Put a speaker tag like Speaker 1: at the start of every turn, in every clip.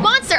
Speaker 1: Monster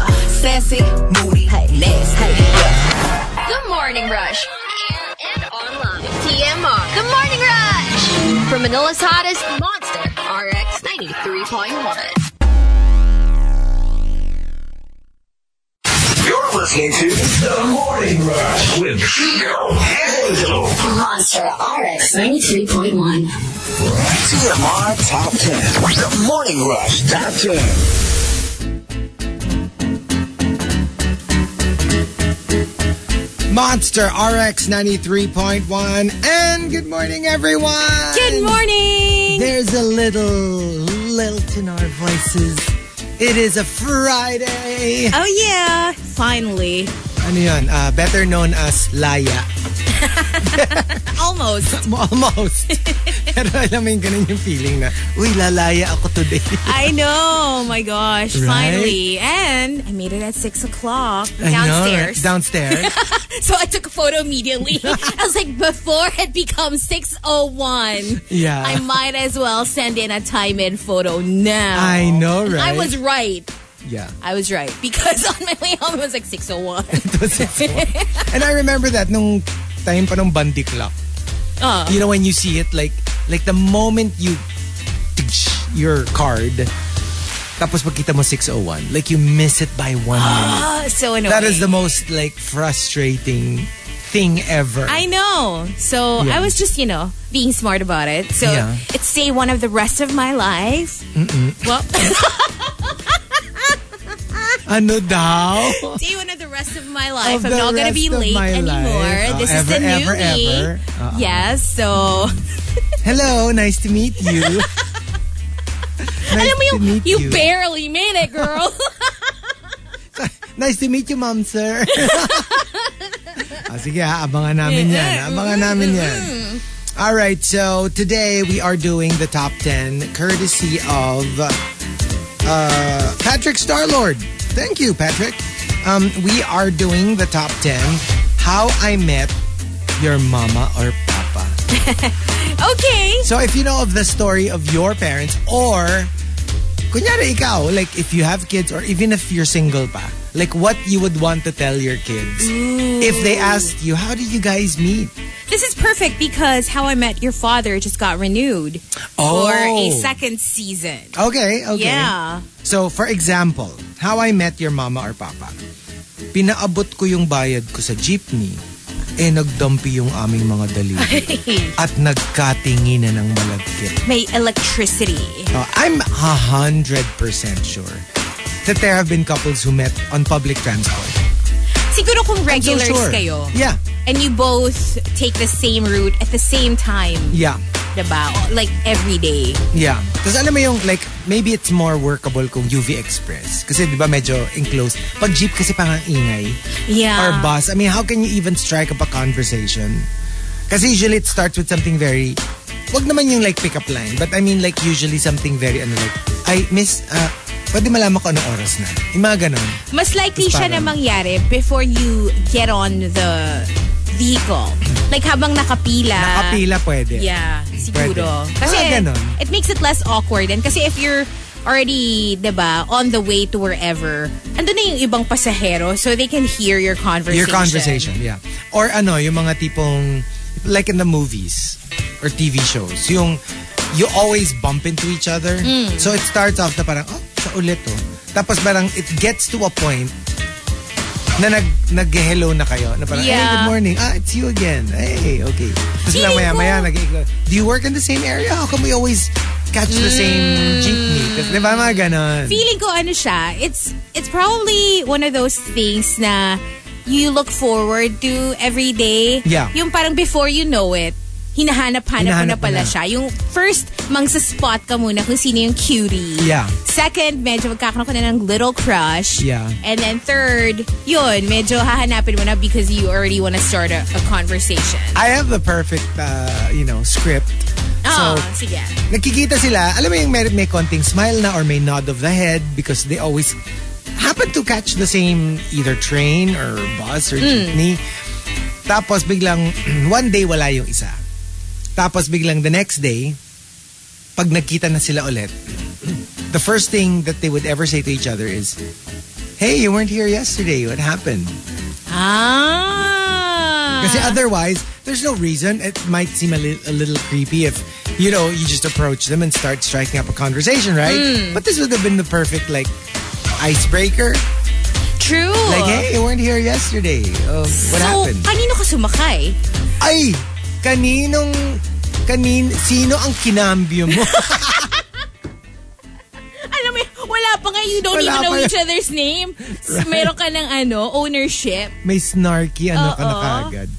Speaker 2: sassy, moody, hey, nasty. Yeah.
Speaker 1: The Morning Rush. On air and online. TMR. The Morning Rush. From Manila's hottest, Monster RX 93.1.
Speaker 3: You're listening to The Morning Rush with Chico and Angelo.
Speaker 4: Monster RX 93.1.
Speaker 3: TMR Top 10. The Morning Rush Top 10.
Speaker 5: Monster RX 93.1. And good morning, everyone.
Speaker 6: Good morning.
Speaker 5: There's a little lilt in our voices. It is a Friday.
Speaker 6: Oh yeah, finally.
Speaker 5: Ano yun? Uh, better known as Laya.
Speaker 6: Almost.
Speaker 5: Almost. Pero alam mo yung ganun yung feeling na, uy, lalaya ako today.
Speaker 6: I know. Oh, My gosh,
Speaker 5: Right?
Speaker 6: finally. And I made it at 6 o'clock
Speaker 5: I know, right?
Speaker 6: downstairs.
Speaker 5: Downstairs.
Speaker 6: so I took a photo immediately. I was like, before it becomes 6.01,
Speaker 5: Yeah.
Speaker 6: I might as well send in a time-in photo now.
Speaker 5: I know,
Speaker 6: And I
Speaker 5: right?
Speaker 6: was right.
Speaker 5: yeah.
Speaker 6: I was right. Because on my way home, it was like 6.01.
Speaker 5: And I remember that nung time pa nung Bandy Clock.
Speaker 6: Ah.
Speaker 5: You know when you see it like like the moment you tsh, your card tapos pagkita mo 601 like you miss it by one minute.
Speaker 6: Ah, so annoying.
Speaker 5: That is the most like frustrating thing ever.
Speaker 6: I know. So
Speaker 5: Yeah.
Speaker 6: I was just, you know, being smart about it. So
Speaker 5: Yeah.
Speaker 6: it's day one of the rest of my life. Well,
Speaker 5: ano daw?
Speaker 6: day one of the rest of my life.
Speaker 5: Of the
Speaker 6: I'm not going to be
Speaker 5: rest of
Speaker 6: late
Speaker 5: my life.
Speaker 6: anymore.
Speaker 5: Oh,
Speaker 6: this
Speaker 5: ever,
Speaker 6: is the new
Speaker 5: ever,
Speaker 6: me.
Speaker 5: ever. Uh-uh.
Speaker 6: Yes. So,
Speaker 5: Hello, nice to meet you. nice
Speaker 6: alam mo
Speaker 5: to
Speaker 6: yung,
Speaker 5: meet
Speaker 6: you, barely made it, girl.
Speaker 5: Nice to meet you, ma'am, sir. ah, sige, ha, abangan namin yan. Abangan namin yan. All right, so today we are doing the top 10 courtesy of uh, Patrick Starlord. Thank you, Patrick. Um, we are doing the top 10 How I Met Your Mama or Papa.
Speaker 6: okay.
Speaker 5: So if you know of the story of your parents or kunyari ikaw, like if you have kids or even if you're single pa, like what you would want to tell your kids if they asked you, how did you guys meet?
Speaker 6: This is perfect because How I Met Your Father just got renewed for a second season.
Speaker 5: Oh. Okay, okay.
Speaker 6: Yeah.
Speaker 5: So for example, how I met your mama or papa. Pinaabot ko yung bayad ko sa jeepney eh nagdampi yung aming mga daliri at nagkatinginan ng malagkit.
Speaker 6: May electricity.
Speaker 5: Uh, I'm 100% sure that there have been couples who met on public transport.
Speaker 6: Siguro kung
Speaker 5: I'm so
Speaker 6: regulars
Speaker 5: sure.
Speaker 6: kayo.
Speaker 5: Yeah,
Speaker 6: and you both take the same route at the same time,
Speaker 5: yeah,
Speaker 6: diba? O, Like every day.
Speaker 5: yeah. Tapos alam mo yung, like, maybe it's more workable kung UV Express. Kasi di ba medyo enclosed. Pag jeep kasi pang ang ingay.
Speaker 6: Yeah.
Speaker 5: Or bus. I mean, how can you even strike up a conversation? Kasi usually it starts with something very, wag naman yung like pickup line. But I mean like usually something very ano like, ay, miss, ah, pwede malaman ko anong oras na. Yung mga ganon.
Speaker 6: Mas likely
Speaker 5: Tapos
Speaker 6: siya na
Speaker 5: parang-
Speaker 6: mangyari before you get on the vehicle. Like habang nakapila.
Speaker 5: Kapila pwede.
Speaker 6: Ah. Yeah, siguro.
Speaker 5: Pwede.
Speaker 6: Kasi
Speaker 5: Ah, ganun.
Speaker 6: it makes it less awkward. And kasi if you're already, diba, on the way to wherever, andun na yung ibang pasahero so they can hear your conversation.
Speaker 5: Your conversation, yeah. Or ano, yung mga tipong, like in the movies or TV shows, yung you always bump into each other.
Speaker 6: Hmm.
Speaker 5: So it starts off na parang, oh, sa ulit oh. Tapos parang it gets to a point na nag, nag-hello na kayo. Na parang, hey,
Speaker 6: Yeah.
Speaker 5: good morning. Ah, it's you again. Hey, okay. Tapos lang
Speaker 6: Feeling
Speaker 5: maya-maya,
Speaker 6: ko-
Speaker 5: nag Do you work in the same area? How come we always catch the same
Speaker 6: Mm.
Speaker 5: jeepney? Tapos, di ba mga ganon?
Speaker 6: feeling ko ano siya, it's it's probably one of those things na you look forward to every day.
Speaker 5: Yeah.
Speaker 6: Yung parang before you know it, hinahanap-hanap mo na
Speaker 5: Hinahanap mo
Speaker 6: pala
Speaker 5: na.
Speaker 6: siya. Yung first, mangsa-spot ka muna kung sino yung cutie.
Speaker 5: Yeah.
Speaker 6: Second, medyo magkakaroon ka na ng little crush.
Speaker 5: Yeah.
Speaker 6: And then third, yun, medyo hahanapin mo na because you already want to start a, a conversation.
Speaker 5: I have the perfect, uh, you know, script.
Speaker 6: Ah,
Speaker 5: so,
Speaker 6: sige.
Speaker 5: nagkikita sila, alam mo yung may, may konting smile na or may nod of the head because they always happen to catch the same either train or bus or jeepney. Tapos biglang, one day wala yung isa. Tapos biglang the next day, pag nagkita na sila ulit, the first thing that they would ever say to each other is, Hey, you weren't here yesterday. What happened?
Speaker 6: Ah.
Speaker 5: Kasi otherwise, there's no reason. It might seem a, li- a little creepy if, you know, you just approach them and start striking up a conversation, right? But this would have been the perfect, like, icebreaker.
Speaker 6: True.
Speaker 5: Like, hey, you weren't here yesterday. Um, what
Speaker 6: so,
Speaker 5: happened?
Speaker 6: kanino ka sumakay?
Speaker 5: Ay! Kaninong... Kanin... Sino ang kinambyo mo?
Speaker 6: Alam mo, yun, wala pa nga. You don't
Speaker 5: Wala
Speaker 6: even know
Speaker 5: pa yun.
Speaker 6: each other's name. So, Meron ka ng ano, ownership.
Speaker 5: May snarky ano ka na
Speaker 6: Oo.
Speaker 5: kaagad.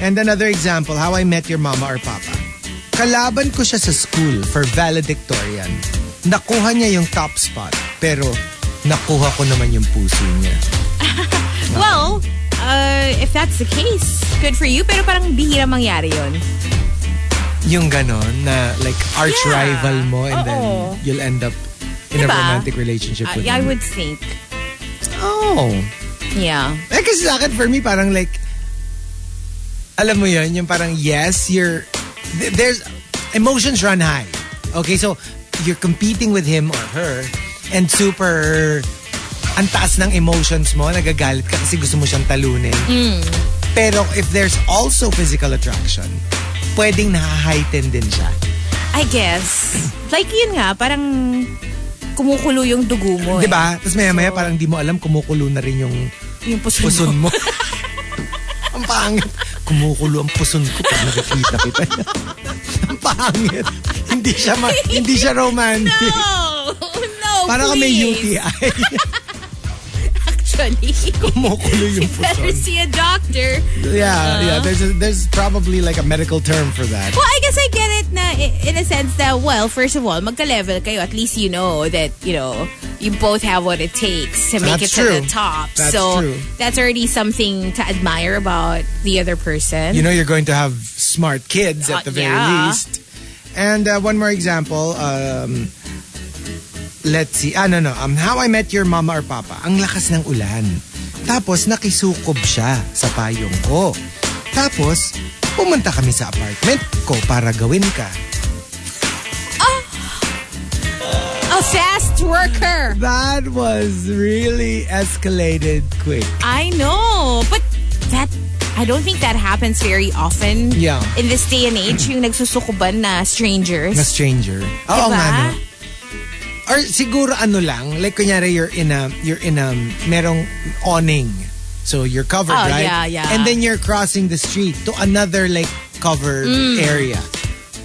Speaker 5: And another example, how I met your mama or papa. Kalaban ko siya sa school for valedictorian. Nakuha niya yung top spot, pero nakuha ko naman yung puso niya.
Speaker 6: Well, uh, if that's the case, good for you. Pero parang bihira mangyari yun.
Speaker 5: Yung ganon na like arch
Speaker 6: Yeah.
Speaker 5: rival mo and then
Speaker 6: Oo.
Speaker 5: you'll end up in a
Speaker 6: Diba?
Speaker 5: romantic relationship with
Speaker 6: I, I
Speaker 5: him.
Speaker 6: would think.
Speaker 5: Oh.
Speaker 6: Yeah.
Speaker 5: Eh, kasi sa akin, for me, parang like, alam mo yun, yung parang yes, you're, th- there's, emotions run high. Okay, so, you're competing with him or her, and super, ang taas ng emotions mo, nagagalit ka kasi gusto mo siyang talunin. Pero if there's also physical attraction, pwedeng nahahighten din siya.
Speaker 6: I guess. Like yun nga, parang kumukulo yung dugo mo.
Speaker 5: Di
Speaker 6: eh.
Speaker 5: ba? Tapos maya-maya parang di mo alam, kumukulo na rin yung
Speaker 6: eh. Yung puso mo.
Speaker 5: puson mo. ang pangit. Kumukulo ang puson ko pag nakikita kita. ang pangit. Hindi siya ma- hindi siya romantic.
Speaker 6: No! No,
Speaker 5: Parang ka may
Speaker 6: please.
Speaker 5: UTI.
Speaker 6: Actually,
Speaker 5: Kumukulo yung
Speaker 6: better
Speaker 5: puson.
Speaker 6: see a doctor.
Speaker 5: Yeah, yeah. There's a, there's probably like a medical term for that.
Speaker 6: Well, I guess I get it na i- in a sense that, well, first of all, magka-level kayo. At least you know that, you know, you both have what it takes to make
Speaker 5: That's
Speaker 6: it to the
Speaker 5: true.
Speaker 6: top.
Speaker 5: That's
Speaker 6: so
Speaker 5: true.
Speaker 6: that's already something to admire about the other person.
Speaker 5: You know you're going to have smart kids at
Speaker 6: Uh,
Speaker 5: the very
Speaker 6: yeah.
Speaker 5: least. And uh, one more example. Um, let's see. Ah, no, no. Um, how I Met Your Mama or Papa. Ang lakas ng ulan. Tapos nakisukob siya sa payong ko. Tapos pumunta kami sa apartment ko para gawin ka.
Speaker 6: a fast worker.
Speaker 5: That was really escalated quick.
Speaker 6: I know. But that, I don't think that happens very often.
Speaker 5: Yeah.
Speaker 6: In this day and age, yung nagsusukuban na strangers.
Speaker 5: Na stranger. Oo
Speaker 6: Diba?
Speaker 5: nga, no? Or siguro ano lang, like kunyari you're in a, you're in a, merong awning. So you're covered,
Speaker 6: Oh,
Speaker 5: right?
Speaker 6: yeah, yeah.
Speaker 5: And then you're crossing the street to another like covered
Speaker 6: Mm.
Speaker 5: area.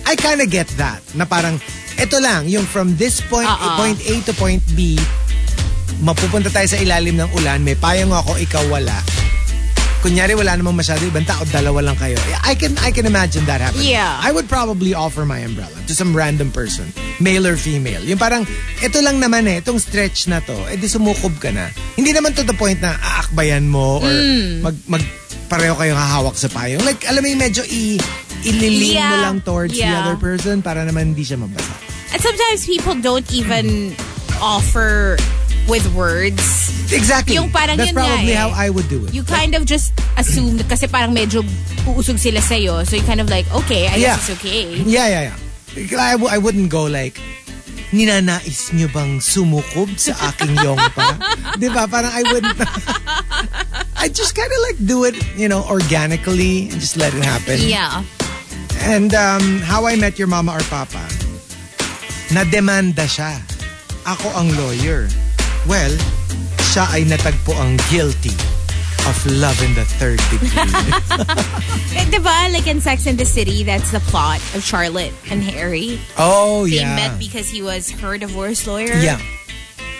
Speaker 5: I kind of get that. Na parang, eto lang, yung from this point,
Speaker 6: Oo.
Speaker 5: point A to point B, mapupunta tayo sa ilalim ng ulan, may payong ako, ikaw wala. Kunyari wala namang masyado ibang tao, dalawa lang kayo. I can I can imagine that happening.
Speaker 6: Yeah.
Speaker 5: I would probably offer my umbrella to some random person, male or female. Yung parang, ito lang naman eh, itong stretch na to, eh di sumukob ka na. Hindi naman to the point na aakbayan mo or
Speaker 6: Hmm.
Speaker 5: mag, mag pareho kayong hahawak sa payong. Like, alam mo yung medyo i ililing mo
Speaker 6: Yeah.
Speaker 5: lang towards the
Speaker 6: Yeah.
Speaker 5: other person para naman hindi siya mabasa.
Speaker 6: And sometimes people don't even offer with words.
Speaker 5: Exactly.
Speaker 6: Yung parang
Speaker 5: That's
Speaker 6: yun nga
Speaker 5: probably
Speaker 6: eh.
Speaker 5: how I would do it.
Speaker 6: You kind of just assume kasi parang medyo uusog sila sa'yo. So you kind of like, okay, I guess it's okay.
Speaker 5: Yeah, yeah, yeah. I, w- I wouldn't go like, ninanais niyo bang sumukob sa aking yongpa? Di ba? Parang I wouldn't. I just kind of like do it, you know, organically and just let it happen.
Speaker 6: Yeah.
Speaker 5: And um, how I met your mama or papa. nademanda siya. Ako ang lawyer. Well, siya ay natagpo ang guilty of love in the third degree.
Speaker 6: Eh, diba, like in Sex and the City, that's the plot of Charlotte and Harry.
Speaker 5: oh,
Speaker 6: They
Speaker 5: yeah.
Speaker 6: met because he was her divorce lawyer.
Speaker 5: Yeah.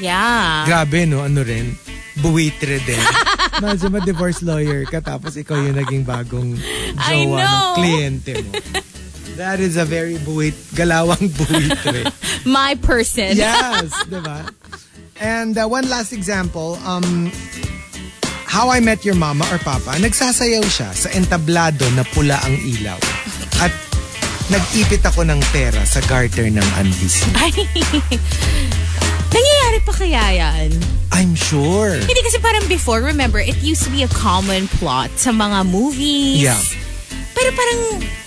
Speaker 6: Yeah.
Speaker 5: Grabe, no? Ano rin? Buwitre din. Imagine mo, divorce lawyer ka, tapos ikaw yung naging bagong
Speaker 6: I
Speaker 5: jowa ng
Speaker 6: know.
Speaker 5: kliyente mo. That is a very buwit, galawang buwitre.
Speaker 6: My person.
Speaker 5: yes, di ba? And uh, one last example, um, How I Met Your Mama or Papa, nagsasayaw siya sa entablado na pula ang ilaw. At nag-ipit ako ng pera sa garter ng Andes.
Speaker 6: Ay. Nangyayari pa kaya yan?
Speaker 5: I'm sure.
Speaker 6: Hindi kasi parang before, remember, it used to be a common plot sa mga movies.
Speaker 5: Yeah.
Speaker 6: Pero parang,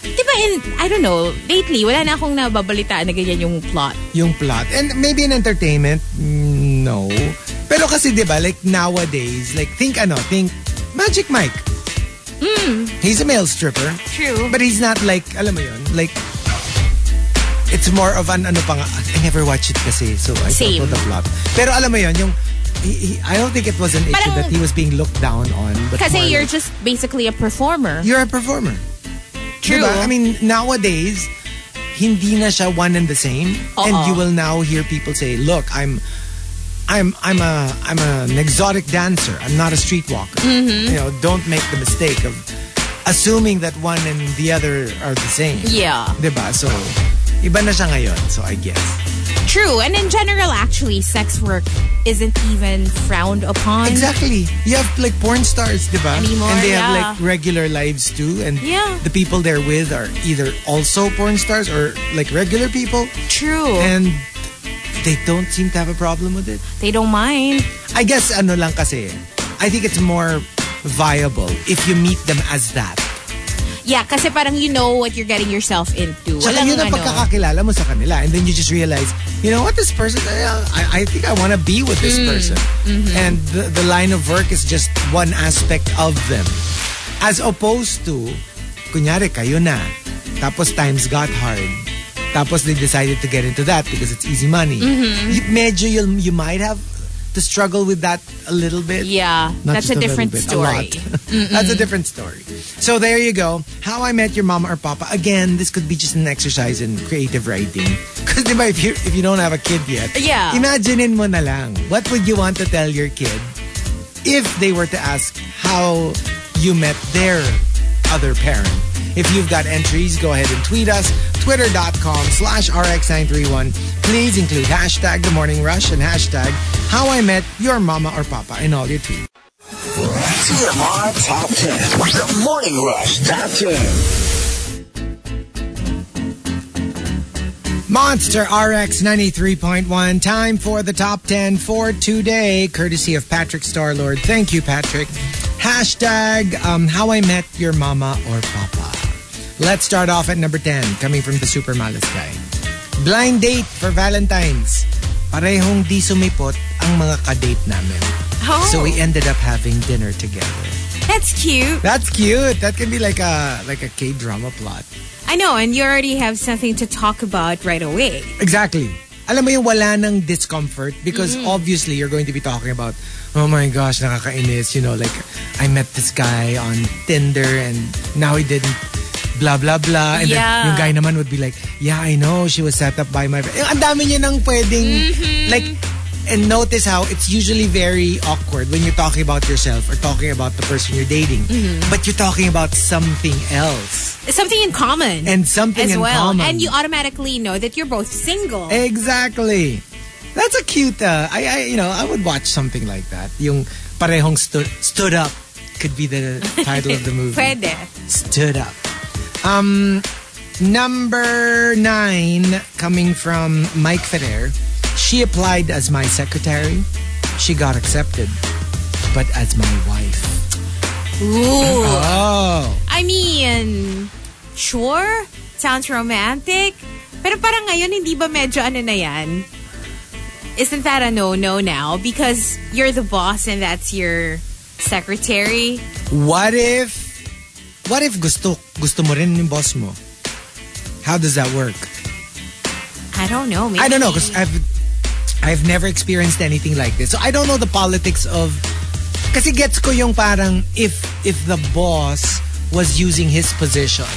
Speaker 6: di ba, in, I don't know, lately, wala na akong nababalitaan na ganyan yung plot.
Speaker 5: yung plot. And maybe in entertainment, mm, no. Pero kasi 'di ba like nowadays, like think ano, think Magic Mike. He's a male stripper,
Speaker 6: Hmm. True.
Speaker 5: but he's not like, alam mo yun, like it's more of an ano pa nga, I never watch it kasi, so I
Speaker 6: Same.
Speaker 5: don't know the plot. Pero alam mo yun, yung he- he- I don't think it was an issue
Speaker 6: Parang-
Speaker 5: that he was being looked down on. But
Speaker 6: Kasi
Speaker 5: more
Speaker 6: you're
Speaker 5: like,
Speaker 6: just basically a performer.
Speaker 5: you're a performer.
Speaker 6: True.
Speaker 5: Diba? I mean, nowadays, hindi na siya one and the same.
Speaker 6: Oo.
Speaker 5: And you will now hear people say, look, I'm I'm I'm a I'm a- an exotic dancer. I'm not a street walker.
Speaker 6: Mm-hmm.
Speaker 5: You know, don't make the mistake of assuming that one and the other are the same.
Speaker 6: Yeah.
Speaker 5: Diba? So, iba na siya ngayon. So, I guess.
Speaker 6: True. And in general, actually, sex work isn't even frowned upon.
Speaker 5: Exactly. You have like porn stars, diba?
Speaker 6: Anymore,
Speaker 5: and they have
Speaker 6: yeah.
Speaker 5: like regular lives too. And
Speaker 6: Yeah.
Speaker 5: the people they're with are either also porn stars or like regular people.
Speaker 6: True.
Speaker 5: And they don't seem to have a problem with it.
Speaker 6: they don't mind.
Speaker 5: I guess ano lang kasi, I think it's more viable if you meet them as that.
Speaker 6: Yeah, kasi parang you know what you're getting yourself into.
Speaker 5: Tsaka
Speaker 6: Walang
Speaker 5: yun ang
Speaker 6: ano.
Speaker 5: pagkakakilala mo sa kanila. And then you just realize, you know what, this person, I, I- I think I want to be with
Speaker 6: Mm,
Speaker 5: this person.
Speaker 6: mm-hmm.
Speaker 5: And the, the line of work is just one aspect of them. As opposed to, kunyari, kayo na. Tapos times got hard. Tapos they decided to get into that because it's easy money.
Speaker 6: Mm-hmm.
Speaker 5: You, medyo you'll, you might have to struggle with that a little bit.
Speaker 6: Yeah,
Speaker 5: Not
Speaker 6: that's
Speaker 5: just
Speaker 6: a
Speaker 5: little
Speaker 6: different
Speaker 5: bit, a
Speaker 6: story.
Speaker 5: lot. that's a different story. So there you go. How I Met Your Mama or Papa. Again, this could be just an exercise in creative writing. Because if you if you don't have a kid yet,
Speaker 6: Yeah.
Speaker 5: imaginein mo na lang. What would you want to tell your kid if they were to ask how you met their other parent? If you've got entries, go ahead and tweet us, twitter.com slash rx931. Please include hashtag the morning rush and hashtag how I met your mama or papa in all your tweets.
Speaker 3: TMR Top 10. The Morning Rush Top 10.
Speaker 5: Monster RX 93.1. Time for the top 10 for today, courtesy of Patrick Starlord. Thank you, Patrick. Hashtag um, How I Met Your Mama or Papa. Let's start off at number 10, coming from the Super Malas guy. Blind date for Valentine's. Parehong di sumipot ang mga kadate namin.
Speaker 6: Oh,
Speaker 5: So we ended up having dinner together.
Speaker 6: that's cute.
Speaker 5: That's cute. That can be like a like a K-drama plot.
Speaker 6: I know, and you already have something to talk about right away.
Speaker 5: Exactly. Alam mo yung wala ng discomfort because
Speaker 6: Mm-hmm.
Speaker 5: obviously you're going to be talking about, oh my gosh, nakakainis. You know, like, I met this guy on Tinder and now he didn't blah, blah, blah. And
Speaker 6: Yeah.
Speaker 5: then yung guy naman would be like, yeah, I know, she was set up by my... Yung Ang dami niya nang pwedeng,
Speaker 6: Mm-hmm.
Speaker 5: like, and notice how it's usually very awkward when you're talking about yourself or talking about the person you're dating.
Speaker 6: Mm-hmm.
Speaker 5: But you're talking about something else.
Speaker 6: Something in common.
Speaker 5: And something
Speaker 6: as
Speaker 5: in
Speaker 6: well.
Speaker 5: common. Eh.
Speaker 6: And you automatically know that you're both single.
Speaker 5: Exactly. That's a cute. Uh, I, I, you know, I would watch something like that. Yung parehong stood stood up could be the title of the movie.
Speaker 6: Pwede.
Speaker 5: Stood up. Um, number nine coming from Mike Ferrer. She applied as my secretary. She got accepted, but as my wife.
Speaker 6: Ooh.
Speaker 5: Oh,
Speaker 6: I mean, sure, sounds romantic. Pero parang ngayon, hindi ba medyo ano na yan? Isn't that a no-no now? Because you're the boss and that's your secretary.
Speaker 5: what if? What if gusto gusto mo rin yung boss mo? How does that work?
Speaker 6: I don't know. Maybe
Speaker 5: I don't know because I've I've never experienced anything like this. So I don't know the politics of kasi gets ko yung parang if if the boss was using his position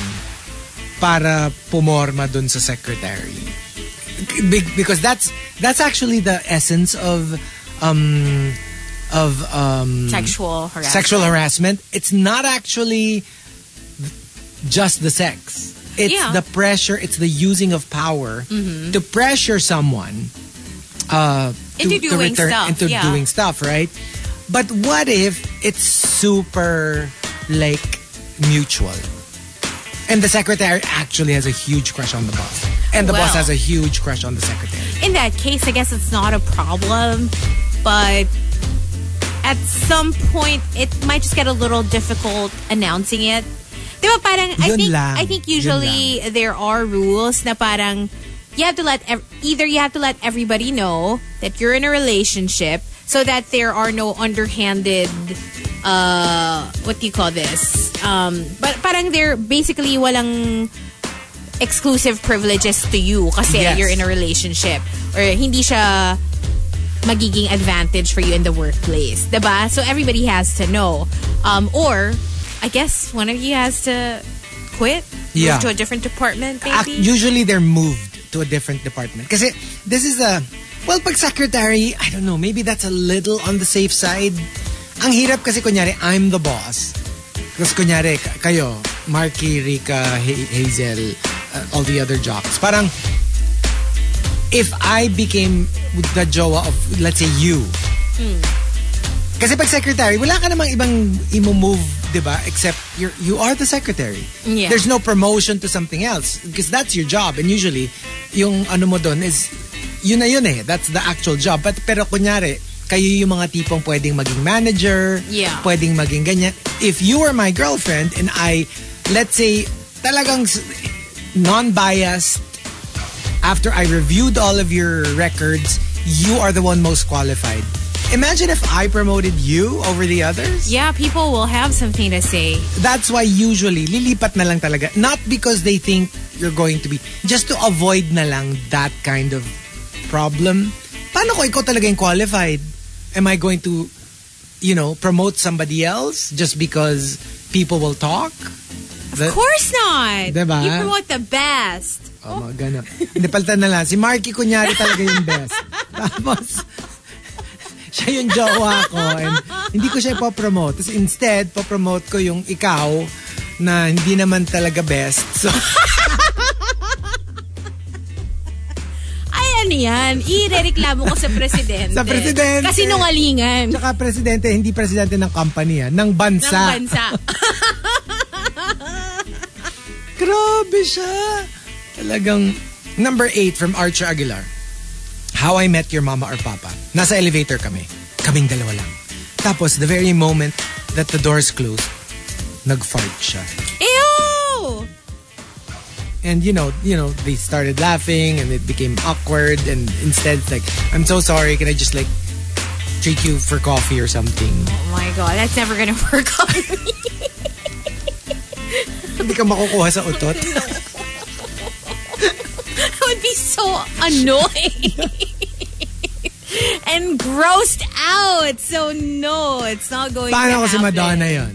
Speaker 5: para pumorma dun sa secretary. Be- Because that's that's actually the essence of um of um
Speaker 6: sexual harassment.
Speaker 5: sexual harassment, it's not actually th- just the sex. It's
Speaker 6: Yeah. Mm-hmm.
Speaker 5: the pressure, it's the using of power to pressure someone uh, to,
Speaker 6: Into
Speaker 5: to
Speaker 6: doing
Speaker 5: return,
Speaker 6: stuff,
Speaker 5: into
Speaker 6: yeah.
Speaker 5: doing stuff, right? But what if it's super like mutual? And the secretary actually has a huge crush on the boss. And the boss
Speaker 6: Well.
Speaker 5: has a huge crush on the secretary.
Speaker 6: in that case, I guess it's not a problem, but at some point, it might just get a little difficult announcing it. Di ba parang, I
Speaker 5: Yun
Speaker 6: think,
Speaker 5: lang.
Speaker 6: I think
Speaker 5: Yun
Speaker 6: usually there are rules na parang you have to let, ev- either you have to let everybody know that you're in a relationship so that there are no underhanded, uh, what do you call this? Um, but parang they're basically walang exclusive privileges to you kasi
Speaker 5: Yes.
Speaker 6: you're in a relationship or hindi siya magiging advantage for you in the workplace. 'Di ba? So everybody has to know. Um, or, I guess one of you has to quit,
Speaker 5: Yeah.
Speaker 6: move to a different department,
Speaker 5: Ac-
Speaker 6: maybe.
Speaker 5: usually they're moved to a different department. Kasi this is a, well, pag secretary, I don't know, maybe that's a little on the safe side. Ang hirap kasi kunyari, I'm the boss. Tapos kunyari, k- kayo, Marky, Rika, Ha- Hazel, uh, all the other jocks. Parang, if I became the jowa of, let's say, you, kasi pag secretary, wala ka namang ibang imo-move, di ba? Except you're, you are the secretary.
Speaker 6: Yeah.
Speaker 5: There's no promotion to something else because that's your job. And usually, yung ano mo doon is, yun na yun eh. That's the actual job. But, pero kunyari, kayo yung mga tipong pwedeng maging manager,
Speaker 6: Yeah.
Speaker 5: pwedeng maging ganyan. If you were my girlfriend and I, let's say, talagang s- non-biased, after I reviewed all of your records, you are the one most qualified. Imagine if I promoted you over the others.
Speaker 6: Yeah, people will have something to say.
Speaker 5: That's why usually lilipat na lang talaga. Not because they think you're going to be just to avoid na lang that kind of problem. Paano ko ikaw talaga yung qualified? Am I going to you know, promote somebody else just because people will talk?
Speaker 6: Of course not.
Speaker 5: Diba?
Speaker 6: You promote the best.
Speaker 5: Oh, mga ganun. Hindi, palitan na lang. Si Marky, kunyari talaga yung best. Tapos, siya yung jowa ko. And hindi ko siya ipopromote. Tapos instead, popromote ko yung ikaw na hindi naman talaga best. So,
Speaker 6: Ay, ano yan? Irereklamo ko sa presidente.
Speaker 5: Sa presidente.
Speaker 6: Kasi nungalingan.
Speaker 5: tsaka presidente, hindi presidente ng company, ah, ng
Speaker 6: Ng
Speaker 5: bansa.
Speaker 6: bansa.
Speaker 5: Grabe siya. Talagang, number eight from Archer Aguilar. How I Met Your Mama or Papa. Nasa elevator kami. Kaming dalawa lang. Tapos, the very moment that the doors closed, nag-fart siya.
Speaker 6: Ew!
Speaker 5: And you know, you know, they started laughing and it became awkward and instead it's like, I'm so sorry, can I just like treat you for coffee or something?
Speaker 6: Oh my God, that's never gonna work on me.
Speaker 5: Hindi ka makukuha sa utot.
Speaker 6: I would be so annoyed and grossed out. So no, it's not going.
Speaker 5: Paano
Speaker 6: to
Speaker 5: kasi
Speaker 6: happen.
Speaker 5: Madonna yon?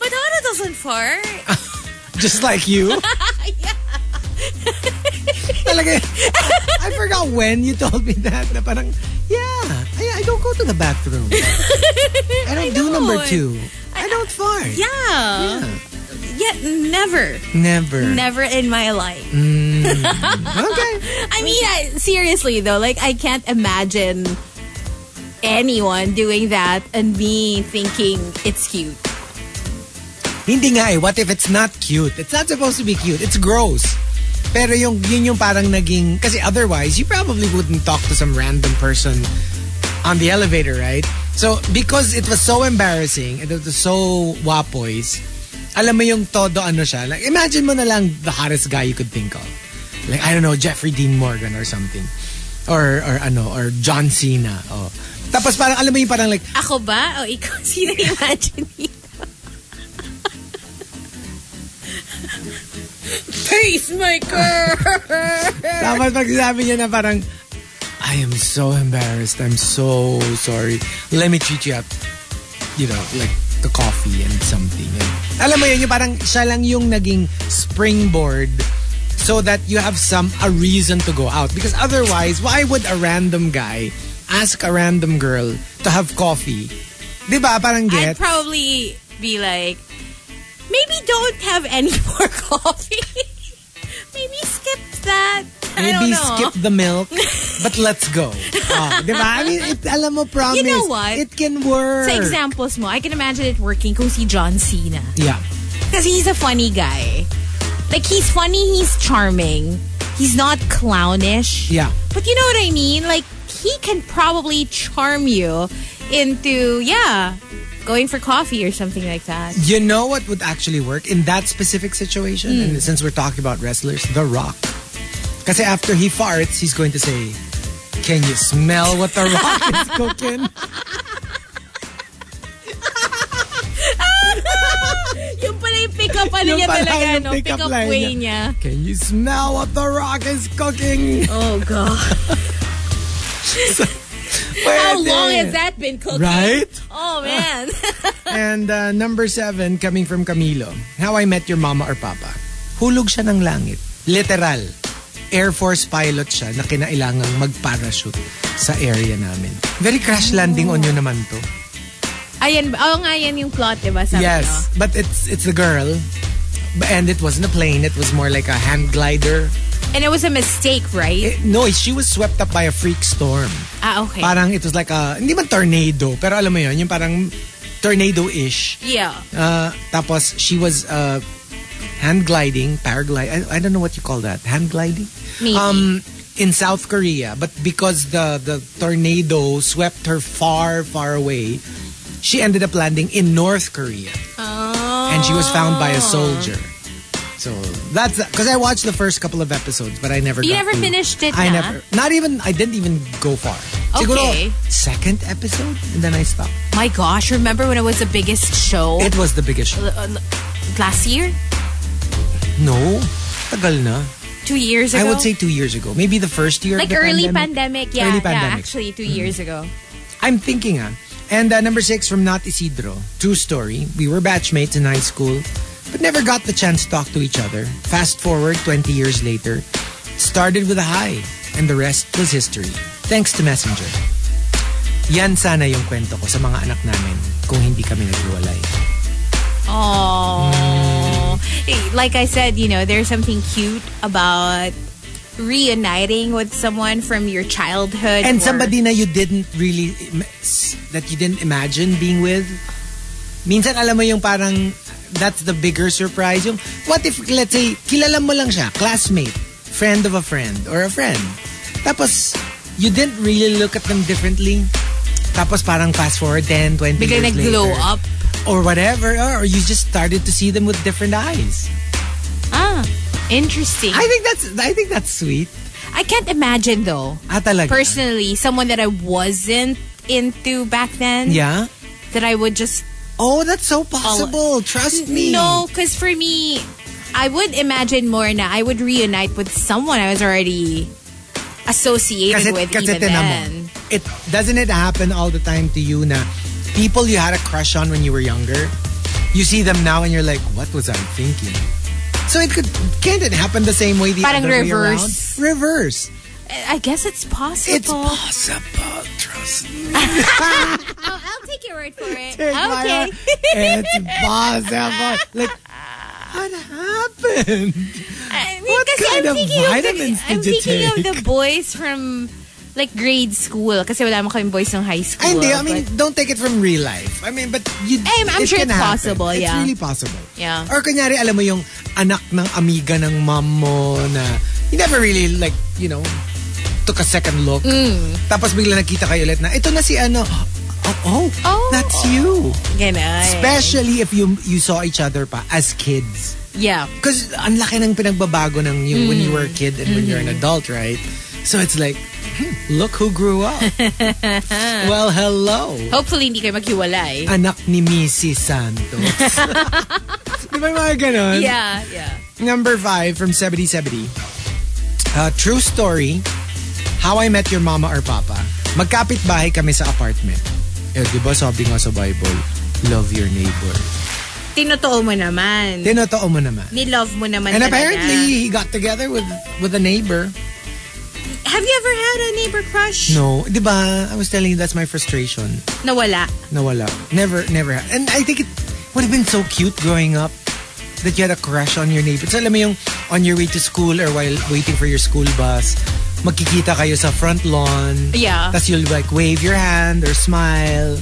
Speaker 6: Madonna doesn't fart.
Speaker 5: Ah. Just like you? Talaga, I forgot when you told me that. Na parang, yeah, I, I don't go to the bathroom. I don't do
Speaker 6: don't.
Speaker 5: number two. I don't fart.
Speaker 6: Yeah. Yeah, never,
Speaker 5: Never.
Speaker 6: never in my life.
Speaker 5: Okay.
Speaker 6: I mean, I, seriously though, like I can't imagine anyone doing that and me thinking it's cute.
Speaker 5: Hindi nga eh. What if it's not cute? It's not supposed to be cute. It's gross. Pero yung, yun yung parang naging, kasi otherwise, you probably wouldn't talk to some random person on the elevator, right? So, because it was so embarrassing, and it was so wapoys, alam mo yung todo ano siya. Like, imagine mo na lang the hottest guy you could think of. Like, I don't know, Jeffrey Dean Morgan or something. Or, or ano, or John Cena. Oh. Tapos parang, alam mo yung parang like,
Speaker 6: Ako ba? O ikaw? Sino imagine nito? Taste my curve.
Speaker 5: Dapat pag sinabi niya na parang, I am so embarrassed. I'm so sorry. Let me treat you up. You know, like the coffee and something. And, alam mo yun, yung parang siya lang yung naging springboard so that you have some a reason to go out. Because otherwise, why would a random guy ask a random girl to have coffee? Di ba? Parang
Speaker 6: I'd
Speaker 5: get.
Speaker 6: probably be like, maybe don't have any more coffee. maybe skip that. I don't
Speaker 5: Maybe
Speaker 6: know.
Speaker 5: skip the milk, but let's go. Ah, di ba? I mean, it, alam mo, promise.
Speaker 6: You know what?
Speaker 5: It can work.
Speaker 6: Sa examples mo, I can imagine it working kung si John Cena.
Speaker 5: Yeah.
Speaker 6: Because he's a funny guy. Like, he's funny, he's charming. He's not clownish.
Speaker 5: Yeah.
Speaker 6: But you know what I mean? Like, he can probably charm you into, yeah, going for coffee or something like that.
Speaker 5: You know what would actually work in that specific situation?
Speaker 6: Hmm.
Speaker 5: And since we're talking about wrestlers, The Rock. Kasi after he farts, he's going to say, Can you smell what The Rock is cooking?
Speaker 6: yung pala yung pick-up ano
Speaker 5: Yung
Speaker 6: niya
Speaker 5: pala
Speaker 6: talaga,
Speaker 5: yung
Speaker 6: no?
Speaker 5: pick-up
Speaker 6: Pick-up
Speaker 5: line
Speaker 6: way
Speaker 5: niya.
Speaker 6: niya.
Speaker 5: Can you smell what The Rock is cooking?
Speaker 6: Oh, God. How
Speaker 5: Pwede.
Speaker 6: long has that been cooking?
Speaker 5: Right? Ah.
Speaker 6: Oh, man.
Speaker 5: And uh, number seven, coming from Camilo. How I Met Your Mama or Papa. Hulog siya ng langit. Literal. Air Force pilot siya na kinailangang mag-parachute sa area namin. Very crash landing on you naman to.
Speaker 6: Ayan, ba- oo nga yan yung plot, diba? Sabi nyo.
Speaker 5: Yes, but it's it's a girl. B- And it wasn't a plane. It was more like a hand glider.
Speaker 6: And it was a mistake, right?
Speaker 5: Eh, no, she was swept up by a freak storm.
Speaker 6: ah, okay.
Speaker 5: Parang it was like a, hindi man tornado, pero alam mo yun, yung parang tornado-ish.
Speaker 6: yeah.
Speaker 5: Uh, tapos she was uh, hand gliding, paragliding. I, I don't know what you call that. Hand gliding?
Speaker 6: Maybe.
Speaker 5: Um, in South Korea, but because the, the tornado swept her far, far away, she ended up landing in North Korea.
Speaker 6: Oh.
Speaker 5: and she was found by a soldier. So that's because I watched the first couple of episodes, but I never.
Speaker 6: You
Speaker 5: got
Speaker 6: never
Speaker 5: to-
Speaker 6: finished it
Speaker 5: I
Speaker 6: na?
Speaker 5: never. Not even. I didn't even go far. Siguro,
Speaker 6: Okay.
Speaker 5: second episode, and then I stopped.
Speaker 6: My gosh, remember when it was the biggest show
Speaker 5: It was the biggest. Show.
Speaker 6: uh, last year?
Speaker 5: No, tagal na.
Speaker 6: Two years
Speaker 5: I
Speaker 6: ago?
Speaker 5: would say two years ago, maybe the first year. of
Speaker 6: Like
Speaker 5: the
Speaker 6: early
Speaker 5: pandemic.
Speaker 6: pandemic. Yeah,
Speaker 5: Early
Speaker 6: yeah,
Speaker 5: pandemic. Mm-hmm.
Speaker 6: actually two years ago.
Speaker 5: I'm thinking, ah. And uh, number six from Not Isidro. True story. We were batchmates in high school, but never got the chance to talk to each other. Fast forward 20 years later, started with a high, and the rest was history. Thanks to Messenger. Yan sana yung kwento ko sa mga anak namin kung hindi kami naghiwalay.
Speaker 6: Oh. Like I said, you know, there's something cute about reuniting with someone from your childhood.
Speaker 5: And
Speaker 6: or-
Speaker 5: somebody na you didn't really, im- s- that you didn't imagine being with. Minsan alam mo yung parang, that's the bigger surprise. Yung, what if, let's say, kilala mo lang siya, classmate, friend of a friend, or a friend. Tapos, you didn't really look at them differently. Tapos parang fast forward 10, 20
Speaker 6: Bigla
Speaker 5: years
Speaker 6: nag-glow
Speaker 5: later.
Speaker 6: up.
Speaker 5: Or whatever. Or you just started to see them with different eyes.
Speaker 6: Ah, interesting.
Speaker 5: I
Speaker 6: I,
Speaker 5: think that's, I think that's sweet.
Speaker 6: can't imagine though,
Speaker 5: Ah, talaga.
Speaker 6: personally, someone that I wasn't into back then.
Speaker 5: Yeah.
Speaker 6: That I would just
Speaker 5: Oh, that's so possible. Trust me.
Speaker 6: No, because for me, I would imagine more na I would reunite with someone I was already associated
Speaker 5: Kasi,
Speaker 6: with
Speaker 5: kasi
Speaker 6: even
Speaker 5: tinan mo,
Speaker 6: then.
Speaker 5: it, doesn't it happen all the time to you na people you had a crush on when you were younger, you see them now and you're like, what was I thinking? So it could, can't it happen the same way the
Speaker 6: Parang
Speaker 5: other
Speaker 6: reverse.
Speaker 5: way around? Reverse.
Speaker 6: I guess it's possible.
Speaker 5: It's possible, trust me.
Speaker 6: I'll, I'll take your word for it.
Speaker 5: Maya.
Speaker 6: okay.
Speaker 5: it's possible. Like, what happened?
Speaker 6: I mean,
Speaker 5: What
Speaker 6: kasi
Speaker 5: kind
Speaker 6: I'm
Speaker 5: of
Speaker 6: thinking of
Speaker 5: vitamins
Speaker 6: the, I'm
Speaker 5: did you
Speaker 6: thinking of
Speaker 5: take?
Speaker 6: the boys from like grade school kasi wala mo kaming boys ng high school.
Speaker 5: Ay, hindi. I mean,
Speaker 6: but-
Speaker 5: don't take it from real life. I mean, but you,
Speaker 6: I'm- Diba? Eh, I'm
Speaker 5: it
Speaker 6: sure
Speaker 5: can
Speaker 6: it's
Speaker 5: happen.
Speaker 6: possible,
Speaker 5: It's
Speaker 6: yeah.
Speaker 5: really possible.
Speaker 6: Yeah.
Speaker 5: Or kunyari, alam mo yung anak ng amiga ng mom mo na you never really like, you know, took a second look.
Speaker 6: Mm.
Speaker 5: Tapos bigla nakita kayo ulit na, ito na si ano, oh, oh,
Speaker 6: Oh.
Speaker 5: that's you.
Speaker 6: ganun.
Speaker 5: Especially if you you saw each other pa as kids.
Speaker 6: Yeah.
Speaker 5: Because ang laki ng pinagbabago ng yung when you
Speaker 6: Mm.
Speaker 5: were a kid and when you're an
Speaker 6: Mm-hmm.
Speaker 5: adult, right? So it's like, hmm, look who grew up. well, hello
Speaker 6: Hopefully, hindi kayo maghiwalay.
Speaker 5: anak ni Missy Santos. Di ba yung mga ganon?
Speaker 6: yeah, yeah.
Speaker 5: Number five from 7070. Uh, true story, how I met your mama or papa. Magkapit bahay kami sa apartment. Eh, di ba sabi nga sa Bible, love your neighbor.
Speaker 6: Tinotoo mo naman.
Speaker 5: Tinotoo mo naman.
Speaker 6: Nilove mo naman
Speaker 5: And
Speaker 6: talaga.
Speaker 5: apparently, he got together with with a neighbor.
Speaker 6: Have you ever had a neighbor crush?
Speaker 5: No, di ba? I was telling you that's my frustration.
Speaker 6: Nawala.
Speaker 5: Nawala. Never, never. had. And I think it would have been so cute growing up that you had a crush on your neighbor. So, alam mo yung on your way to school or while waiting for your school bus, magkikita kayo sa front lawn.
Speaker 6: Yeah.
Speaker 5: Tapos you'll like wave your hand or smile.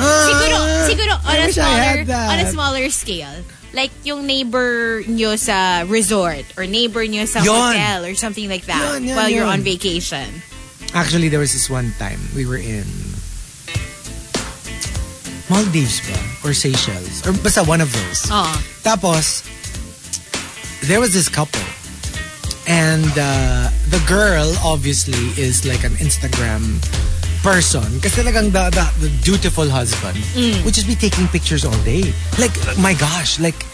Speaker 5: Ah,
Speaker 6: Siguro, siguro on
Speaker 5: I
Speaker 6: a
Speaker 5: wish I
Speaker 6: smaller,
Speaker 5: had that.
Speaker 6: on a smaller scale. Like yung neighbor nyo sa resort or neighbor nyo sa
Speaker 5: Yun.
Speaker 6: hotel or something like that
Speaker 5: Yun, yun,
Speaker 6: while you're
Speaker 5: yun.
Speaker 6: on vacation.
Speaker 5: Actually, there was this one time we were in Maldives ba? Or Seychelles? Or basta one of those.
Speaker 6: Oh.
Speaker 5: Tapos, there was this couple. And uh, the girl, obviously, is like an Instagram person. Kasi talagang the, the, the dutiful husband would just be taking pictures all day. Like, my gosh, like,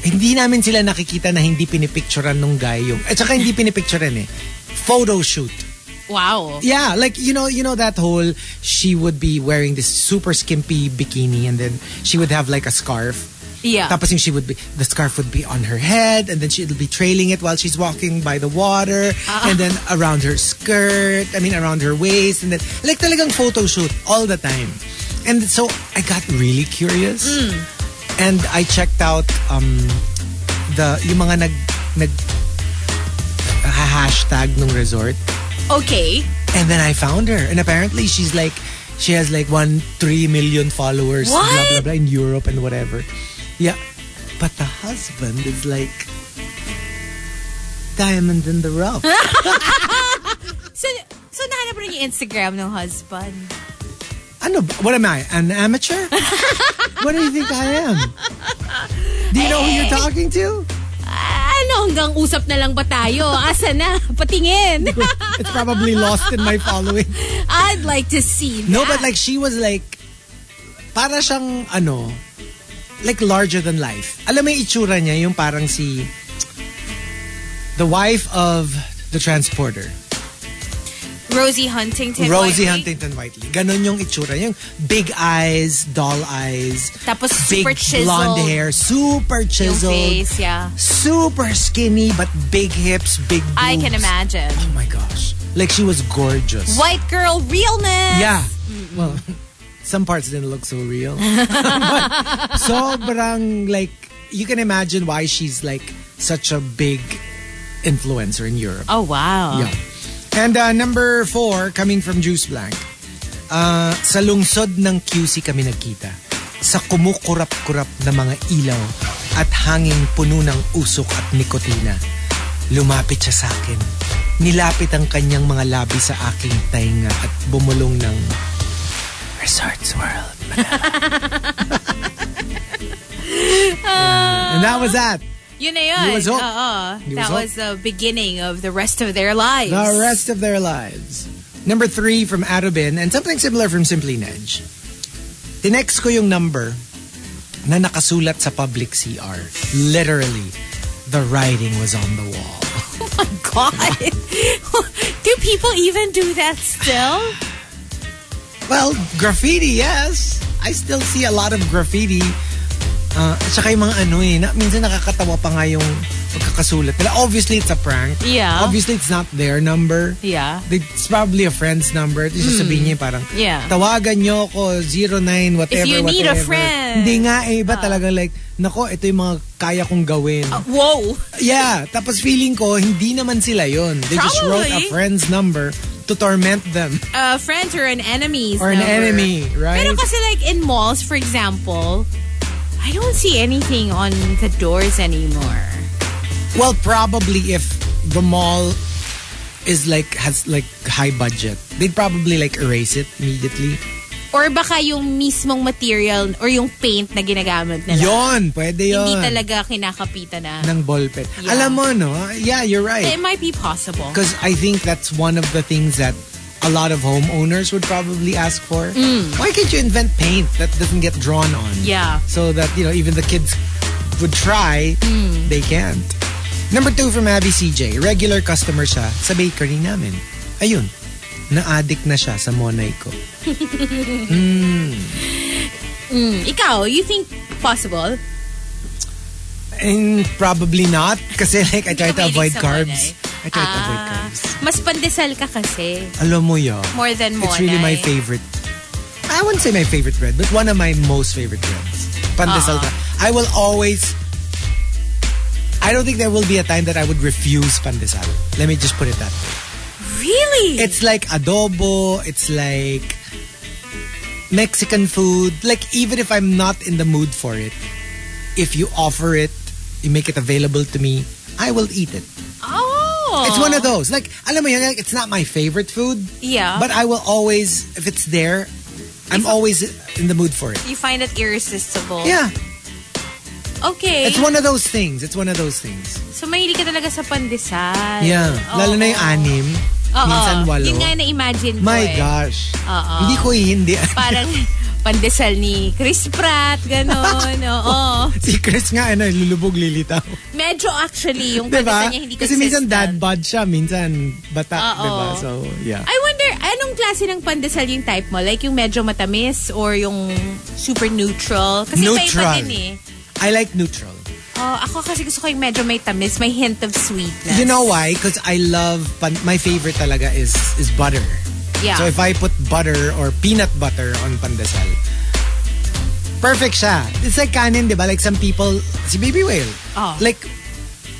Speaker 5: hindi namin sila nakikita na hindi pinipicturean nung guy yung... At saka hindi pinipicturean eh. Photo shoot.
Speaker 6: Wow.
Speaker 5: Yeah, like you know, you know that whole she would be wearing this super skimpy bikini and then she would have like a scarf.
Speaker 6: Yeah.
Speaker 5: Tapos yung she would be the scarf would be on her head and then she'll be trailing it while she's walking by the water and then around her skirt, I mean around her waist and then like talagang photo shoot all the time. And so I got really curious. And I checked out um the yung mga nag nag hashtag nung resort.
Speaker 6: Okay.
Speaker 5: And then I found her. And apparently she's like she has like one three million followers, blah blah
Speaker 6: What?
Speaker 5: blah in Europe and whatever. Yeah. But the husband is like Diamond in the rough.
Speaker 6: So, so nahanap rin yung Instagram ng husband.
Speaker 5: I know what am I? An amateur? what do you think I am? Do you know who you're talking to?
Speaker 6: Ano, hanggang usap na lang ba tayo? Asa na? Patingin.
Speaker 5: It's probably lost in my following.
Speaker 6: I'd like to see that.
Speaker 5: No, but like she was like para siyang ano like larger than life. Alam mo yung itsura niya yung parang si the wife of the transporter.
Speaker 6: Rosie Huntington.
Speaker 5: Rosie
Speaker 6: Whiteley.
Speaker 5: Huntington Whiteley. Ganon yung itsura. niya. Yung big eyes, doll eyes.
Speaker 6: Tapos
Speaker 5: big
Speaker 6: super chiseled.
Speaker 5: blonde hair. Super
Speaker 6: Yung
Speaker 5: chiseled.
Speaker 6: face, yeah.
Speaker 5: Super skinny but big hips, big boobs.
Speaker 6: I can imagine.
Speaker 5: Oh my gosh. Like she was gorgeous.
Speaker 6: White girl realness.
Speaker 5: Yeah. Well, some parts didn't look so real. but sobrang like you can imagine why she's like such a big influencer in Europe.
Speaker 6: Oh, wow.
Speaker 5: Yeah. And uh, number four, coming from Juice Blank. Uh, sa lungsod ng QC kami nagkita. Sa kumukurap-kurap na mga ilaw at hanging puno ng usok at nikotina. Lumapit siya sa akin. Nilapit ang kanyang mga labi sa aking tainga at bumulong ng Resorts World. Manila." Yeah. And that was that.
Speaker 6: Yun na yun.
Speaker 5: You was hooked.
Speaker 6: Oo.
Speaker 5: You
Speaker 6: uh, That
Speaker 5: was
Speaker 6: was the beginning of the rest of their lives.
Speaker 5: the rest of their lives. Number three from Adobin and something similar from Simply Nedge. Tinext ko yung number na nakasulat sa public CR. Literally, the writing was on the wall.
Speaker 6: God. do people even do that still?
Speaker 5: Well, graffiti, yes. I still see a lot of graffiti. Uh, at saka yung mga ano eh, na, minsan nakakatawa pa nga yung pagkakasulat nila. Obviously, it's a prank.
Speaker 6: Yeah.
Speaker 5: Obviously, it's not their number.
Speaker 6: Yeah.
Speaker 5: It's probably a friend's number. Tapos sasabihin niya parang,
Speaker 6: Hmm. Yeah.
Speaker 5: tawagan niyo ako, 09, whatever,
Speaker 6: If you need a
Speaker 5: whatever.
Speaker 6: friend. Ah.
Speaker 5: Hindi nga eh, iba talaga like, nako, ito yung mga kaya kong gawin.
Speaker 6: Oh. Whoa.
Speaker 5: Yeah, tapos feeling ko, hindi naman sila yon. They just wrote a
Speaker 6: Probably.
Speaker 5: friend's number to torment them.
Speaker 6: A friend or an enemy's
Speaker 5: Or an
Speaker 6: number.
Speaker 5: enemy, right?
Speaker 6: Pero kasi like in malls, for example, I don't see anything on the doors anymore.
Speaker 5: Well, probably if the mall is like, has like high budget, they'd probably like erase it immediately.
Speaker 6: Or baka yung mismong material or yung paint na ginagamit nila.
Speaker 5: Yon, pwede yon.
Speaker 6: Hindi talaga kinakapitan na.
Speaker 5: Ng ballpen.
Speaker 6: Yeah.
Speaker 5: Alam mo, no? Yeah, you're right.
Speaker 6: It might be possible.
Speaker 5: Because I think that's one of the things that a lot of homeowners would probably ask for. Why can't you invent paint that doesn't get drawn on?
Speaker 6: Mm. Yeah. Mm.
Speaker 5: So that, you know, even the kids would try, they can't. Number two from Abby CJ. Regular customer siya sa bakery namin. Ayun. Na-addict na siya sa Monay ko.
Speaker 6: Ikaw, you think possible?
Speaker 5: And probably not. Kasi like, I try
Speaker 6: Hindi ka
Speaker 5: to avoid
Speaker 6: mahilig sa
Speaker 5: carbs.
Speaker 6: Monay. Ah.
Speaker 5: I try to avoid carbs.
Speaker 6: Mas pandesal ka kasi.
Speaker 5: Alam mo yun.
Speaker 6: More than eh.
Speaker 5: It's really my
Speaker 6: Monay.
Speaker 5: favorite. I wouldn't say my favorite bread, but one of my most favorite breads. Pandesal ka. I will always... I don't think there will be a time that I would refuse pandesal. Let me just put it that way.
Speaker 6: Really?
Speaker 5: It's like adobo. It's like Mexican food. Like even if I'm not in the mood for it, if you offer it, you make it available to me, I will eat it.
Speaker 6: oh.
Speaker 5: It's one of those. Like alam mo yun, like, it's not my favorite food,
Speaker 6: Yeah.
Speaker 5: but I will always if it's there, I'm always in the mood for it.
Speaker 6: you find it irresistible.
Speaker 5: Yeah,
Speaker 6: Okay.
Speaker 5: it's one of those things. It's one of those things.
Speaker 6: So, mahilig ka talaga sa pandesal.
Speaker 5: Yeah.
Speaker 6: Oo.
Speaker 5: Lalo na yung anim.
Speaker 6: Oo.
Speaker 5: Minsan walo.
Speaker 6: Yun nga yung na-imagine ko
Speaker 5: My
Speaker 6: eh.
Speaker 5: gosh. Hindi ko hindi.
Speaker 6: Parang pandesal ni Chris Pratt, gano'n. Oo.
Speaker 5: si Chris nga, ano, lulubog lilitaw.
Speaker 6: Medyo actually, yung
Speaker 5: Diba?
Speaker 6: pandesal niya hindi
Speaker 5: Kasi minsan
Speaker 6: consistent.
Speaker 5: dad bod siya, minsan bata,
Speaker 6: Oo.
Speaker 5: diba? So, yeah.
Speaker 6: I wonder, anong klase ng pandesal yung type mo? Like yung medyo matamis or yung super neutral? Kasi may iba
Speaker 5: Neutral.
Speaker 6: din eh.
Speaker 5: I like neutral.
Speaker 6: Oh, ako kasi gusto ko yung medyo may tamis, may hint of sweetness.
Speaker 5: You know why? Because I love, pan- my favorite talaga is is butter.
Speaker 6: Yeah.
Speaker 5: So if I put butter or peanut butter on pandesal, perfect siya. It's like kanin, diba? Like some people, si Baby Whale,
Speaker 6: Oh.
Speaker 5: like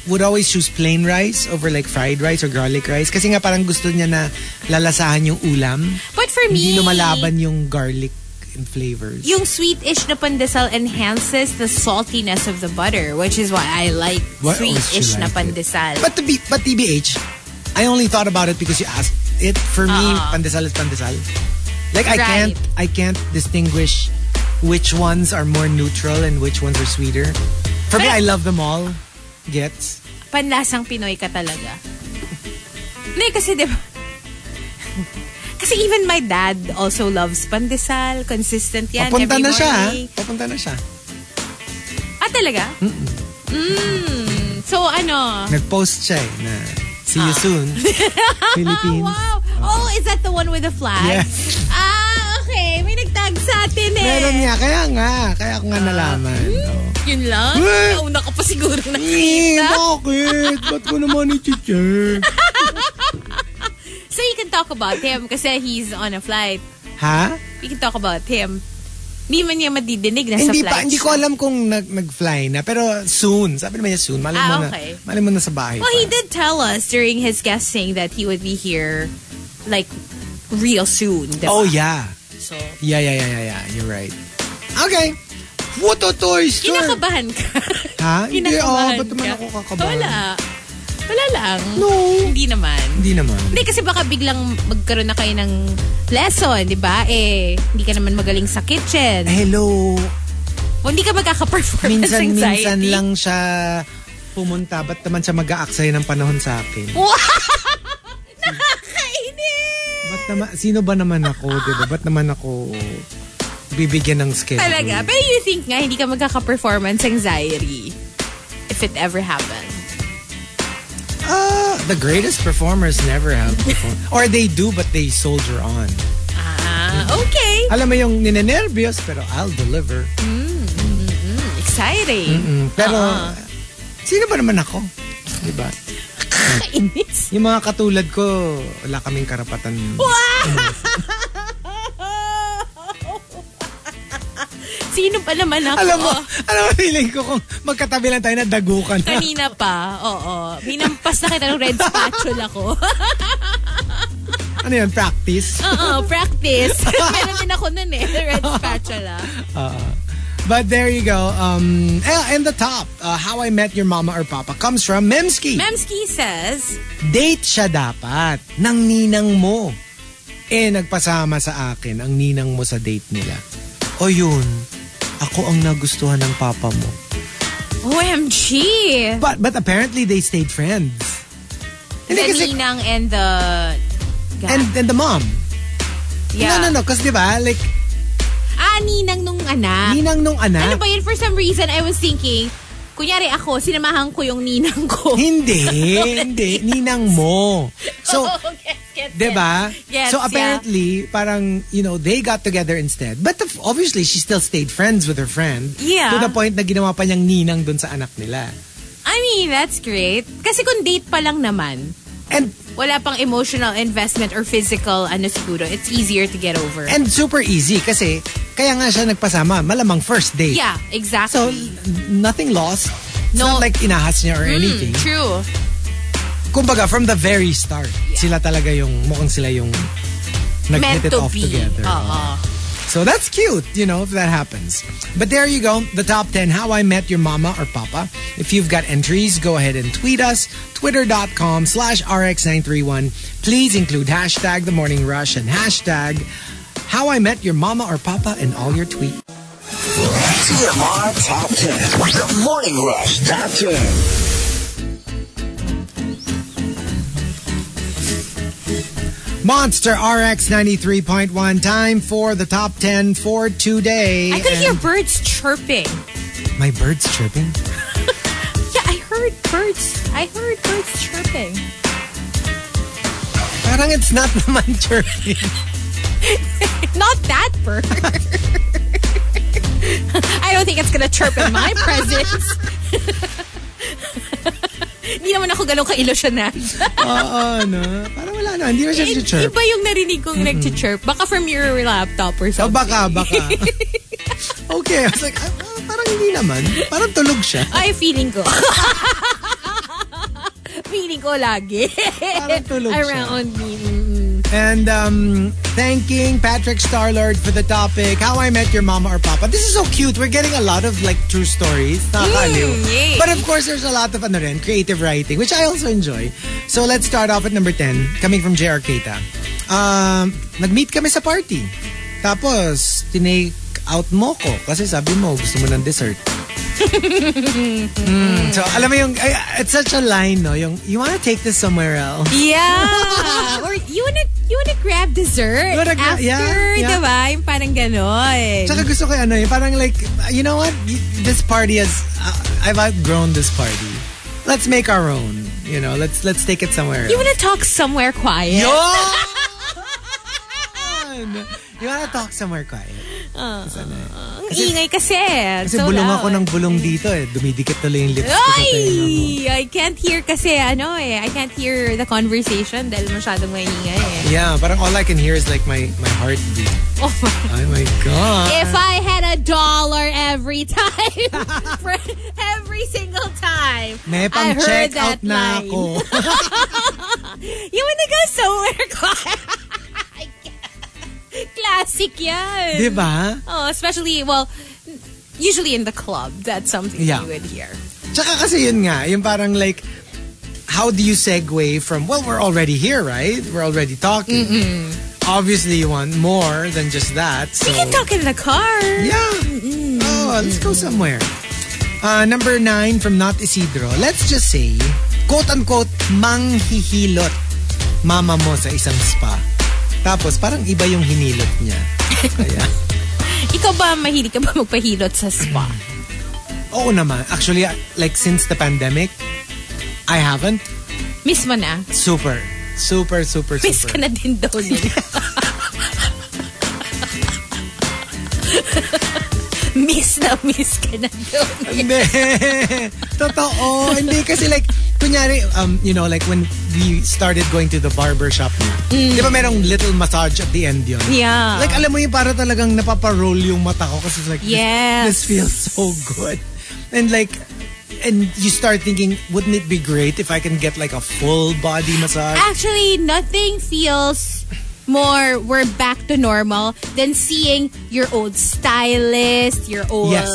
Speaker 5: would always choose plain rice over like fried rice or garlic rice kasi nga parang gusto niya na lalasahan yung ulam.
Speaker 6: But for me,
Speaker 5: Hindi lumalaban yung garlic and flavors.
Speaker 6: yung sweet-ish na pandesal enhances the saltiness of the butter, which is why I like
Speaker 5: Why always
Speaker 6: sweet-ish
Speaker 5: you
Speaker 6: na
Speaker 5: like it?
Speaker 6: pandesal.
Speaker 5: But to be, but TBH, I only thought about it because you asked it. For me, pandesal is pandesal. Like I
Speaker 6: Uh-uh. Right.
Speaker 5: can't, I can't distinguish which ones are more neutral and which ones are sweeter. For me, I
Speaker 6: But-
Speaker 5: love them all. Gets?
Speaker 6: Panlasang Pinoy ka talaga. Hindi, kasi di ba? kasi even my dad also loves pandesal. Consistent yan.
Speaker 5: Papunta
Speaker 6: every
Speaker 5: na siya. ha?
Speaker 6: morning. Uh-huh.
Speaker 5: Papunta na siya.
Speaker 6: Ah, talaga? Mm. So, ano?
Speaker 5: Nag-post siya eh, na see you soon. Philippines.
Speaker 6: Ah. Wow! Oh, is that the one with the flag?
Speaker 5: Yes.
Speaker 6: Ah, okay. May nagtag sa atin eh.
Speaker 5: Meron nga, kaya nga. Kaya ko
Speaker 6: Ah.
Speaker 5: nga nalaman.
Speaker 6: Hmm.
Speaker 5: Oh. Oo.
Speaker 6: Yun lang?
Speaker 5: Eh.
Speaker 6: Nauna ka pa siguro
Speaker 5: Eh,
Speaker 6: nakita.
Speaker 5: bakit? Ba't ko naman i-check?
Speaker 6: So you can talk about him kasi he's on a flight.
Speaker 5: Ha?
Speaker 6: We can talk about him. Hindi man niya madidinig na sa
Speaker 5: hindi
Speaker 6: flight.
Speaker 5: pa, hindi ko alam kung nag, nag-fly na. Pero soon. Sabi naman niya soon. Malam
Speaker 6: Ah,
Speaker 5: mo
Speaker 6: okay.
Speaker 5: na.
Speaker 6: Oh,
Speaker 5: Malam mo na sa bahay
Speaker 6: Well,
Speaker 5: pa.
Speaker 6: he did tell us during his guesting that he would be here like real soon. diba?
Speaker 5: Oh, yeah.
Speaker 6: So,
Speaker 5: Yeah, yeah, yeah, yeah, yeah. You're right. Okay. What a toy store.
Speaker 6: kinakabahan ka.
Speaker 5: Ha? Hindi, oh,
Speaker 6: Kinakabahan
Speaker 5: ba't naman
Speaker 6: ka?
Speaker 5: ako kakabahan?
Speaker 6: Wala. Wala lang.
Speaker 5: No.
Speaker 6: Hindi naman.
Speaker 5: Hindi naman.
Speaker 6: Hindi kasi baka biglang magkaroon na kayo ng lesson, di ba? Eh, hindi ka naman magaling sa kitchen.
Speaker 5: Eh. Hello.
Speaker 6: O hindi ka magkaka-performance
Speaker 5: Minsan,
Speaker 6: anxiety.
Speaker 5: minsan lang siya pumunta. Ba't naman siya mag-aaksaya ng panahon sa akin?
Speaker 6: Wow! Nakakainis!
Speaker 5: Ba't naman, sino ba naman ako, diba? Ba't naman ako bibigyan ng schedule?
Speaker 6: Talaga. Pero you think nga, hindi ka magkaka-performance anxiety if it ever happens.
Speaker 5: Ah, the greatest performers never have performed. or they do, but they soldier on.
Speaker 6: Ah, okay.
Speaker 5: Alam mo yung ninenervyos, pero I'll deliver.
Speaker 6: Exciting.
Speaker 5: Mm, Pero, sino ba naman ako? Diba?
Speaker 6: Nakakainis.
Speaker 5: Yung mga katulad ko, wala kaming karapatan.
Speaker 6: Sino pa naman ako?
Speaker 5: Alam mo, alam mo, feeling ko kung magkatabi lang tayo na dagukan.
Speaker 6: Kanina pa, oo. Hinampas na kita ng red spatula ko.
Speaker 5: ano yun, practice?
Speaker 6: Oo, practice. Meron din ako nun eh, red spatula.
Speaker 5: But there you go. Um, eh, and the top, uh, How I Met Your Mama or Papa comes from Memski.
Speaker 6: Memski says,
Speaker 5: Date siya dapat ng ninang mo. Eh, nagpasama sa akin ang ninang mo sa date nila. O yun, ako ang nagustuhan ng papa mo.
Speaker 6: OMG!
Speaker 5: But, but apparently they stayed friends.
Speaker 6: The
Speaker 5: Hindi kasi-
Speaker 6: ninang and the... God.
Speaker 5: And, and the mom.
Speaker 6: yeah.
Speaker 5: No, no, no. Kasi diba, like,
Speaker 6: Ah, Ano ninang nung anak.
Speaker 5: ninang nung anak.
Speaker 6: Ano ba yun? For some reason, I was thinking, Kunyari ako, sinamahan ko yung ninang ko.
Speaker 5: Hindi, hindi. Ninang mo. So,
Speaker 6: Oh, yes, yes, yes.
Speaker 5: Diba?
Speaker 6: Yes,
Speaker 5: so
Speaker 6: yeah.
Speaker 5: apparently, parang, you know, they got together instead. But of- obviously, she still stayed friends with her friend.
Speaker 6: Yeah.
Speaker 5: To the point na ginawa pa niyang ninang dun sa anak nila.
Speaker 6: I mean, that's great. Kasi kung date pa lang naman,
Speaker 5: And
Speaker 6: wala pang emotional investment or physical ano siguro, it's easier to get over.
Speaker 5: and super easy kasi kaya nga siya nagpasama. Malamang first date.
Speaker 6: yeah, exactly.
Speaker 5: So, nothing lost. It's
Speaker 6: No.
Speaker 5: not
Speaker 6: Mm.
Speaker 5: like inahas niya or anything.
Speaker 6: True.
Speaker 5: Kumbaga, from the very start, sila talaga yung, mukhang sila yung
Speaker 6: Meant
Speaker 5: nag-hit it
Speaker 6: to
Speaker 5: off
Speaker 6: be. Oh. Uh-huh.
Speaker 5: together. Uh-huh.
Speaker 6: Oo.
Speaker 5: So that's cute, you know, if that happens. But there you go, the top 10 How I Met Your Mama or Papa. If you've got entries, go ahead and tweet us, twitter.com slash rx931. Please include hashtag the morning rush and hashtag how I met your mama or papa in all your tweets.
Speaker 3: TMR Top 10. The Morning Rush Top 10.
Speaker 5: Monster RX 93.1, time for the top 10 for today.
Speaker 6: I could hear
Speaker 5: And-
Speaker 6: birds chirping.
Speaker 5: my birds chirping.
Speaker 6: Yeah, I heard birds. I heard birds chirping.
Speaker 5: Parang it's not naman chirping.
Speaker 6: Not that bird. I don't think it's gonna chirp in my presence. Hindi naman ako ganun ka-illusionary.
Speaker 5: Oo, no? Parang wala na, hindi na siya
Speaker 6: I-
Speaker 5: chirp. Mm-hmm.
Speaker 6: Iba yung narinig kong nag-chirp. Baka from your laptop or
Speaker 5: Oh,
Speaker 6: something.
Speaker 5: baka, baka. okay, I was like, ah, ah, parang hindi naman. Parang tulog siya.
Speaker 6: Ay, feeling ko. feeling ko lagi.
Speaker 5: Parang tulog siya.
Speaker 6: Around me. Mm-mm.
Speaker 5: And um, thanking Patrick Starlord for the topic, How I Met Your Mama or Papa. This is so cute. We're getting a lot of like true stories. Nakakaliw.
Speaker 6: yay.
Speaker 5: But of course, there's a lot of ano rin, creative writing, which I also enjoy. So let's start off at number 10, coming from JR Keita. Um, nag-meet kami sa party. Tapos, tinake out mo ko kasi sabi mo gusto mo ng dessert. Mm, so alam mo yung ay, it's such a line no yung you wanna take this somewhere else
Speaker 6: Yeah. or you wanna, you wanna grab dessert
Speaker 5: You wanna gra-
Speaker 6: after,
Speaker 5: yeah, yeah.
Speaker 6: diba? Yung parang ganon.
Speaker 5: Tsaka gusto ko yung ano, yung parang like, you know what? Y- This party has, uh, I've outgrown this party. Let's make our own. You know, let's let's take it somewhere.
Speaker 6: you
Speaker 5: else.
Speaker 6: wanna talk somewhere quiet?
Speaker 5: Yun! You wanna talk somewhere quiet? Kasi ano eh.
Speaker 6: Ang ingay kasi.
Speaker 5: Kasi
Speaker 6: so
Speaker 5: bulong
Speaker 6: loud.
Speaker 5: ako ng bulong dito eh. Dumidikit tuloy yung lips ko sa tenga ko.
Speaker 6: Ay! I can't hear kasi ano eh. I can't hear the conversation dahil masyadong maingay eh.
Speaker 5: Yeah, parang all I can hear is like my, my heartbeat.
Speaker 6: Oh my
Speaker 5: Oh my God.
Speaker 6: If I had a dollar every time, for every single time,
Speaker 5: May
Speaker 6: I
Speaker 5: pang
Speaker 6: heard
Speaker 5: check
Speaker 6: that
Speaker 5: out na
Speaker 6: line.
Speaker 5: ako.
Speaker 6: You wanna go somewhere quiet? Classic yan.
Speaker 5: diba?
Speaker 6: Oh, especially, well, usually in the club, that's something
Speaker 5: Yeah.
Speaker 6: you would hear.
Speaker 5: Tsaka kasi yun nga, yung parang like, how do you segue from, well, we're already here, right? We're already talking. Obviously, you want more than just that. So,
Speaker 6: We can talk in the car.
Speaker 5: Yeah. Oh, let's go somewhere. Uh, number nine from Not Isidro. Let's just say, quote-unquote, manghihilot mama mo sa isang spa. Tapos, parang iba yung hinilot niya. Kaya,
Speaker 6: Ikaw ba, mahilig ka ba magpahilot sa spa?
Speaker 5: Mm. oo naman. Actually, like, since the pandemic, I haven't.
Speaker 6: Miss mo na.
Speaker 5: Super. Super, super, super.
Speaker 6: Miss ka na din daw nila. miss na miss ka na daw nila.
Speaker 5: Hindi. Totoo. Hindi kasi like, kunyari, um, you know, like when we started going to the barber shop na, di ba merong little massage at the end yun?
Speaker 6: Mm. Yeah.
Speaker 5: Like, alam mo yung para talagang napaparoll yung mata ko kasi it's like, this-
Speaker 6: Yes.
Speaker 5: this, feels so good. And like, and you start thinking, wouldn't it be great if I can get like a full body massage?
Speaker 6: Actually, nothing feels more we're back to normal than seeing your old stylist, your old
Speaker 5: Yes.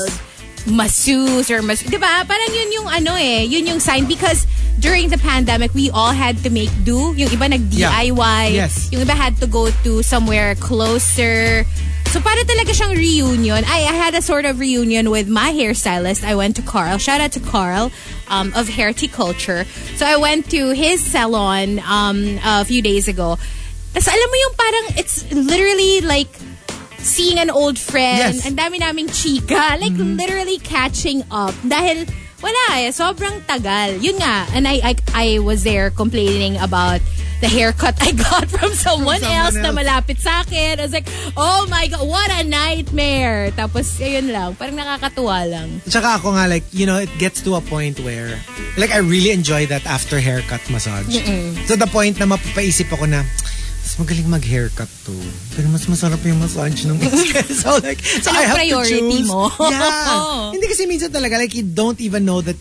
Speaker 6: masseuse or mas, 'di ba? Parang yun yung ano eh, yun yung sign because during the pandemic, we all had to make do. Yung iba nag-DIY.
Speaker 5: Yeah. Yes.
Speaker 6: Yung iba had to go to somewhere closer. So, para talaga siyang reunion. I, I had a sort of reunion with my hairstylist. I went to Carl. Shout out to Carl um, of Hairty Culture. So, I went to his salon um, a few days ago. Tapos, alam mo yung parang, it's literally like seeing an old friend.
Speaker 5: Yes. Mm-hmm.
Speaker 6: Ang dami naming chika. Like, literally catching up. Dahil, Wala eh, sobrang tagal. Yun nga, and I, I, I was there complaining about the haircut I got from
Speaker 5: From someone
Speaker 6: someone, else, na
Speaker 5: else.
Speaker 6: malapit sa akin. I was like, oh my God, what a nightmare. Tapos, ayun lang, parang nakakatuwa lang.
Speaker 5: Tsaka ako nga, like, you know, it gets to a point where, like, I really enjoy that after haircut massage. To the point na mapapaisip ako na, mas magaling mag-haircut to. Pero mas masarap yung massage ng So, like, so
Speaker 6: Anong
Speaker 5: I have
Speaker 6: priority
Speaker 5: to choose.
Speaker 6: mo? Oo.
Speaker 5: Yeah. Hindi kasi minsan talaga, like, you don't even know that,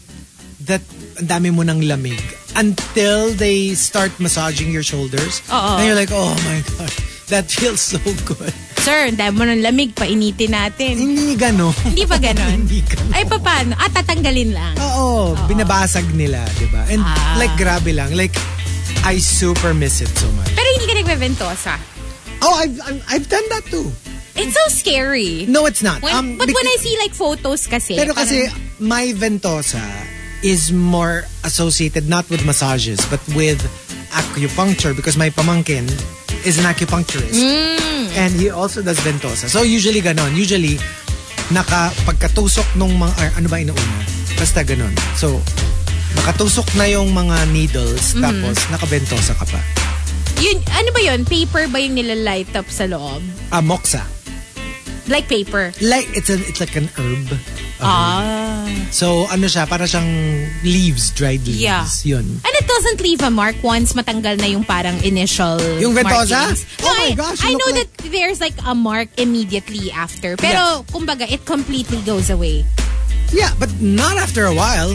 Speaker 5: that ang dami mo ng lamig until they start massaging your shoulders.
Speaker 6: Oo.
Speaker 5: And you're like, oh my God, that feels so good.
Speaker 6: Sir, dahil mo ng lamig, painitin natin.
Speaker 5: Hindi ganon.
Speaker 6: Hindi ba ganon?
Speaker 5: Hindi ganon.
Speaker 6: Ay, paano? Ah, tatanggalin lang.
Speaker 5: Oh. Oo, binabasag nila, di ba? And
Speaker 6: Ah.
Speaker 5: like, grabe lang. Like, I super miss it so much.
Speaker 6: Pero hindi ka nagbebentosa.
Speaker 5: Oh, I've, I'm- I've done that too.
Speaker 6: It's so scary.
Speaker 5: No, it's not. Um,
Speaker 6: When, but
Speaker 5: bec-
Speaker 6: when I see like photos kasi.
Speaker 5: Pero kasi,
Speaker 6: parang-
Speaker 5: my ventosa is more associated not with massages, but with acupuncture because my pamangkin is an acupuncturist.
Speaker 6: Mm.
Speaker 5: And he also does ventosa. So usually ganon. Usually, naka, pagkatusok nung mga, or ano ba inuuna? Basta ganon. So, nakatusok na yung mga needles,
Speaker 6: Mm-hmm.
Speaker 5: tapos nakabentosa ka pa.
Speaker 6: yun, ano ba yun? Paper ba yung nilalight up sa loob?
Speaker 5: Amoksa.
Speaker 6: Like paper.
Speaker 5: Ah, Like, it's, an, it's like an herb.
Speaker 6: Ah.
Speaker 5: So, ano siya, para siyang leaves, dried leaves.
Speaker 6: Yeah.
Speaker 5: Yun.
Speaker 6: And it doesn't leave a mark once matanggal na yung parang initial
Speaker 5: Yung ventosa?
Speaker 6: markings.
Speaker 5: Oh my
Speaker 6: I-
Speaker 5: gosh,
Speaker 6: I,
Speaker 5: you look
Speaker 6: know
Speaker 5: like-
Speaker 6: that there's like a mark immediately after. Pero, kumbaga, it completely goes away.
Speaker 5: Yeah, but not after a while.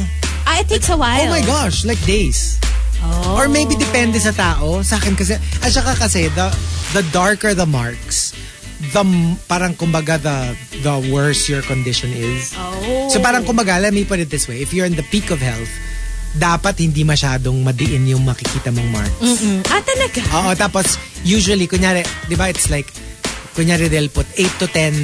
Speaker 6: Ah, it takes a while.
Speaker 5: Oh my gosh, like days.
Speaker 6: Oh.
Speaker 5: Or maybe depende sa tao. Sa akin kasi, at saka kasi, the, the darker the marks, the m- parang kumbaga the, the worse your condition is.
Speaker 6: Oh.
Speaker 5: So parang kumbaga, let me put it this way. If you're in the peak of health, dapat hindi masyadong madiin yung makikita mong marks.
Speaker 6: Mm. Ah, talaga?
Speaker 5: Oo, tapos usually, kunyari, di ba, it's like, kunyari del put 8 to 10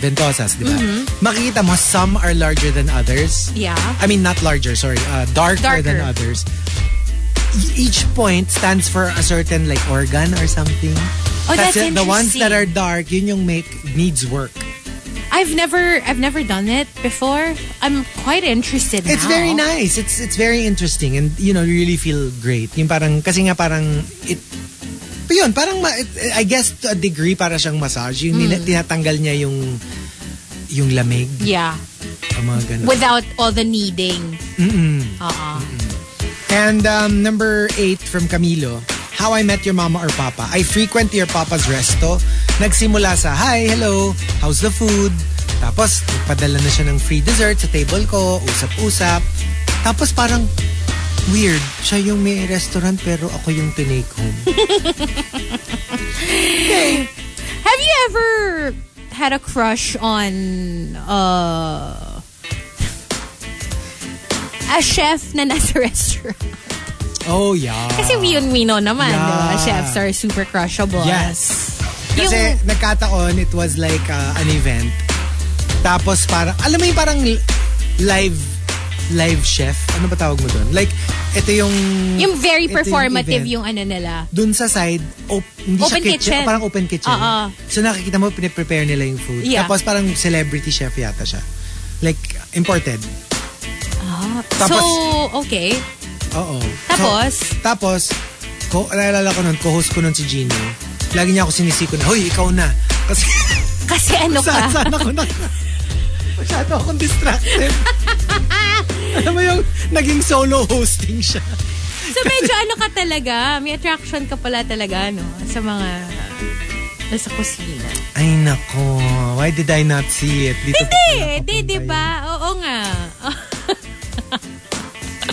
Speaker 5: ventosas, di ba?
Speaker 6: Mm-hmm.
Speaker 5: Makikita mo, some are larger than others.
Speaker 6: Yeah.
Speaker 5: I mean, not larger, sorry, uh, darker, than
Speaker 6: Darker.
Speaker 5: others. E- Each point stands for a certain like organ or something.
Speaker 6: Oh, that's
Speaker 5: it. The ones
Speaker 6: interesting.
Speaker 5: that are dark, yun yung make needs work.
Speaker 6: I've never I've never done it before. I'm quite interested now.
Speaker 5: It's very nice. It's it's very interesting and you know, you really feel great. Yung parang kasi nga parang it Pero yun, parang ma- it- I guess to a degree para siyang massage. Yung nina-
Speaker 6: Mm.
Speaker 5: tinatanggal niya yung yung lamig,
Speaker 6: Yeah.
Speaker 5: ang mga ganun.
Speaker 6: Without all the kneading.
Speaker 5: And um, number eight from Camilo, How I Met Your Mama or Papa. I frequent your Papa's Resto. Nagsimula sa, Hi, hello, how's the food? Tapos, nagpadala na siya ng free dessert sa table ko, usap-usap. Tapos parang, weird, siya yung may restaurant pero ako yung tinake home.
Speaker 6: Have you ever had a crush on uh a chef na nasa restaurant?
Speaker 5: oh, yeah.
Speaker 6: Kasi we yun we know naman,
Speaker 5: Yeah.
Speaker 6: di ba? Chefs are super crushable.
Speaker 5: Yes.
Speaker 6: Yung-
Speaker 5: Kasi nagkataon, it was like uh, an event. Tapos parang, alam mo yung parang li- live live chef? Ano ba tawag mo doon? Like, ito yung...
Speaker 6: Yung very
Speaker 5: ito yung
Speaker 6: performative
Speaker 5: event.
Speaker 6: yung, ano nila.
Speaker 5: Doon sa side, op, hindi siya
Speaker 6: Open
Speaker 5: kitchen, oh,
Speaker 6: kitchen.
Speaker 5: Parang open kitchen.
Speaker 6: Oo.
Speaker 5: So nakikita mo, piniprepare nila yung food.
Speaker 6: Yeah.
Speaker 5: Tapos parang celebrity chef yata siya. Like, imported. Tapos-
Speaker 6: so, okay.
Speaker 5: Oo.
Speaker 6: Tapos?
Speaker 5: So, tapos, ko, naalala ko nun, co-host ko nun si Gino. Lagi niya ako sinisiko na, Hoy, ikaw na. Kasi,
Speaker 6: Kasi ano
Speaker 5: Saan,
Speaker 6: ka?
Speaker 5: saan ako na... Masyado akong distracted. Alam mo yung naging solo hosting siya.
Speaker 6: So medyo ano ka talaga, may attraction ka pala talaga, no? Sa mga nasa kusina.
Speaker 5: Ay nako, why did I not see it? Dito pa pala
Speaker 6: Hindi,
Speaker 5: papunta
Speaker 6: diba? di, di
Speaker 5: yun.
Speaker 6: ba? Oo nga.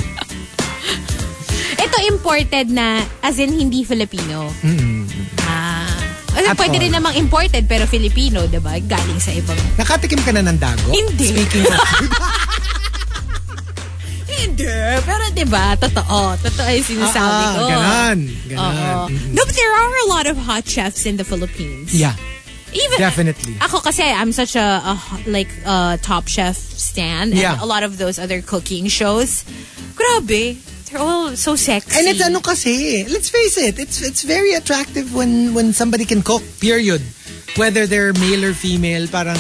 Speaker 6: Ito imported na, as in hindi Filipino. Ah. Ano,
Speaker 5: At
Speaker 6: pwede
Speaker 5: all.
Speaker 6: rin namang imported pero Filipino, di ba? Galing sa ibang...
Speaker 5: Nakatikim ka na ng dago?
Speaker 6: Hindi.
Speaker 5: Oh, Speaking of,
Speaker 6: Hindi, pero di ba? Totoo. Totoo yung sinasabi
Speaker 5: ah,
Speaker 6: ko.
Speaker 5: ganon.
Speaker 6: Oo.
Speaker 5: Ganon. Mm-mm.
Speaker 6: No, but there are a lot of hot chefs in the Philippines.
Speaker 5: Yeah,
Speaker 6: Even
Speaker 5: Definitely.
Speaker 6: Ako kasi I'm such a, a ho- like a Top Chef stan and
Speaker 5: Yeah.
Speaker 6: a lot of those other cooking shows. Grabe, they're all so sexy.
Speaker 5: And it's ano kasi, let's face it, it's it's very attractive when when somebody can cook, period. Whether they're male or female, parang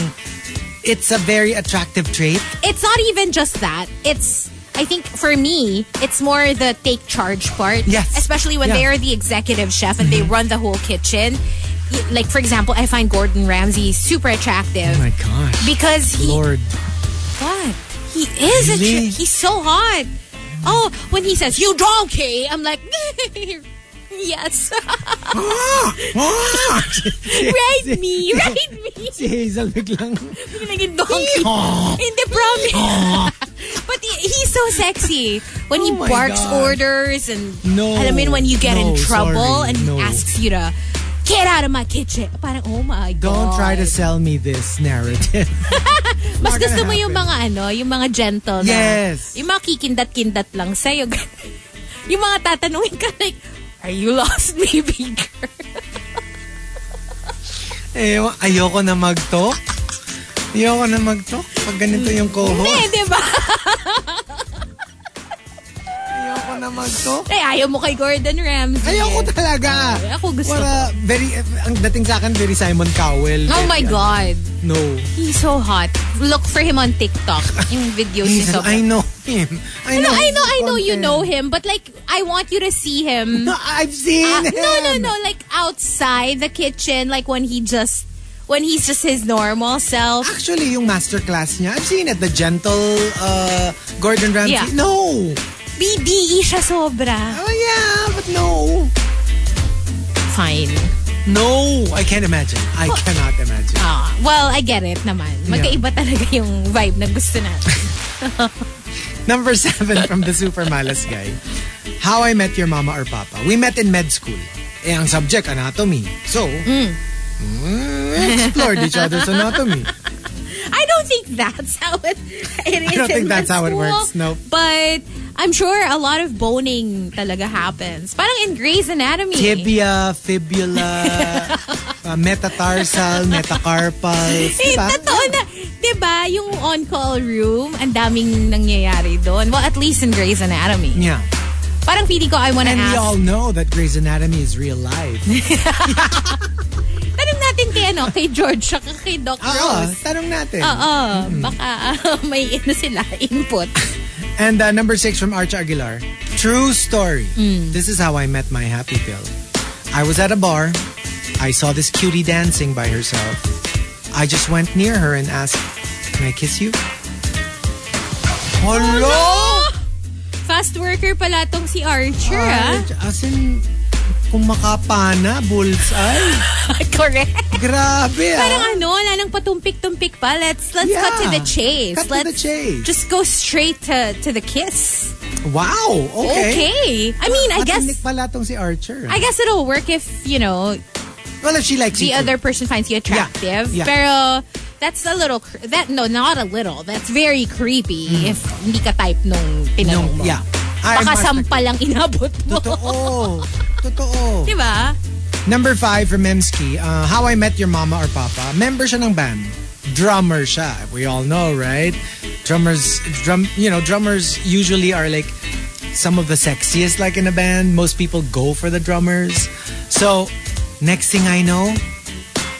Speaker 5: it's a very attractive trait.
Speaker 6: It's not even just that. It's I think for me, it's more the take charge part.
Speaker 5: Yes.
Speaker 6: Especially when
Speaker 5: Yeah. Mm-hmm.
Speaker 6: they are the executive chef and they run the whole kitchen. Y- Like, for example, I find Gordon Ramsay super attractive
Speaker 5: Oh my gosh.
Speaker 6: because he
Speaker 5: Lord.
Speaker 6: what? He is a
Speaker 5: Really?
Speaker 6: tr- he's so hot. Oh, when he says you donkey, I'm like yes.
Speaker 5: Ah!
Speaker 6: write me, write me.
Speaker 5: si Hazel biglang.
Speaker 6: Yung naging donkey. Hindi, promise. But he, he's so sexy. When he
Speaker 5: Oh my
Speaker 6: barks
Speaker 5: God.
Speaker 6: orders and
Speaker 5: No,
Speaker 6: alam mo yun, when you get in
Speaker 5: no,
Speaker 6: trouble
Speaker 5: sorry,
Speaker 6: and
Speaker 5: no.
Speaker 6: asks you to get out of my kitchen. Parang, oh my God.
Speaker 5: Don't try to sell me this narrative.
Speaker 6: Mas
Speaker 5: not
Speaker 6: gusto
Speaker 5: gonna
Speaker 6: mo yung mga ano, yung mga gentle na-
Speaker 5: Yes.
Speaker 6: Yung mga kikindat-kindat lang sa'yo. yung mga tatanungin ka like, are you lost, baby girl?
Speaker 5: Eh, ayoko na mag-talk. Ayoko na mag-talk pag ganito yung
Speaker 6: Hindi,
Speaker 5: co-host.
Speaker 6: Eh, di ba?
Speaker 5: Ayoko na mag-talk.
Speaker 6: Ay, Eh, ayaw mo kay Gordon Ramsay.
Speaker 5: Ayoko talaga.
Speaker 6: Ay, ako gusto
Speaker 5: Wala, very, ang dating sa akin, very Simon Cowell.
Speaker 6: Oh
Speaker 5: Very,
Speaker 6: my
Speaker 5: ano,
Speaker 6: God.
Speaker 5: No.
Speaker 6: He's so hot. Look for him on TikTok. Yung videos niya
Speaker 5: Hazel,
Speaker 6: sobrang-
Speaker 5: I know him. I
Speaker 6: No,
Speaker 5: know,
Speaker 6: I
Speaker 5: his
Speaker 6: know, I know you
Speaker 5: content.
Speaker 6: know him, but like, I want you to see him.
Speaker 5: No, I've seen
Speaker 6: Uh,
Speaker 5: him.
Speaker 6: no, no, no. Like outside the kitchen, like when he just, when he's just his normal self.
Speaker 5: Actually, yung masterclass niya, I've seen it. The gentle uh, Gordon Ramsay.
Speaker 6: Yeah.
Speaker 5: No.
Speaker 6: BDE E siya sobra.
Speaker 5: Oh yeah, but no.
Speaker 6: Fine.
Speaker 5: No, I can't imagine. I cannot imagine.
Speaker 6: Ah, well, I get it naman. Magkaiba talaga yung vibe na gusto natin.
Speaker 5: Number seven from the Super Malas guy. How I Met Your Mama or Papa. We met in med school. Eh, ang subject, anatomy. So,
Speaker 6: Hmm.
Speaker 5: mm, we explored each other's anatomy.
Speaker 6: Eh. I don't think that's how it, it is
Speaker 5: I don't
Speaker 6: in
Speaker 5: think that's
Speaker 6: med
Speaker 5: how it
Speaker 6: school,
Speaker 5: works, nope.
Speaker 6: But I'm sure a lot of boning talaga happens. Parang in Grey's Anatomy.
Speaker 5: Tibia, fibula, uh, metatarsal, metacarpal.
Speaker 6: Eh,
Speaker 5: Diba?
Speaker 6: totoo na. 'Di ba Yung on-call room, ang daming nangyayari doon. Well, at least in Grey's Anatomy.
Speaker 5: Yeah.
Speaker 6: Parang feeling ko I wanna
Speaker 5: And we
Speaker 6: ask.
Speaker 5: all know that Grey's Anatomy is real life.
Speaker 6: Tanong natin kay, ano, kay George at kay Doc
Speaker 5: Oo,
Speaker 6: Rose.
Speaker 5: Ah, tanong natin.
Speaker 6: Oo,
Speaker 5: Mm-hmm.
Speaker 6: baka ah, may ano sila, input.
Speaker 5: And uh, number six from Arch Aguilar. True story.
Speaker 6: Mm.
Speaker 5: This is how I met my happy pill. I was at a bar. I saw this cutie dancing by herself. I just went near her and asked, Can I kiss you? Hello?
Speaker 6: Fast worker pala tong si Archer, ah.
Speaker 5: Arch, as in, kung makapana, bullseye.
Speaker 6: Correct.
Speaker 5: Grabe
Speaker 6: Parang
Speaker 5: ah.
Speaker 6: ano, wala nang patumpik-tumpik pa. Let's let's
Speaker 5: Yeah.
Speaker 6: cut to the chase.
Speaker 5: Cut to
Speaker 6: let's
Speaker 5: the chase.
Speaker 6: Just go straight to to the kiss.
Speaker 5: Wow, okay.
Speaker 6: Okay. I mean, I guess
Speaker 5: Matinik pala tong si Archer.
Speaker 6: I guess it'll work if, you know,
Speaker 5: well, if she likes
Speaker 6: the
Speaker 5: you too.
Speaker 6: other person finds you attractive.
Speaker 5: Yeah.
Speaker 6: Pero that's a little cr- that no, not a little. That's very creepy if hindi ka type nung
Speaker 5: No,
Speaker 6: tinanong mo.
Speaker 5: Mm. yeah. I
Speaker 6: Baka
Speaker 5: must-
Speaker 6: sampal lang inabot mo.
Speaker 5: Totoo. Totoo.
Speaker 6: Di ba?
Speaker 5: Number five from Memski, uh, How I Met Your Mama or Papa. Member siya ng band. Drummer siya. We all know, right? Drummers, drum, you know, drummers usually are like some of the sexiest like in a band. Most people go for the drummers. So, next thing I know,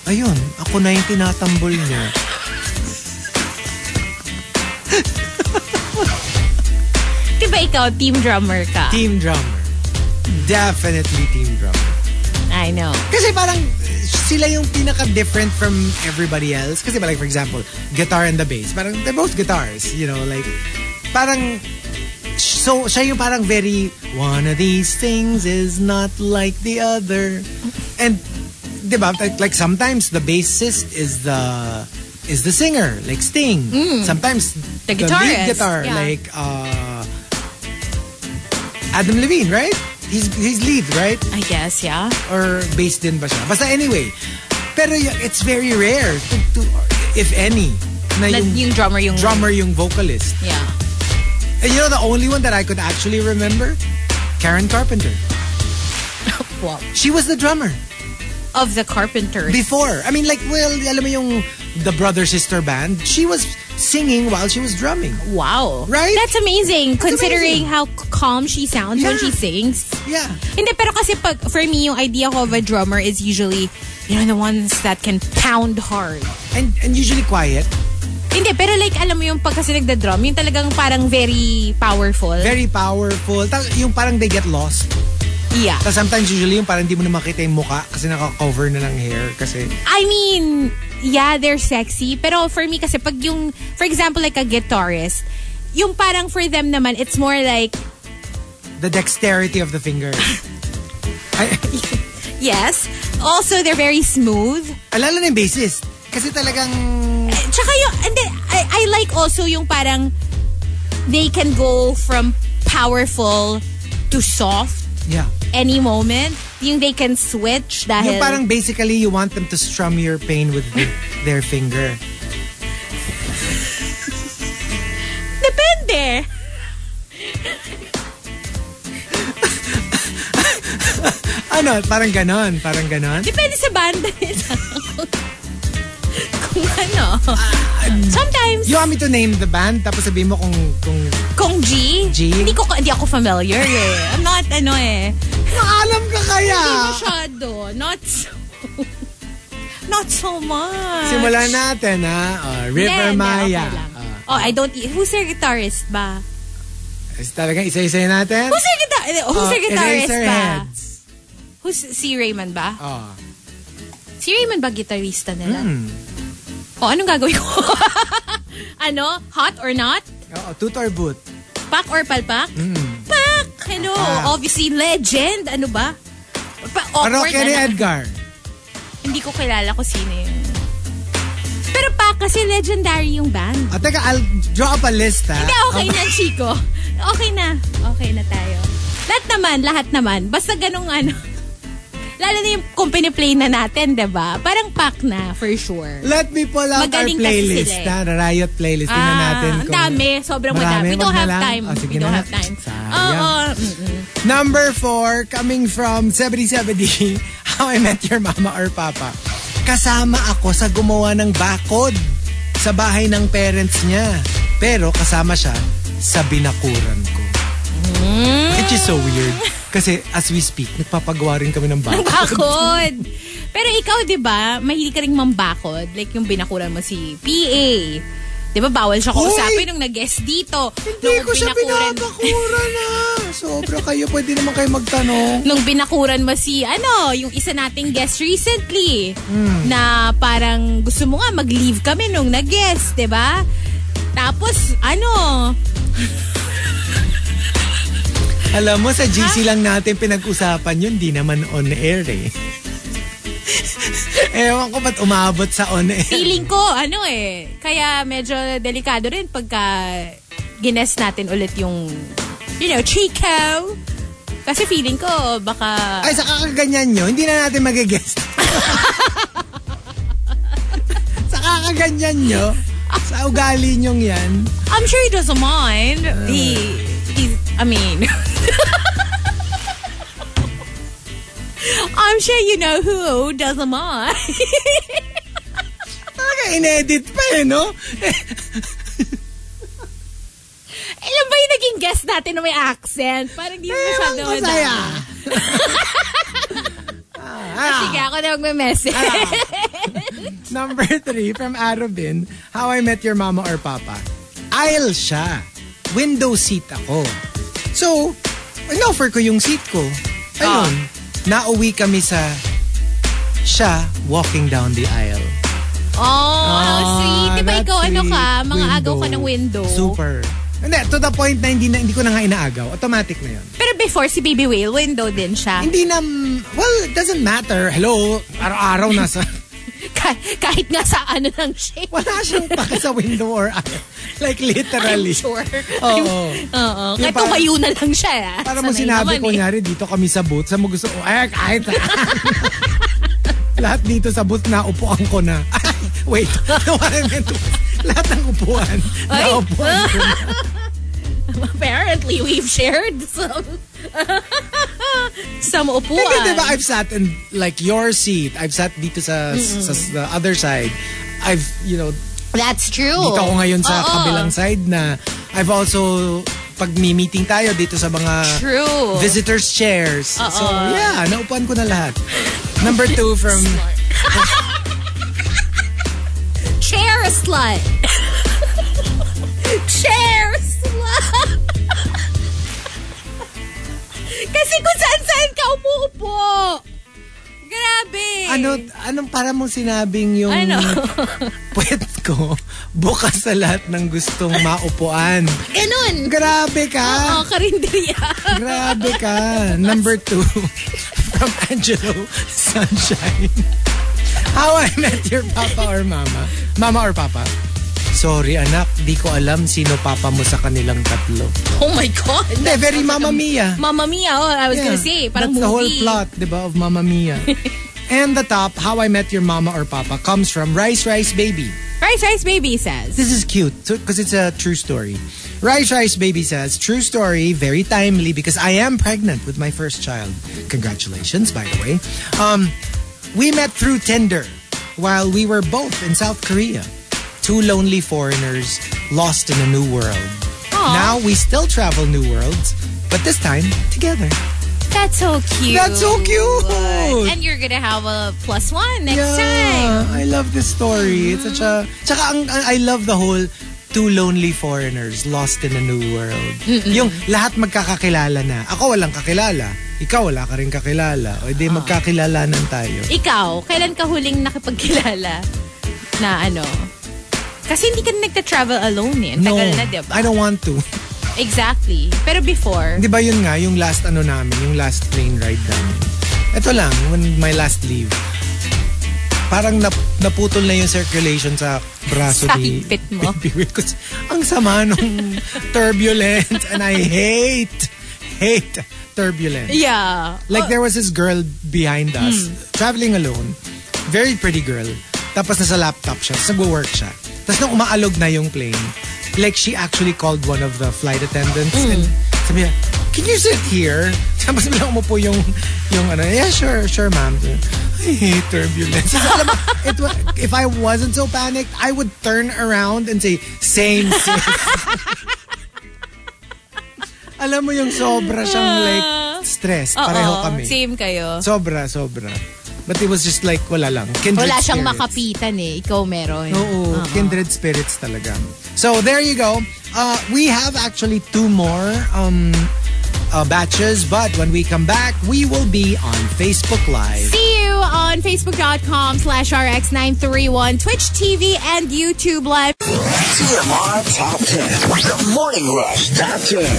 Speaker 5: ayun, ako na yung tinatambol niya.
Speaker 6: Di ba ikaw, team drummer ka?
Speaker 5: Team drummer. Definitely team drummer.
Speaker 6: I know.
Speaker 5: Kasi parang eh, sila yung pinaka-different from everybody else. Kasi like for example, guitar and the bass. Parang they're both guitars, you know, like parang so siya yung parang very one of these things is not like the other. And 'di ba? Like, like sometimes the bassist is the is the singer, like Sting. Sometimes
Speaker 6: Mm. The
Speaker 5: lead
Speaker 6: guitarist,
Speaker 5: guitar
Speaker 6: yeah.
Speaker 5: like uh Adam Levine, right? He's he's lead, right?
Speaker 6: I guess, yeah.
Speaker 5: or based din ba siya? Basta anyway. Pero y- it's very rare to, to if any na
Speaker 6: Na-
Speaker 5: yung,
Speaker 6: yung drummer yung-
Speaker 5: drummer yung vocalist.
Speaker 6: Yeah.
Speaker 5: And you know the only one that I could actually remember? Karen Carpenter.
Speaker 6: Well,
Speaker 5: She was the drummer
Speaker 6: of the Carpenters.
Speaker 5: before. I mean like well, alam mo yung the brother sister band, she was singing while she was drumming.
Speaker 6: Wow.
Speaker 5: Right?
Speaker 6: That's amazing considering
Speaker 5: amazing.
Speaker 6: how c- calm she sounds
Speaker 5: Yeah.
Speaker 6: when she sings.
Speaker 5: Yeah.
Speaker 6: Hindi, pero kasi pag, for me, yung idea ko of a drummer is usually, you know, the ones that can pound hard.
Speaker 5: And and usually quiet.
Speaker 6: Hindi, pero like, alam mo yung pag kasi nagda-drum, yung talagang parang very powerful.
Speaker 5: Very powerful. Tal- yung parang they get lost.
Speaker 6: yeah.
Speaker 5: Tapos sometimes usually yung parang hindi mo na makita yung mukha kasi naka-cover na ng hair. Kasi
Speaker 6: I mean, yeah, they're sexy. Pero for me kasi, pag yung, for example, like a guitarist, yung parang for them naman, it's more like,
Speaker 5: the dexterity of the fingers. Ay,
Speaker 6: yes. Also, they're very smooth.
Speaker 5: alala na yung bassist. Kasi talagang
Speaker 6: Eh, Tsaka yung, and then, I, I like also yung parang, they can go from powerful to soft
Speaker 5: yeah.
Speaker 6: any moment. Yung they can switch
Speaker 5: Yung
Speaker 6: dahil...
Speaker 5: parang basically you want them to strum your pain with with their finger.
Speaker 6: Depende.
Speaker 5: Ano, parang ganon, parang ganon.
Speaker 6: Depende sa banda nila. kung ano. Sometimes,
Speaker 5: You want me to name the band tapos sabihin mo kung kung
Speaker 6: kung G,
Speaker 5: G?
Speaker 6: hindi ko hindi ako familiar eh. I'm not ano eh.
Speaker 5: alam ka kaya.
Speaker 6: Hindi masyado. Not so, not so much.
Speaker 5: Simulan natin ha. Uh, River
Speaker 6: Hindi, hindi,
Speaker 5: Maya. Ah,
Speaker 6: okay lang. oh, I don't eat. Who's your guitarist ba?
Speaker 5: Is talagang isa-isa natin?
Speaker 6: Who's your guitar eh, Who's your
Speaker 5: Uh,
Speaker 6: guitarist ba?
Speaker 5: Eraserheads.
Speaker 6: Who's si Raymond ba?
Speaker 5: Oh.
Speaker 6: Si Raymond ba gitarista nila?
Speaker 5: Hmm.
Speaker 6: O, anong gagawin ko? ano? Hot or not?
Speaker 5: Oo, toot or boot.
Speaker 6: Pak or palpak?
Speaker 5: Hmm.
Speaker 6: Pak! Hello!
Speaker 5: Pak.
Speaker 6: Obviously, legend. Ano ba? Pa-
Speaker 5: Pero
Speaker 6: awkward,
Speaker 5: kay ni
Speaker 6: ano?
Speaker 5: Edgar.
Speaker 6: Hindi ko kilala kung sino yun. Pero Pak, kasi legendary yung band.
Speaker 5: At Ah, teka, I'll draw up a list ha.
Speaker 6: Hindi, okay na, Chico. Okay na. Okay na tayo. Lahat naman, lahat naman. Basta ganung ano. Lalo na yung kung piniplay na natin, 'di ba? Parang Pak na, for sure.
Speaker 5: Let me pull out
Speaker 6: Magaling
Speaker 5: our
Speaker 6: kasi
Speaker 5: playlist.
Speaker 6: sila eh.
Speaker 5: na Riot playlist. Tingnan natin.
Speaker 6: ang Ah, dami. Sobrang madami. We don't have time.
Speaker 5: Ah,
Speaker 6: We don't have time. Oo. mm,
Speaker 5: Oh,
Speaker 6: mm-mm.
Speaker 5: Number four, coming from 7070, How I Met Your Mama or Papa. Kasama ako sa gumawa ng bakod sa bahay ng parents niya. Pero kasama siya sa binakuran ko.
Speaker 6: Hmm.
Speaker 5: Which is so weird. Kasi as we speak, nagpapagawa rin kami ng bakod.
Speaker 6: Bakod. Pero ikaw, di ba, mahilig ka rin mambakod. Like yung binakuran mo si PA. Di ba, bawal siya kausapin nung nag-guest dito.
Speaker 5: Hindi
Speaker 6: nung
Speaker 5: ko siya
Speaker 6: binakuran-
Speaker 5: binabakuran na. Sobra kayo. Pwede naman kayo magtanong.
Speaker 6: nung binakuran mo si, ano, yung isa nating guest recently. Na parang gusto mo nga mag-leave kami nung nag-guest, di ba? Tapos, ano,
Speaker 5: Alam mo, sa GC lang natin pinag-usapan yun, di naman on air eh. Ewan ko ba't umabot sa on air.
Speaker 6: feeling ko, ano eh, kaya medyo delikado rin pagka gines natin ulit yung, you know, Chico. Kasi feeling ko, baka...
Speaker 5: Ay, sa kakaganyan nyo, hindi na natin mag-guest. sa kakaganyan nyo, sa ugali nyong yan,
Speaker 6: I'm sure he doesn't mind. He, he, I mean, I'm sure you know who doesn't mind.
Speaker 5: talaga inedit pa eh, no?
Speaker 6: Alam ba yung naging guest natin na may accent? Parang
Speaker 5: Eh,
Speaker 6: di mo
Speaker 5: Ewan
Speaker 6: masyado.
Speaker 5: ko sa'ya.
Speaker 6: Sige, ako na magme-message.
Speaker 5: Number three, from Arobin, How I Met Your Mama or Papa. Aisle siya. Window seat ako. So, in-offer ko yung seat ko.
Speaker 6: Ah.
Speaker 5: Ayun, nauwi kami sa siya walking down the aisle.
Speaker 6: Oh, how sweet. Di
Speaker 5: Ah,
Speaker 6: ba ikaw
Speaker 5: that's
Speaker 6: ano ka?
Speaker 5: sweet.
Speaker 6: Mga agaw ka ng window.
Speaker 5: Super. Hindi, to the point na hindi, na, hindi ko na nga inaagaw. Automatic na yun.
Speaker 6: Pero before si Baby Whale, window din siya.
Speaker 5: Hindi na, well, it doesn't matter. Hello, araw-araw nasa,
Speaker 6: Ka- kahit nga sa ano ng shape.
Speaker 5: wala siyang paka sa window or aisle. Like literally.
Speaker 6: I'm sure.
Speaker 5: Oo.
Speaker 6: Oo.
Speaker 5: Yung
Speaker 6: Kahit
Speaker 5: parang-
Speaker 6: tumayo na lang siya. ah.
Speaker 5: Para mo
Speaker 6: Sanay
Speaker 5: sinabi,
Speaker 6: naman eh.
Speaker 5: kunyari, dito kami sa booth. Sa mo gusto, oh, ay, kahit. Lahat dito sa booth, naupuan ko na. Ay, wait. No, what I meant was, lahat ng upuan,
Speaker 6: Ay.
Speaker 5: naupuan ko na.
Speaker 6: Apparently, we've shared some some upuan.
Speaker 5: Hindi, diba, I've sat in, like, your seat. I've sat dito sa, sa, sa other side. I've, you know,
Speaker 6: That's true.
Speaker 5: dito ako ngayon sa
Speaker 6: Oh. Oo.
Speaker 5: kabilang side na I've also, pag may meeting tayo dito sa mga
Speaker 6: True.
Speaker 5: visitors chairs. So, yeah, naupuan ko na lahat. Number two from
Speaker 6: Chair slut. shares. Kasi kung saan-saan ka umuupo. Grabe.
Speaker 5: Ano, anong para mong sinabing yung
Speaker 6: Ano?
Speaker 5: puwet ko bukas sa lahat ng gustong maupuan?
Speaker 6: Ganun.
Speaker 5: Grabe ka!
Speaker 6: Oo, karinderya.
Speaker 5: Grabe ka! Number two, from Angelo Sunshine. How I met your papa or mama? Mama or papa? Sorry anak, di ko alam sino papa mo sa kanilang tatlo.
Speaker 6: Oh my God.
Speaker 5: Hindi, very Mamma Mia.
Speaker 6: Mama Mia, oh, I was
Speaker 5: Yeah.
Speaker 6: gonna say, parang
Speaker 5: That's the whole
Speaker 6: movie.
Speaker 5: plot, di ba, of Mamma Mia. And the top, How I Met Your Mama or Papa, comes from Rice Rice Baby.
Speaker 6: Rice Rice Baby says.
Speaker 5: This is cute because it's a true story. Rice Rice Baby says, True story, very timely because I am pregnant with my first child. Congratulations, by the way. Um, we met through Tinder while we were both in South Korea. Two lonely foreigners lost in a new world. Now we still travel new worlds, but this time together.
Speaker 6: That's so cute.
Speaker 5: That's so cute.
Speaker 6: And you're gonna have a plus one next time.
Speaker 5: I love this story. It's such a... Tsaka ang, ang- I love the whole two lonely foreigners lost in a new world. Yung lahat magkakakilala na. Ako walang kakilala. Ikaw wala ka rin kakilala. O
Speaker 6: Ah.
Speaker 5: di magkakilalanan tayo.
Speaker 6: Ikaw, kailan ka huling nakipagkilala na ano? Kasi hindi ka na nagta-travel alone eh. Ang
Speaker 5: No,
Speaker 6: Tagal na, di ba?
Speaker 5: I don't want to.
Speaker 6: Exactly. Pero before,
Speaker 5: Di ba yun nga, yung last ano namin, yung last plane ride namin. Ito lang, when my last leave. Parang nap- naputol na yung circulation sa braso
Speaker 6: Sa
Speaker 5: ni
Speaker 6: higpit mo.
Speaker 5: Baby Will. Kasi ang sama nung turbulence and I hate, hate turbulence.
Speaker 6: yeah.
Speaker 5: Like there was this girl behind us, traveling alone, very pretty girl. Tapos nasa laptop siya, tapos nag-work siya. Tapos nung umaalog na yung plane, like she actually called one of the flight attendants and sabi niya, can you sit here? Tapos biglang umupo yung, yung ano, yeah, sure, sure, ma'am. I hate turbulence. Alam mo, it, wa- if I wasn't so panicked, I would turn around and say, same sis. Alam mo yung sobra siyang like stress. Pareho
Speaker 6: Oo,
Speaker 5: kami.
Speaker 6: Same kayo.
Speaker 5: Sobra, sobra. But it was just like, wala lang. Kindred
Speaker 6: Wala siyang
Speaker 5: spirits.
Speaker 6: makapitan eh. Ikaw meron.
Speaker 5: Oo, kindred spirits talaga. So, there you go. Uh, we have actually two more um, uh, batches, but when we come back, we will be on Facebook Live.
Speaker 6: See you on facebook.com slash rx931, Twitch TV, and YouTube Live.
Speaker 3: TMR Top 10. The Morning Rush Top 10.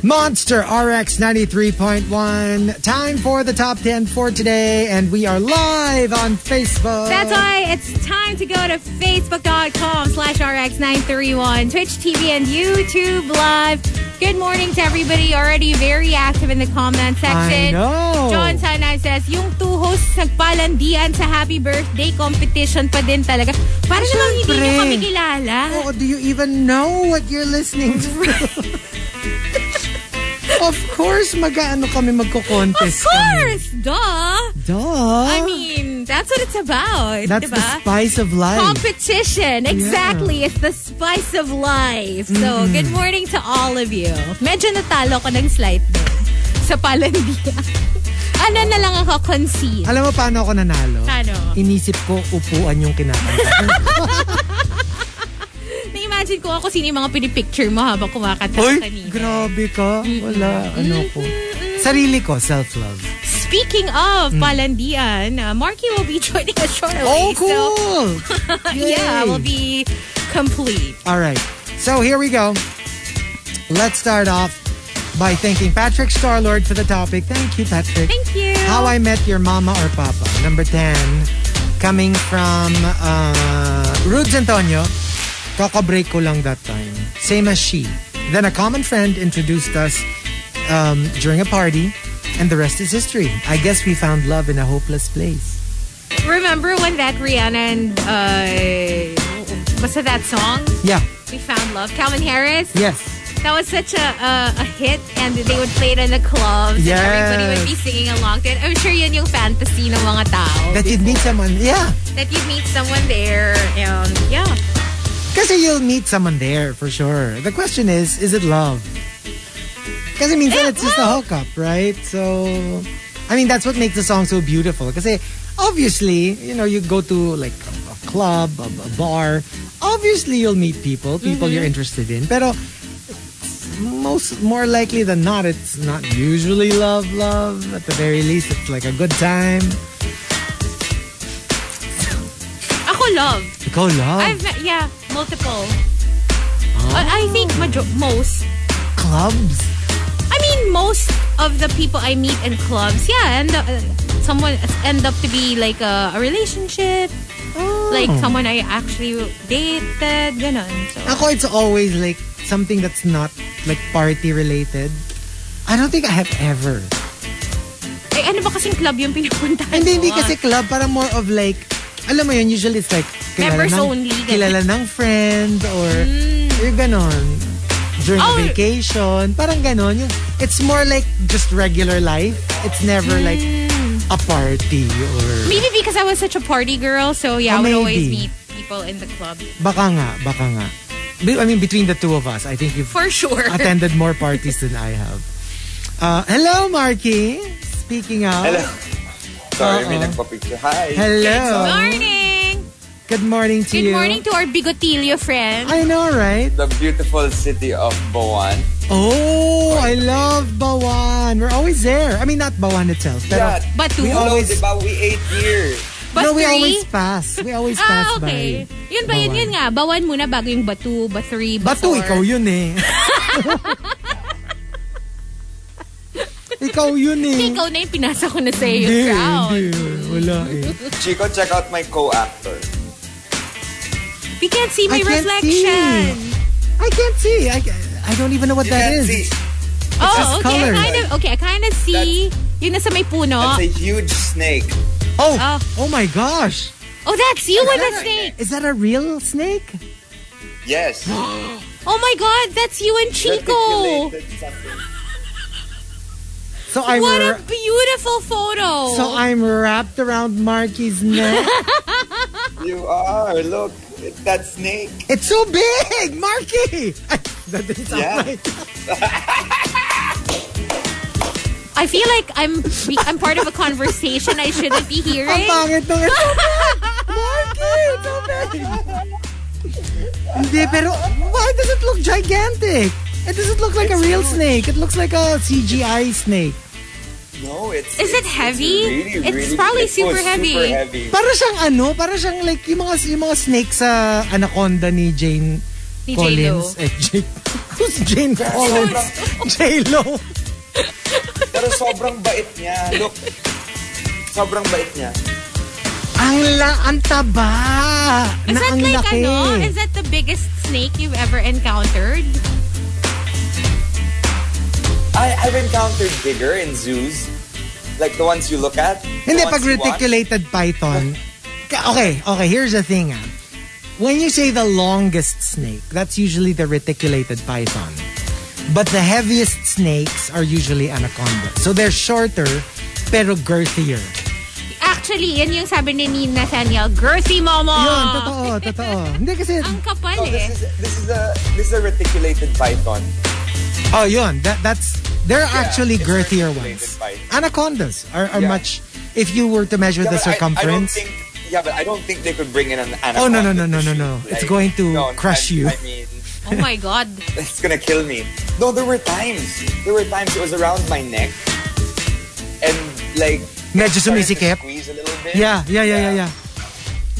Speaker 5: Monster RX 93.1. Time for the top 10 for today, and we are live on Facebook.
Speaker 6: That's why it's time to go to facebook.com slash rx931, Twitch TV, and YouTube Live. Good morning to everybody already very active in the comment
Speaker 5: I
Speaker 6: section.
Speaker 5: know.
Speaker 6: John Sanay says, yung two hosts nagpalandian sa happy birthday competition pa din talaga. Para namang hindi
Speaker 5: Siyempre.
Speaker 6: nyo kami kilala.
Speaker 5: Oh, do you even know what you're listening to? of course, mag-ano kami
Speaker 6: Of
Speaker 5: magko-contest
Speaker 6: course! Duh!
Speaker 5: Kami. Duh.
Speaker 6: I mean, that's what it's
Speaker 5: Ah.
Speaker 6: about.
Speaker 5: That's
Speaker 6: diba?
Speaker 5: the spice of life.
Speaker 6: Competition. Exactly. It's the spice of life. So,
Speaker 5: Mm-hmm.
Speaker 6: good morning to all of you. Medyo natalo ko ng slight din sa palandia. ano na lang ako, concede.
Speaker 5: Alam mo paano ako nanalo?
Speaker 6: Paano?
Speaker 5: Inisip ko upuan yung kinakanta.
Speaker 6: Na-imagine ko ako sino yung mga pinipicture mo habang kumakanta
Speaker 5: Hoy,
Speaker 6: ka kanina.
Speaker 5: grabe ka. Wala, ano ko. Sarili ko, self-love.
Speaker 6: Speaking of palandian, uh, Marky will be joining us shortly.
Speaker 5: Mm. Oh, cool!
Speaker 6: So, yeah,
Speaker 5: Yay.
Speaker 6: we'll be complete.
Speaker 5: All right. So here we go. Let's start off by thanking Patrick Starlord for the topic. Thank you, Patrick.
Speaker 6: Thank you.
Speaker 5: How I Met Your Mama or Papa. Number 10. Coming from uh, Rudes Antonio. Coco break ko lang that time. Same as she. Then a common friend introduced us um, during a party. And the rest is history. I guess we found love in a hopeless place.
Speaker 6: Remember when that Rihanna and uh, what's that song?
Speaker 5: Yeah.
Speaker 6: We found love. Calvin Harris.
Speaker 5: Yes.
Speaker 6: That was such a a, a hit, and they would play it in the clubs,
Speaker 5: Yes.
Speaker 6: and everybody would be singing along. to it. I'm sure yun yung fantasy ng mga tao
Speaker 5: That you'd meet someone. Yeah.
Speaker 6: that you'd meet someone there, and yeah,
Speaker 5: Kasi you'll meet someone there for sure. The question is, is it love? Kasi minsan
Speaker 6: Eh,
Speaker 5: it's just a
Speaker 6: well-
Speaker 5: hookup, right? So, I mean, that's what makes the song so beautiful. Kasi obviously, you know, you go to like a, a club, a, a bar, obviously you'll meet people, people you're
Speaker 6: Mm-hmm.
Speaker 5: interested in. Pero most more likely than not, it's not usually love, love. At the very least, it's like a good time.
Speaker 6: Ako love.
Speaker 5: Ikaw love.
Speaker 6: I've met, yeah, multiple.
Speaker 5: Oh.
Speaker 6: Uh, I think major- most.
Speaker 5: clubs.
Speaker 6: I mean, most of the people I meet in clubs, yeah, and uh, someone end up to be like a, a relationship,
Speaker 5: Oh.
Speaker 6: like someone I actually dated, ganun. So,
Speaker 5: Ako, it's always like something that's not like party related. I don't think I have ever.
Speaker 6: eh, ano ba kasing club yung pinupuntahan
Speaker 5: Hindi,
Speaker 6: mo,
Speaker 5: hindi
Speaker 6: ah?
Speaker 5: kasi club. Parang more of like, alam mo yun, usually it's like,
Speaker 6: Members
Speaker 5: ng,
Speaker 6: only, ganun. Hmm.
Speaker 5: Kilala ng friend or yung ganon. During
Speaker 6: Oh.
Speaker 5: a vacation. Parang ganon. Yung, it's more like just regular life. It's never
Speaker 6: Hmm.
Speaker 5: like a party or...
Speaker 6: Maybe because I was such a party girl, so yeah,
Speaker 5: Oh,
Speaker 6: I would always
Speaker 5: maybe.
Speaker 6: meet people in the club.
Speaker 5: Baka nga, baka nga. Be- I mean, between the two of us, I think you've
Speaker 6: For sure.
Speaker 5: attended more parties than I have. Uh, hello, Marky. Speaking of.
Speaker 7: Hello. Sorry, may
Speaker 5: Uh-oh.
Speaker 7: nagpa-picture. Hi.
Speaker 5: Hello.
Speaker 6: Good morning!
Speaker 5: Good morning to
Speaker 6: Good
Speaker 5: you.
Speaker 6: morning to our bigotilio friend.
Speaker 5: I know, right?
Speaker 7: The beautiful city of Bawan.
Speaker 5: Oh, I love Bawan. We're always there. I mean, not Bawan itself. Pero,
Speaker 7: Yeah.
Speaker 6: Batu.
Speaker 5: We
Speaker 7: Hello,
Speaker 5: always-
Speaker 7: di ba? We ate here.
Speaker 6: Bus
Speaker 5: no, we
Speaker 6: three?
Speaker 5: always pass. We always pass
Speaker 6: Ah, okay.
Speaker 5: by.
Speaker 6: Yun ba yun?
Speaker 5: Bawan.
Speaker 6: Yun nga. Bawan muna bago yung batu, batri,
Speaker 5: Batu, ikaw yun eh. ikaw yun eh.
Speaker 6: Ikaw na yung pinasa ko na sa'yo yung
Speaker 5: Hindi,
Speaker 6: crown.
Speaker 5: hindi. Wala eh.
Speaker 7: Chico, check out my co-actor.
Speaker 6: We can't see
Speaker 5: I
Speaker 6: my
Speaker 5: can't
Speaker 6: reflection.
Speaker 5: I can't see. I, I don't even know what
Speaker 7: You
Speaker 5: that
Speaker 7: can
Speaker 5: is.
Speaker 7: see.
Speaker 5: just
Speaker 6: Oh, okay.
Speaker 5: color.
Speaker 6: I kind of, okay, I kind of see yung nasa may puno.
Speaker 7: That's a huge snake.
Speaker 5: Oh,
Speaker 6: Oh.
Speaker 5: oh, my gosh.
Speaker 6: oh, that's you with a snake.
Speaker 5: Is that a real snake?
Speaker 7: Yes.
Speaker 6: Oh my God, that's you and Chico.
Speaker 7: Reticulated something.
Speaker 5: So I'm
Speaker 6: What
Speaker 5: ra-
Speaker 6: a beautiful photo.
Speaker 5: so I'm wrapped around Marky's neck.
Speaker 7: You are. Look. It's that snake.
Speaker 5: it's so big, Marky. that didn't sound
Speaker 7: Yeah.
Speaker 5: right.
Speaker 6: I feel like I'm I'm part of a conversation I shouldn't be
Speaker 5: Ang
Speaker 6: hearing.
Speaker 5: pangit nung it's so big. Marky, it's so big. Hindi, pero why does it look gigantic? It doesn't look like a real snake. It looks like a CGI snake.
Speaker 7: No, it's.
Speaker 6: Is it
Speaker 7: it's-
Speaker 6: heavy?
Speaker 7: It's, really,
Speaker 6: It's
Speaker 7: really-
Speaker 6: probably
Speaker 7: it was
Speaker 6: super heavy.
Speaker 7: Super heavy.
Speaker 5: Para siyang ano, para siyang like yung mga, yung mga snake sa Anaconda ni Jane
Speaker 6: Ni
Speaker 5: Collins. Eh, Jane, who's Jane Collins? J-Lo.
Speaker 7: Pero sobrang bait niya. Look. Sobrang bait niya.
Speaker 5: Ang la, ang taba.
Speaker 6: Is
Speaker 5: na
Speaker 6: that
Speaker 5: ang
Speaker 6: like
Speaker 5: laki.
Speaker 6: ano? Is that the biggest snake you've ever encountered?
Speaker 7: I, I've encountered bigger in zoos. Like the ones you look at. the
Speaker 5: Hindi,
Speaker 7: ones
Speaker 5: pag
Speaker 7: you watch.
Speaker 5: reticulated python. Ka- Okay, okay, here's the thing ah. When you say the longest snake, that's usually the reticulated python. But the heaviest snakes are usually anaconda. So they're shorter, pero girthier.
Speaker 6: Actually, yan yung sabi ni Nathaniel, girthy mama.
Speaker 5: Yun, totoo, totoo. Oh, Hindi kasi,
Speaker 6: Ah. Ang kapal
Speaker 7: No,
Speaker 6: eh.
Speaker 7: this is this is a this is a reticulated python.
Speaker 5: oh yun, that, that's, there are actually
Speaker 7: it's
Speaker 5: girthier
Speaker 7: reticulated
Speaker 5: ones.
Speaker 7: python.
Speaker 5: Anacondas are, are
Speaker 7: Yeah.
Speaker 5: much, if you were to measure
Speaker 7: Yeah,
Speaker 5: the
Speaker 7: but I- I, don't
Speaker 5: circumference.
Speaker 7: think. Yeah, but I don't think they could bring in an anaconda.
Speaker 5: Oh, no, no, no,
Speaker 7: to
Speaker 5: no,
Speaker 7: shoot,
Speaker 5: no, no. It's going to
Speaker 7: no,
Speaker 5: crush
Speaker 7: I-
Speaker 5: you.
Speaker 7: I mean,
Speaker 6: Oh my God.
Speaker 7: it's gonna kill me. No, there were times. There were times it was around my neck, and like.
Speaker 5: Medyo
Speaker 7: it started to
Speaker 5: sumisikip.
Speaker 7: Squeeze a little bit.
Speaker 5: yeah, yeah, yeah, yeah, yeah.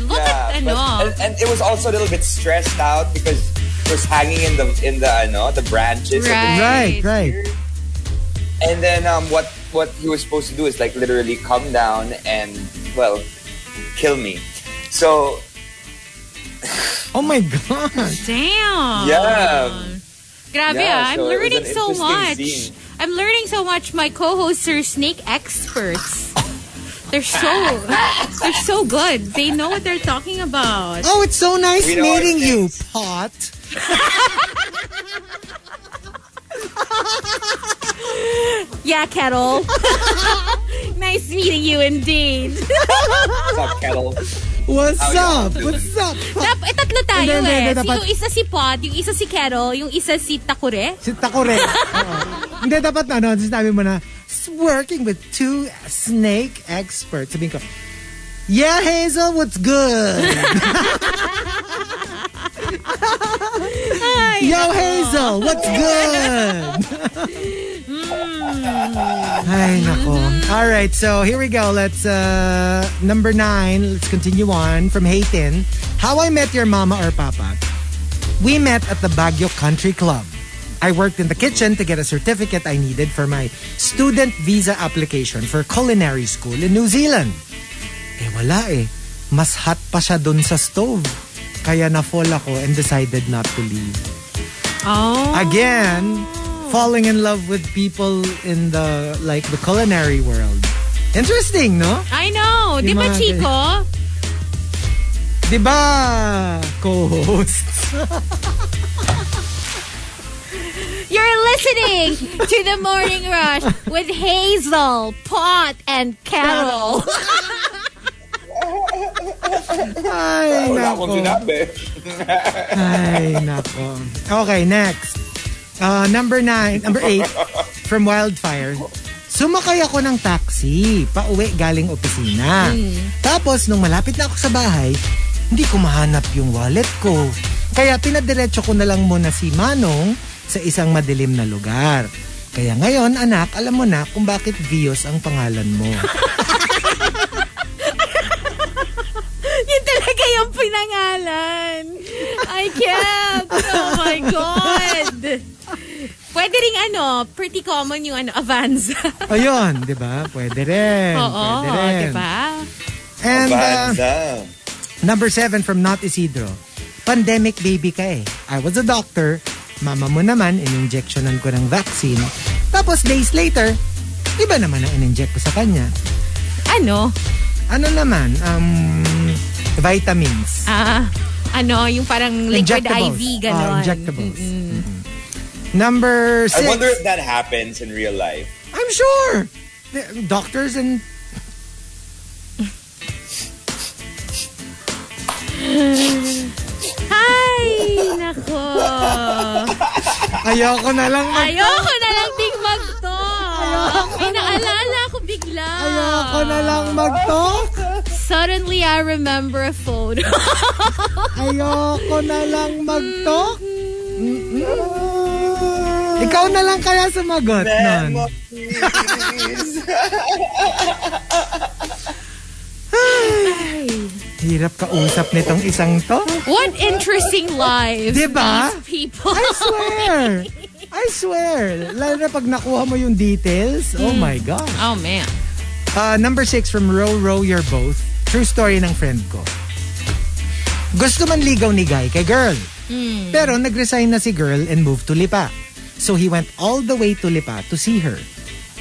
Speaker 6: Look at
Speaker 7: Yeah, but-
Speaker 6: ano.
Speaker 7: and, and it was also a little bit stressed out because it was hanging in the in the ano the branches. of the
Speaker 6: Right.
Speaker 5: Right, right.
Speaker 7: And then um, what what he was supposed to do is like literally come down and well, kill me. So
Speaker 5: Oh my God.
Speaker 6: Damn.
Speaker 7: yeah,
Speaker 6: Grabe
Speaker 7: Yeah,
Speaker 6: ah. I'm
Speaker 7: so it was
Speaker 6: learning
Speaker 7: an
Speaker 6: so
Speaker 7: interesting
Speaker 6: much.
Speaker 7: scene.
Speaker 6: I'm learning so much. My co-hosts are snake experts. They're so they're so good. They know what they're talking about.
Speaker 5: Oh, it's so nice
Speaker 7: We know our
Speaker 5: meeting you, pot.
Speaker 6: Yeah, Kettle. nice meeting you indeed.
Speaker 7: what's up, kettle?
Speaker 5: What's
Speaker 7: How y'all
Speaker 5: up?
Speaker 7: doing?
Speaker 5: What's up? pot?
Speaker 6: Tap, eh, tatlo tayo
Speaker 5: Hindi, hindi,
Speaker 6: eh.
Speaker 5: hindi,
Speaker 6: Si-
Speaker 5: dapat-
Speaker 6: Yung isa si Pod, yung isa si Kettle, yung isa si Takure.
Speaker 5: Sinta ko rin. Oo. Hindi, dapat na, no, sinabi mo na, "S- working with two snake experts. Sabihin ko, Yeah, Hazel, what's good? Yo, Hazel, what's good? Ay, nako. All right, so here we go. Let's, uh, number nine, let's continue on from Hayden. How I Met Your Mama or Papa. We met at the Baguio Country Club. I worked in the kitchen to get a certificate I needed for my student visa application for culinary school in New Zealand. Eh wala eh. Mas hot pa siya dun sa stove. Kaya na-fall ako and decided not to leave.
Speaker 6: Oh.
Speaker 5: Again, falling in love with people in the, like, the culinary world. Interesting, no?
Speaker 6: I know. Di ba,
Speaker 5: Imagine.
Speaker 6: Chico?
Speaker 5: Di ba, co-hosts?
Speaker 6: You're listening to The Morning Rush with Hazel, Pot, and Carol.
Speaker 5: Ay,
Speaker 7: Wala akong
Speaker 5: nako.
Speaker 7: sinabi.
Speaker 5: Ay, nako. Okay, next. Uh, number nine, number eight, from Wildfire. Sumakay ako ng taxi, pauwi galing opisina.
Speaker 6: Hmm.
Speaker 5: Tapos, nung malapit na ako sa bahay, hindi ko mahanap yung wallet ko. Kaya pinadiretso ko na lang muna si Manong sa isang madilim na lugar. Kaya ngayon, anak, alam mo na kung bakit Vios ang pangalan mo.
Speaker 6: Yun talaga yung pinangalan. I can't. Oh my God. Pwede rin ano, pretty common yung ano, Avanza.
Speaker 5: Ayun, di ba? Pwede rin.
Speaker 6: Oo, diba?
Speaker 5: pwede rin.
Speaker 6: di ba?
Speaker 5: And, uh,
Speaker 7: Banza.
Speaker 5: Number seven from Not Isidro. Pandemic baby ka eh. I was a doctor. Mama mo naman, ininjectionan ko ng vaccine. Tapos days later, iba naman ang ininject ko sa kanya.
Speaker 6: Ano?
Speaker 5: Ano naman? Um, vitamins.
Speaker 6: Ah, ano, yung parang liquid
Speaker 5: Injectables.
Speaker 6: IV,
Speaker 5: Ah,
Speaker 6: gano'n.
Speaker 5: injectables. Mhm. Number six.
Speaker 7: I wonder if that happens in real life.
Speaker 5: I'm sure. The- Doctors and...
Speaker 6: Hi! Nako.
Speaker 5: Ayoko na lang mag...
Speaker 6: Ayoko na lang digmag to. Inaalala ko bigla.
Speaker 5: Ayoko na lang mag-talk.
Speaker 6: Suddenly, I remember a photo.
Speaker 5: Ayoko na lang mag-talk. Ikaw na lang kaya sumagot nun. Hirap kausap nitong isang to.
Speaker 6: What interesting lives
Speaker 5: Diba?
Speaker 6: these people.
Speaker 5: I swear. I swear. Lalo na pag nakuha mo yung details. Oh my God.
Speaker 6: Oh, man.
Speaker 5: Uh, number six from Row Row You're Both. True story ng friend ko. Gusto man ligaw ni guy kay girl. Pero nag-resign na si girl and moved to Lipa. So he went all the way to Lipa to see her.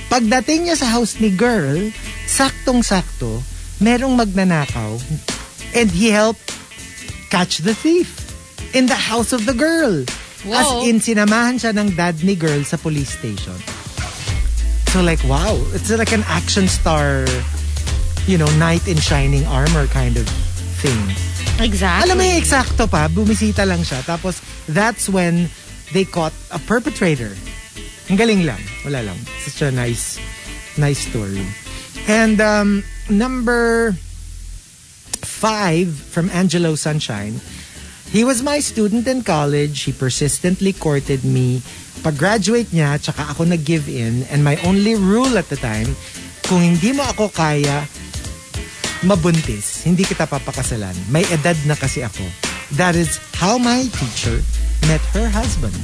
Speaker 5: Pagdating niya sa house ni girl, saktong-sakto, merong magnanakaw and he helped catch the thief in the house of the girl.
Speaker 6: Wow.
Speaker 5: As in, sinamahan siya ng dad ni girl sa police station. So like, wow, it's like an action star, you know, knight in shining armor kind of thing.
Speaker 6: Exactly.
Speaker 5: Alam mo yung eksakto pa, bumisita lang siya. Tapos, that's when they caught a perpetrator. Ang galing lang. Wala lang. Such a nice, nice story. And um, number five from Angelo Sunshine. He was my student in college. He persistently courted me. Pag-graduate niya, tsaka ako nag-give in. And my only rule at the time, kung hindi mo ako kaya, mabuntis, hindi kita papakasalan. May edad na kasi ako. That is how my teacher met her husband.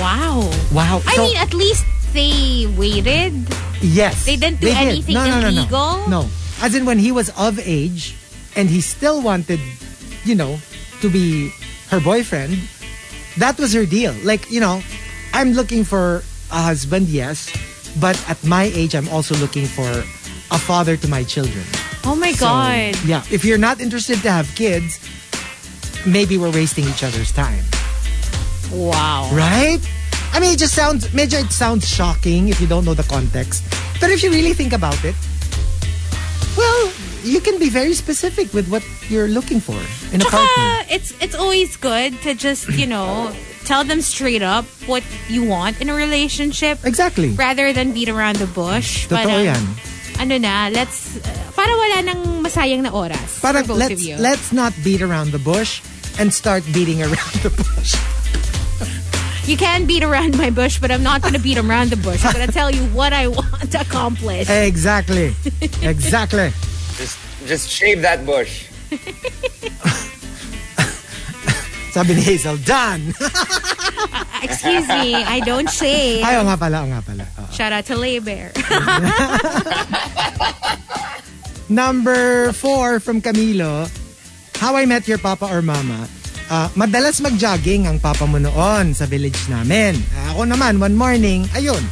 Speaker 6: Wow.
Speaker 5: Wow.
Speaker 6: I
Speaker 5: So,
Speaker 6: mean, at least they waited.
Speaker 5: yes.
Speaker 6: they didn't do
Speaker 5: did.
Speaker 6: anything
Speaker 5: no, no, no,
Speaker 6: illegal?
Speaker 5: No, no. As in when he was of age and he still wanted, you know, to be her boyfriend, that was her deal. Like, you know, I'm looking for a husband, yes, but at my age, I'm also looking for a father to my children.
Speaker 6: Oh my
Speaker 5: So,
Speaker 6: God.
Speaker 5: yeah, if you're not interested to have kids, maybe we're wasting each other's time,
Speaker 6: Wow.
Speaker 5: right? I mean, it just sounds, medyo it sounds shocking if you don't know the context. But if you really think about it, well, you can be very specific with what you're looking for in a partner.
Speaker 6: Tsaka, it's, it's always good to just, you know, tell them straight up what you want in a relationship
Speaker 5: Exactly.
Speaker 6: rather than beat around the bush.
Speaker 5: Totoo
Speaker 6: Parang,
Speaker 5: yan.
Speaker 6: Ano na, let's, uh, parang Para wala nang masayang na oras
Speaker 5: Parang
Speaker 6: for both
Speaker 5: let's,
Speaker 6: of you.
Speaker 5: let's not beat around the bush and start beating around the bush.
Speaker 6: you can beat around my bush, but I'm not going to beat around the bush. I'm going to tell you what I want to accomplish.
Speaker 5: Exactly. Exactly.
Speaker 7: Just, just shave that bush.
Speaker 5: Sabi ni Hazel, done!
Speaker 6: Excuse me, I don't shave.
Speaker 5: Ay, oo nga pala, oo nga pala. Oo.
Speaker 6: Shout out to Lay Bear.
Speaker 5: Number four from Camilo, How I Met Your Papa or Mama. Ah, madalas mag-jogging ang papa mo noon sa village namin. Ah, ako naman, one morning, ayun,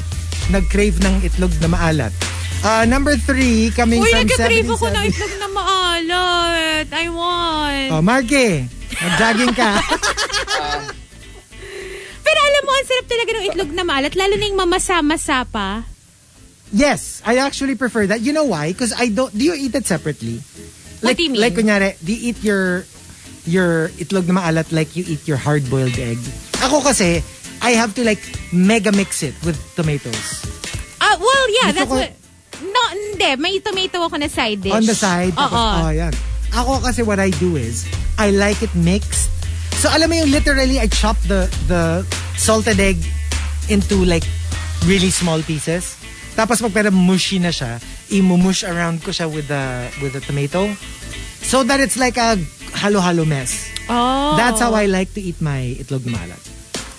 Speaker 5: nag-crave ng itlog na maalat. Ah, number three, coming
Speaker 6: Uy,
Speaker 5: from
Speaker 6: nagka-crave ako ng
Speaker 5: 77.
Speaker 6: itlog na maalat. I want.
Speaker 5: Oh, Marky, nag-jogging ka.
Speaker 6: Pero alam mo, ang sarap talaga ng itlog na maalat. Lalo na yung mamasa-masa pa.
Speaker 5: yes, I actually prefer that. You know why? Because I don't, do you eat it separately?
Speaker 6: What
Speaker 5: Like,
Speaker 6: do you mean?
Speaker 5: like kunyari, do you eat your your itlog na maalat like you eat your hard-boiled egg? Ako kasi, I have to like mega mix it with tomatoes.
Speaker 6: Ah, well, yeah,
Speaker 5: Gusto
Speaker 6: that's
Speaker 5: ko-
Speaker 6: what... No, hindi. May tomato ako na side dish.
Speaker 5: On the side.
Speaker 6: Oo.
Speaker 5: Tapos, oh, yan. Ako kasi what I do is, I like it mixed. So alam mo yung literally, I chop the the salted egg into like really small pieces. Tapos pag pero mushy na siya, imumush around ko siya with the with the tomato. So that it's like a halo-halo mess.
Speaker 6: Oh.
Speaker 5: That's how I like to eat my itlog na maalat.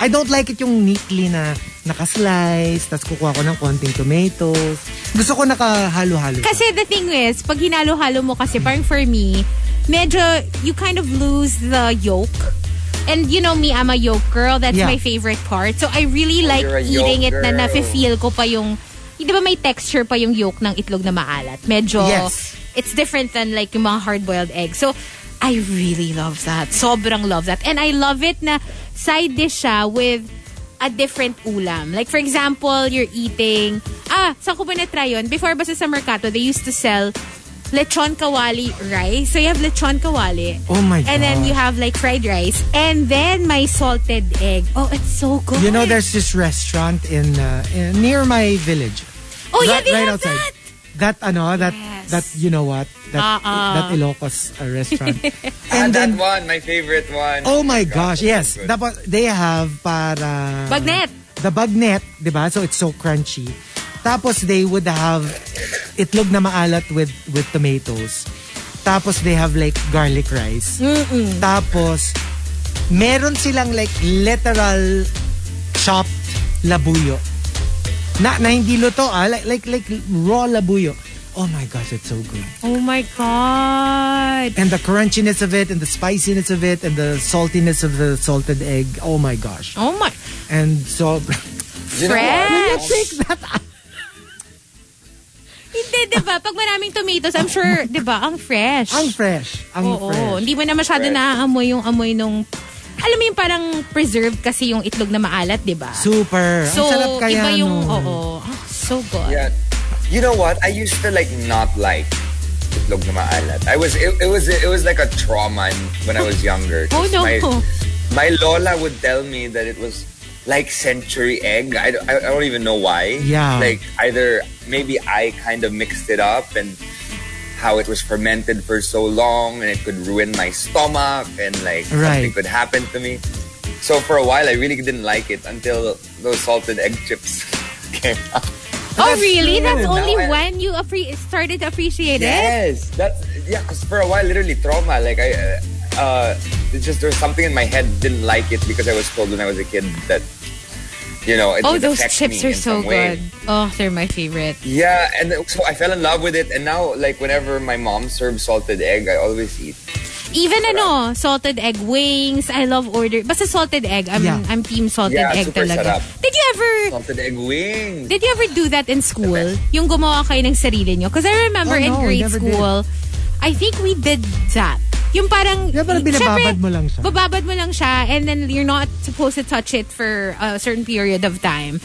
Speaker 5: I don't like it yung neatly na nakaslice, tapos kukuha ko ng konting tomatoes. Gusto ko nakahalo-halo. siya.
Speaker 6: Kasi the thing is, pag hinalo-halo mo kasi, parang for me, medyo, you kind of lose the yolk. And you know me, I'm a yolk girl. That's
Speaker 5: Yeah.
Speaker 6: my favorite part. So I really like
Speaker 7: you're a
Speaker 6: eating it
Speaker 7: yolk
Speaker 6: na
Speaker 7: girl.
Speaker 6: nafe-feel ko pa yung, di ba may texture pa yung yolk ng itlog na maalat? Medyo,
Speaker 5: Yes.
Speaker 6: it's different than like yung mga hard-boiled eggs. So, I really love that. Sobrang love that. And I love it na side dish siya with a different ulam. Like, for example, you're eating... Ah, saan ko ba na-try yun? Before ba sa Mercato, they used to sell lechon kawali rice. So, you have lechon kawali.
Speaker 5: Oh my
Speaker 6: And then
Speaker 5: God.
Speaker 6: you have like fried rice. And then my salted egg. Oh, it's so good.
Speaker 5: You know, there's this restaurant in, uh, in- near my village.
Speaker 6: Oh, yeah,
Speaker 5: Right-
Speaker 6: they
Speaker 5: right
Speaker 6: have
Speaker 5: outside.
Speaker 6: that!
Speaker 5: That ano, that
Speaker 6: Yes.
Speaker 5: that you know what, that
Speaker 6: Uh-uh.
Speaker 5: that Ilocos uh, restaurant.
Speaker 7: And
Speaker 5: and
Speaker 7: that
Speaker 5: then
Speaker 7: one, my favorite one.
Speaker 5: oh my gosh, yes,
Speaker 7: that's good.
Speaker 5: dapat they have para
Speaker 6: Bagnet.
Speaker 5: The bagnet, 'di ba? So it's so crunchy. Tapos they would have itlog na maalat with with tomatoes. Tapos they have like garlic rice. Tapos meron silang like literal chopped labuyo. Na, na hindi luto ah, like, like, like raw labuyo. Oh my gosh, it's so good.
Speaker 6: Oh my God.
Speaker 5: And the crunchiness of it, and the spiciness of it, and the saltiness of the salted egg. Oh my gosh.
Speaker 6: Oh my...
Speaker 5: And so,
Speaker 7: You know what?
Speaker 6: Fresh! Hindi, di ba? Pag maraming tomatoes, I'm sure, di ba? Ang fresh.
Speaker 5: ang fresh. Ang
Speaker 6: Oo,
Speaker 5: fresh.
Speaker 6: hindi mo na masyado
Speaker 7: Fresh.
Speaker 6: naaamoy yung amoy nung... Alam mo yung parang preserved kasi yung itlog na maalat, di ba?
Speaker 5: Super.
Speaker 6: so,
Speaker 5: ang sarap kaya
Speaker 6: iba yung...
Speaker 5: nun.
Speaker 6: Oo. Ah, so good.
Speaker 7: Yeah. You know what? I used to like not like itlog na maalat. I was it, it was it was like a trauma in- when I was younger. 'Cause
Speaker 6: Oh, no.
Speaker 7: My, my lola would tell me that it was like century egg. I, don't- I, I don't even know why.
Speaker 5: Yeah.
Speaker 7: Like either maybe I kind of mixed it up and how it was fermented for so long and it could ruin my stomach and like something
Speaker 5: Right.
Speaker 7: could happen to me. So for a while I really didn't like it until those salted egg chips came out.
Speaker 6: Oh, really?
Speaker 7: true.
Speaker 6: That's only
Speaker 7: Now I-
Speaker 6: when you appre- started to appreciate it?
Speaker 7: Yes, that's yeah. Cause for a while, literally trauma. Like I, uh, uh, it's just there was something in my head didn't like it because I was told when I was a kid that you know. It
Speaker 6: Oh,
Speaker 7: would
Speaker 6: those
Speaker 7: affect
Speaker 6: chips
Speaker 7: me in
Speaker 6: are so
Speaker 7: some way.
Speaker 6: good. Oh, they're my favorite.
Speaker 7: Yeah, and so I fell in love with it, and now like whenever my mom serves salted egg, I always eat.
Speaker 6: Even ano, salted egg wings. I love order. Basta salted egg. I'm,
Speaker 5: Yeah.
Speaker 6: I'm team salted
Speaker 7: Yeah,
Speaker 6: egg
Speaker 7: super sarap.
Speaker 6: talaga. Did you ever...
Speaker 7: Salted egg wings.
Speaker 6: Did you ever do that in
Speaker 7: The
Speaker 6: school? Yung gumawa kayo ng sarili nyo? Because I remember
Speaker 5: Oh,
Speaker 6: in
Speaker 5: no, I
Speaker 6: grade
Speaker 5: never did.
Speaker 6: school, I think we did that. Yung parang...
Speaker 5: Yeah, parang binababad mo lang siya.
Speaker 6: Bababad mo lang siya and then you're not supposed to touch it for a certain period of time.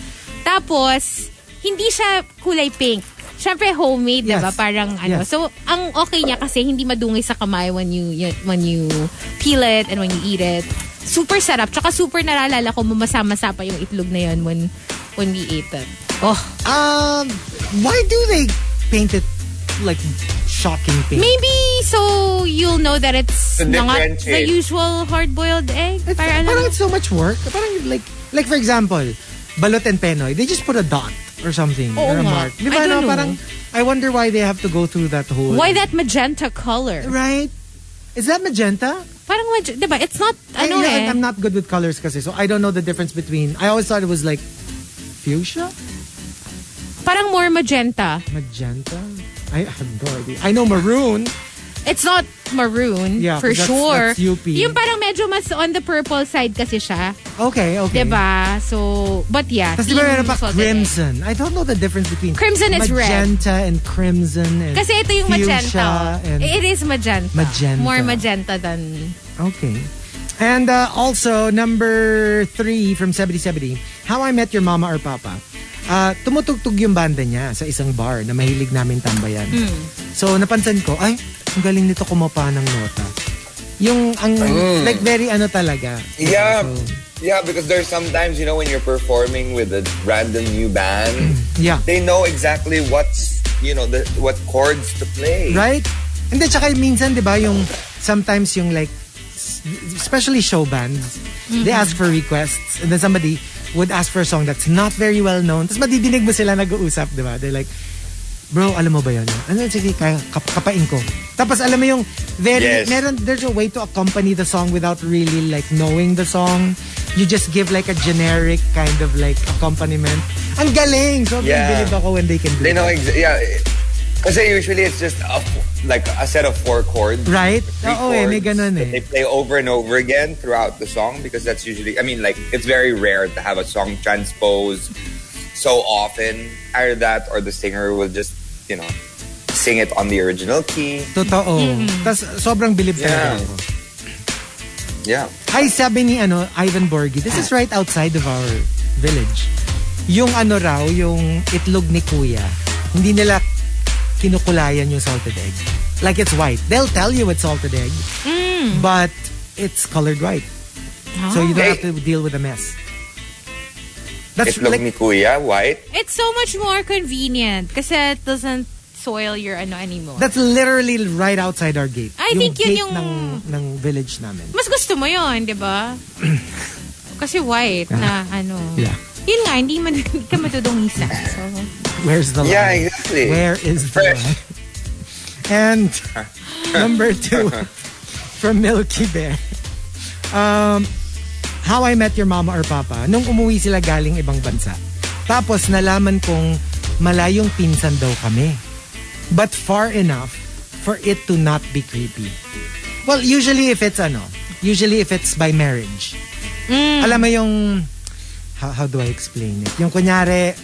Speaker 6: Tapos, hindi siya kulay pink. Siyempre homemade,
Speaker 5: Yes.
Speaker 6: diba? Parang ano.
Speaker 5: Yes.
Speaker 6: So, ang okay niya kasi hindi madungay sa kamay when you when you peel it and when you eat it. Super sarap. Tsaka super naralala ko mamasa-masa pa yung itlog na yun when when we ate it. Oh,
Speaker 5: Um, why do they paint it like shocking thing.
Speaker 6: Maybe so you'll know that it's
Speaker 7: To
Speaker 6: not the
Speaker 7: differentiate.
Speaker 6: usual hard-boiled egg. ano,
Speaker 5: It's,
Speaker 6: Para alam
Speaker 5: parang it's so much work. Parang like, like for example, Balot and Penoy, they just put a dot or something.
Speaker 6: Oo
Speaker 5: or a
Speaker 6: nga.
Speaker 5: mark. Di
Speaker 6: I
Speaker 5: ba,
Speaker 6: don't
Speaker 5: no?
Speaker 6: know.
Speaker 5: Parang, I wonder why they have to go through that whole...
Speaker 6: why that magenta color.
Speaker 5: Right? Is that magenta?
Speaker 6: Parang mag- 'di ba? It's not
Speaker 5: I, you
Speaker 6: ano
Speaker 5: know,
Speaker 6: eh.
Speaker 5: I'm not good with colors kasi, so I don't know the difference between... I always thought it was like fuchsia?
Speaker 6: Parang more magenta.
Speaker 5: Magenta? I have no idea. I know maroon.
Speaker 6: It's not maroon
Speaker 5: Yeah,
Speaker 6: for
Speaker 5: that's-
Speaker 6: sure.
Speaker 5: that's UP.
Speaker 6: Yung parang medyo mas on the purple side kasi siya,
Speaker 5: Okay, okay.
Speaker 6: 'di ba? So, but yeah. eh.
Speaker 5: Tapos di ba
Speaker 6: team
Speaker 5: meron pa
Speaker 6: salted egg.
Speaker 5: crimson? I don't know the difference between
Speaker 6: Crimson is red.
Speaker 5: magenta and crimson. And
Speaker 6: Kasi ito yung magenta. Eh,
Speaker 5: fuchsia And,
Speaker 6: It is magenta.
Speaker 5: Magenta.
Speaker 6: More magenta than
Speaker 5: okay. And uh, also, number three from 7070, How I Met Your Mama or Papa. Uh, tumutugtog yung banda niya sa isang bar na mahilig namin tambayan.
Speaker 6: Hmm.
Speaker 5: So, napansin ko, ay, ang galing nito kumapa ng nota. Yung, ang, like, very ano talaga.
Speaker 7: Yeah.
Speaker 5: So,
Speaker 7: Yeah, because there's sometimes, you know, when you're performing with a random new band,
Speaker 5: yeah.
Speaker 7: they know exactly what's, you know, the, what chords to play.
Speaker 5: Right? Hindi, tsaka minsan, di ba, yung sometimes yung like, s- especially show bands, they ask for requests and then somebody would ask for a song that's not very well known. Tapos madidinig mo sila nag-uusap, di ba? They're like, bro, alam mo ba yun? Ano, sige, kaya, kap kapain ko. Tapos alam mo yung, very,
Speaker 7: Yes.
Speaker 5: meron, there's a way to accompany the song without really like knowing the song. You just give like a generic kind of like accompaniment. Ang galing! So,
Speaker 7: Yeah.
Speaker 5: bilib ako when they can do
Speaker 7: They know,
Speaker 5: that.
Speaker 7: ex- yeah. Because usually it's just a, like a set of four chords.
Speaker 5: Right?
Speaker 7: three
Speaker 5: Oo eh, may
Speaker 7: chords
Speaker 5: ganun
Speaker 7: that
Speaker 5: eh.
Speaker 7: They play over and over again throughout the song because that's usually, I mean, like, it's very rare to have a song transposed so often. Either that or the singer will just, you know, sing it on the original key.
Speaker 5: Totoo. Tas sobrang bilib
Speaker 7: Yeah.
Speaker 5: talaga ako.
Speaker 7: Yeah.
Speaker 5: Ay, sabi ni ano, Ivan Borgi, this is right outside of our village. Yung ano raw, yung itlog ni Kuya, hindi nila kinukulayan yung salted egg. Like it's white. They'll tell you it's salted egg,
Speaker 6: Mm.
Speaker 5: but it's colored white.
Speaker 6: Ah.
Speaker 5: So you don't have to deal with the mess. That's
Speaker 7: Itlog
Speaker 5: like,
Speaker 7: ni Kuya, white.
Speaker 6: It's so much more convenient kasi it doesn't soil your ano anymore.
Speaker 5: that's literally right outside our gate.
Speaker 6: I
Speaker 5: yung
Speaker 6: think yun
Speaker 5: gate
Speaker 6: yung-
Speaker 5: ng, ng village namin.
Speaker 6: Mas gusto mo yon, di ba? kasi white na ano.
Speaker 5: Ah, Yeah.
Speaker 6: Yun nga, hindi, man, hindi ka matudungisa. So,
Speaker 5: Where's the
Speaker 7: Yeah,
Speaker 5: line?
Speaker 7: exactly.
Speaker 5: Where is the
Speaker 7: Fresh.
Speaker 5: line? And number two from Milky Bear. Um, How I Met Your Mama or Papa. Nung umuwi sila galing ibang bansa. Tapos nalaman kong malayong pinsan daw kami. But far enough for it to not be creepy. Well, usually if it's ano, usually if it's by marriage. Alam mo yung, how, how do I explain it? Yung kunyari,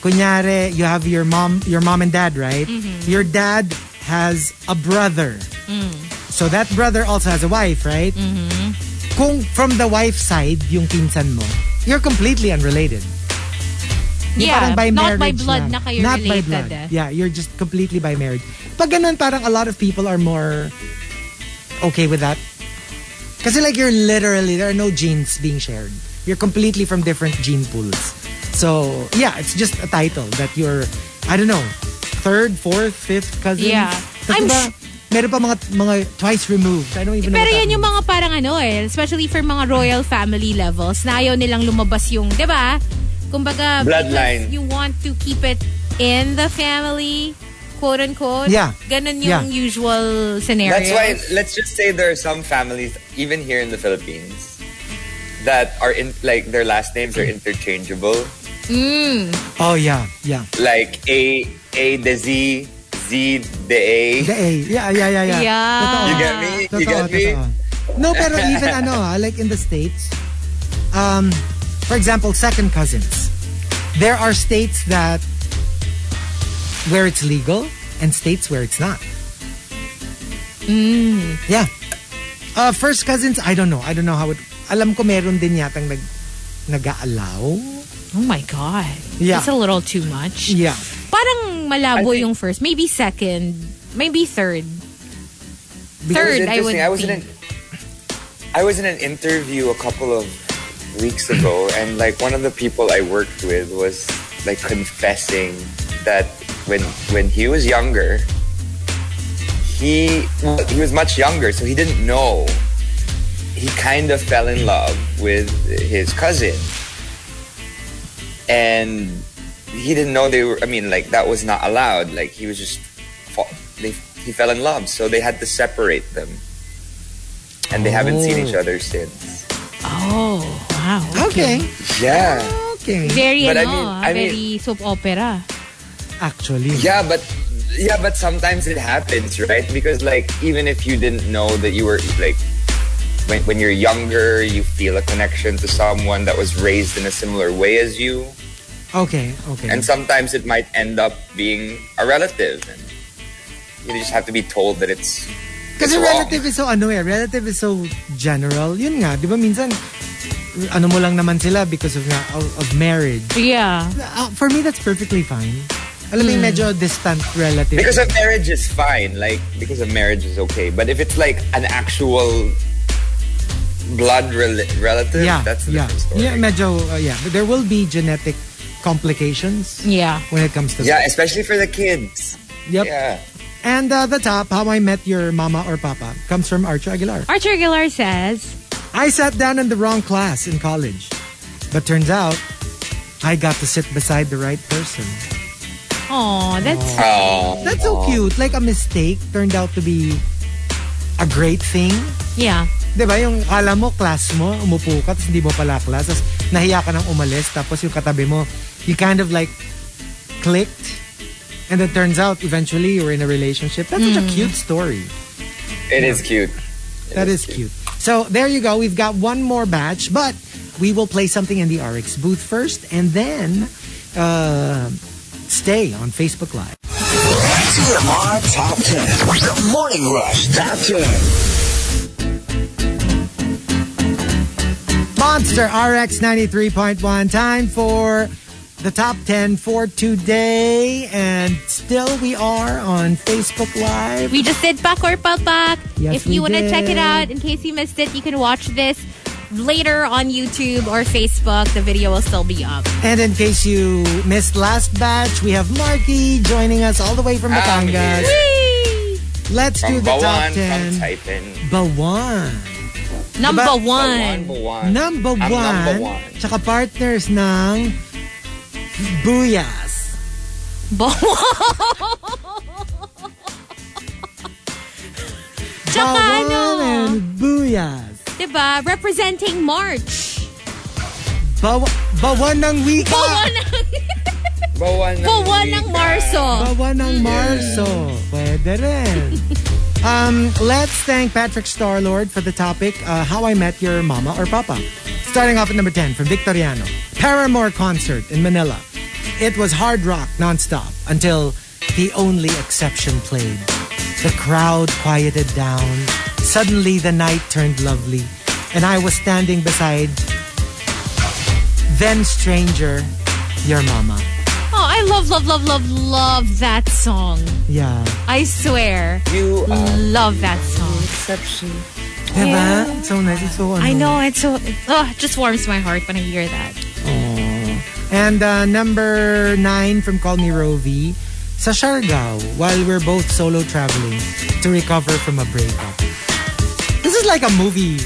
Speaker 5: kunyari you have your mom your mom and dad right your dad has a brother so that brother also has a wife right kung from the wife side yung pinsan mo you're completely unrelated Yung
Speaker 6: yeah,
Speaker 5: parang by
Speaker 6: not by
Speaker 5: marriage
Speaker 6: blood
Speaker 5: lang.
Speaker 6: na kayo
Speaker 5: Not by
Speaker 6: related.
Speaker 5: blood.
Speaker 6: eh.
Speaker 5: Yeah, you're just completely by marriage. Pag ganun, parang a lot of people are more okay with that. Kasi like you're literally, there are no genes being shared. You're completely from different gene pools. So, yeah, it's just a title that you're, I don't know, third, fourth, fifth cousin.
Speaker 6: Yeah.
Speaker 5: Tapos
Speaker 6: I'm
Speaker 5: diba,
Speaker 6: sh-
Speaker 5: meron pa mga, mga twice removed. I don't even know
Speaker 6: Pero
Speaker 5: what that
Speaker 6: yun yung
Speaker 5: means.
Speaker 6: mga parang ano eh, especially for mga royal family levels na ayaw nilang lumabas yung, di ba? Kumbaga, because
Speaker 7: Bloodline.
Speaker 6: you want to keep it in the family, quote unquote.
Speaker 5: Yeah.
Speaker 6: Ganun yung
Speaker 5: Yeah.
Speaker 6: usual scenario.
Speaker 7: That's why, let's just say there are some families, even here in the Philippines, that are in, like, their last names are interchangeable.
Speaker 5: Oh, yeah, yeah.
Speaker 7: Like, A, A, the Z, Z, the A.
Speaker 5: The A. Yeah, yeah, yeah, yeah.
Speaker 6: Yeah.
Speaker 5: Totoo.
Speaker 7: You get me? You
Speaker 5: Totoo,
Speaker 7: get me?
Speaker 5: totoo. No, pero even ano ah, like in the States, um, for example, second cousins. There are states that where it's legal and states where it's not. Yeah. Uh, first cousins, I don't know. I don't know how it... Alam ko meron din yatang nag, nag-aalaw.
Speaker 6: Oh my God.
Speaker 5: Yeah.
Speaker 6: That's a little too much.
Speaker 5: Yeah.
Speaker 6: Parang malabo
Speaker 7: I think-
Speaker 6: yung first. Maybe second. Maybe third.
Speaker 7: It
Speaker 6: Third,
Speaker 7: was
Speaker 6: I would
Speaker 7: interesting. I was in
Speaker 6: think.
Speaker 7: an, I was in an interview a couple of weeks ago, and like one of the people I worked with was like confessing that when when he was younger, he he was much younger, so he didn't know. He kind of fell in love with his cousin, and he didn't know they were. I mean, like that was not allowed. Like he was just fa- they, he fell in love, so they had to separate them, and they haven't seen each other since.
Speaker 6: Oh, wow.
Speaker 5: Okay.
Speaker 7: Yeah,
Speaker 5: Okay.
Speaker 6: Very,
Speaker 7: But I
Speaker 6: ano,
Speaker 7: mean-
Speaker 6: ah,
Speaker 7: I mean-
Speaker 6: very soap opera.
Speaker 5: Actually.
Speaker 7: yeah, but. Yeah, but sometimes it happens, right? Because like even if you didn't know that you were like when, when you're younger, you feel a connection to someone that was raised in a similar way as you.
Speaker 5: Okay. Okay.
Speaker 7: And sometimes it might end up being a relative. And you just have to be told that it's. it's
Speaker 5: Kasi
Speaker 7: wrong.
Speaker 5: relative is so ano eh, relative is so general. Yun nga, di ba minsan, ano mo lang naman sila because of nga, of, of marriage.
Speaker 6: Yeah.
Speaker 5: Uh, for me, that's perfectly fine. Alam mo yung medyo distant relative.
Speaker 7: Hmm. Because a marriage is fine. Like, because a marriage is okay. But if it's like an actual blood rel- relative,
Speaker 5: yeah,
Speaker 7: that's a
Speaker 5: yeah.
Speaker 7: different story.
Speaker 5: Yeah, medyo, uh, yeah. But there will be genetic complications
Speaker 6: Yeah.
Speaker 5: when it comes to
Speaker 7: Yeah, especially for the kids.
Speaker 5: Yep.
Speaker 7: Yeah.
Speaker 5: And uh, the top, How I Met Your Mama or Papa, comes from Archer Aguilar.
Speaker 6: Archer Aguilar says,
Speaker 5: I sat down in the wrong class in college. But turns out, I got to sit beside the right person.
Speaker 6: oh, that's...
Speaker 7: Oh.
Speaker 5: That's so cute. Like a mistake turned out to be a great thing.
Speaker 6: Yeah.
Speaker 5: 'Di ba Yung kala mo, class mo, umupo ka, tapos hindi mo pala class. Tapos nahiya ka nang umalis. Tapos yung katabi mo, you kind of like clicked. And it turns out, eventually, you were in a relationship. That's such a cute story.
Speaker 7: It is cute.
Speaker 5: That is cute. So there you go. We've got one more batch, but we will play something in the RX booth first and then uh, stay on Facebook Live.
Speaker 3: TMR Top 10. The Morning Rush Top 10.
Speaker 5: Monster RX 93.1. Time for the top 10 for today. And still we are on Facebook Live.
Speaker 6: We just did Pak or Palpak.
Speaker 5: Yes,
Speaker 6: if you
Speaker 5: we
Speaker 6: want to check
Speaker 5: did.
Speaker 6: it out, in case you missed it, you can watch this later on YouTube or Facebook. The video will still be up.
Speaker 5: And in case you missed last batch, we have Marky joining us all the way from
Speaker 7: I'm
Speaker 5: Batangas.
Speaker 7: here.
Speaker 5: Let's
Speaker 7: Ah,
Speaker 5: do
Speaker 7: From
Speaker 5: the top
Speaker 7: Bawan, from
Speaker 5: 10.
Speaker 7: Taipan.
Speaker 5: Bawan.
Speaker 6: Number
Speaker 5: Diba?
Speaker 7: Bawan,
Speaker 6: one.
Speaker 7: Bawan.
Speaker 5: Number
Speaker 7: I'm
Speaker 5: one.
Speaker 7: number one.
Speaker 5: Tsaka partners ng Buyas.
Speaker 6: Tsaka
Speaker 5: Bawan
Speaker 6: ano,
Speaker 5: and Buyas.
Speaker 6: diba? Representing March.
Speaker 5: Bawa, bawan ng wika.
Speaker 6: Bawan
Speaker 7: Bawan ng
Speaker 6: ng, bawan ng
Speaker 7: Wika.
Speaker 6: Marso.
Speaker 5: Bawa ng Marso. Pwede rin. Um, let's thank Patrick Starlord for the topic, uh, How I Met Your Mama or Papa. Starting off at number 10 from Victoriano. Paramore concert in Manila. It was hard rock nonstop until the only exception played. The crowd quieted down. Suddenly, the night turned lovely, and I was standing beside then stranger, your mama.
Speaker 6: Oh, I love, love, love, love, love that song.
Speaker 5: Yeah.
Speaker 6: I swear.
Speaker 7: You are
Speaker 6: Love that song.
Speaker 5: Diba? It's so nice. It's so ano.
Speaker 6: I know, it's so, oh, it just warms my heart when I hear that.
Speaker 5: And uh, number nine from Call Me Rovi, sa Siargao, while we're both solo traveling to recover from a breakup. This is like a movie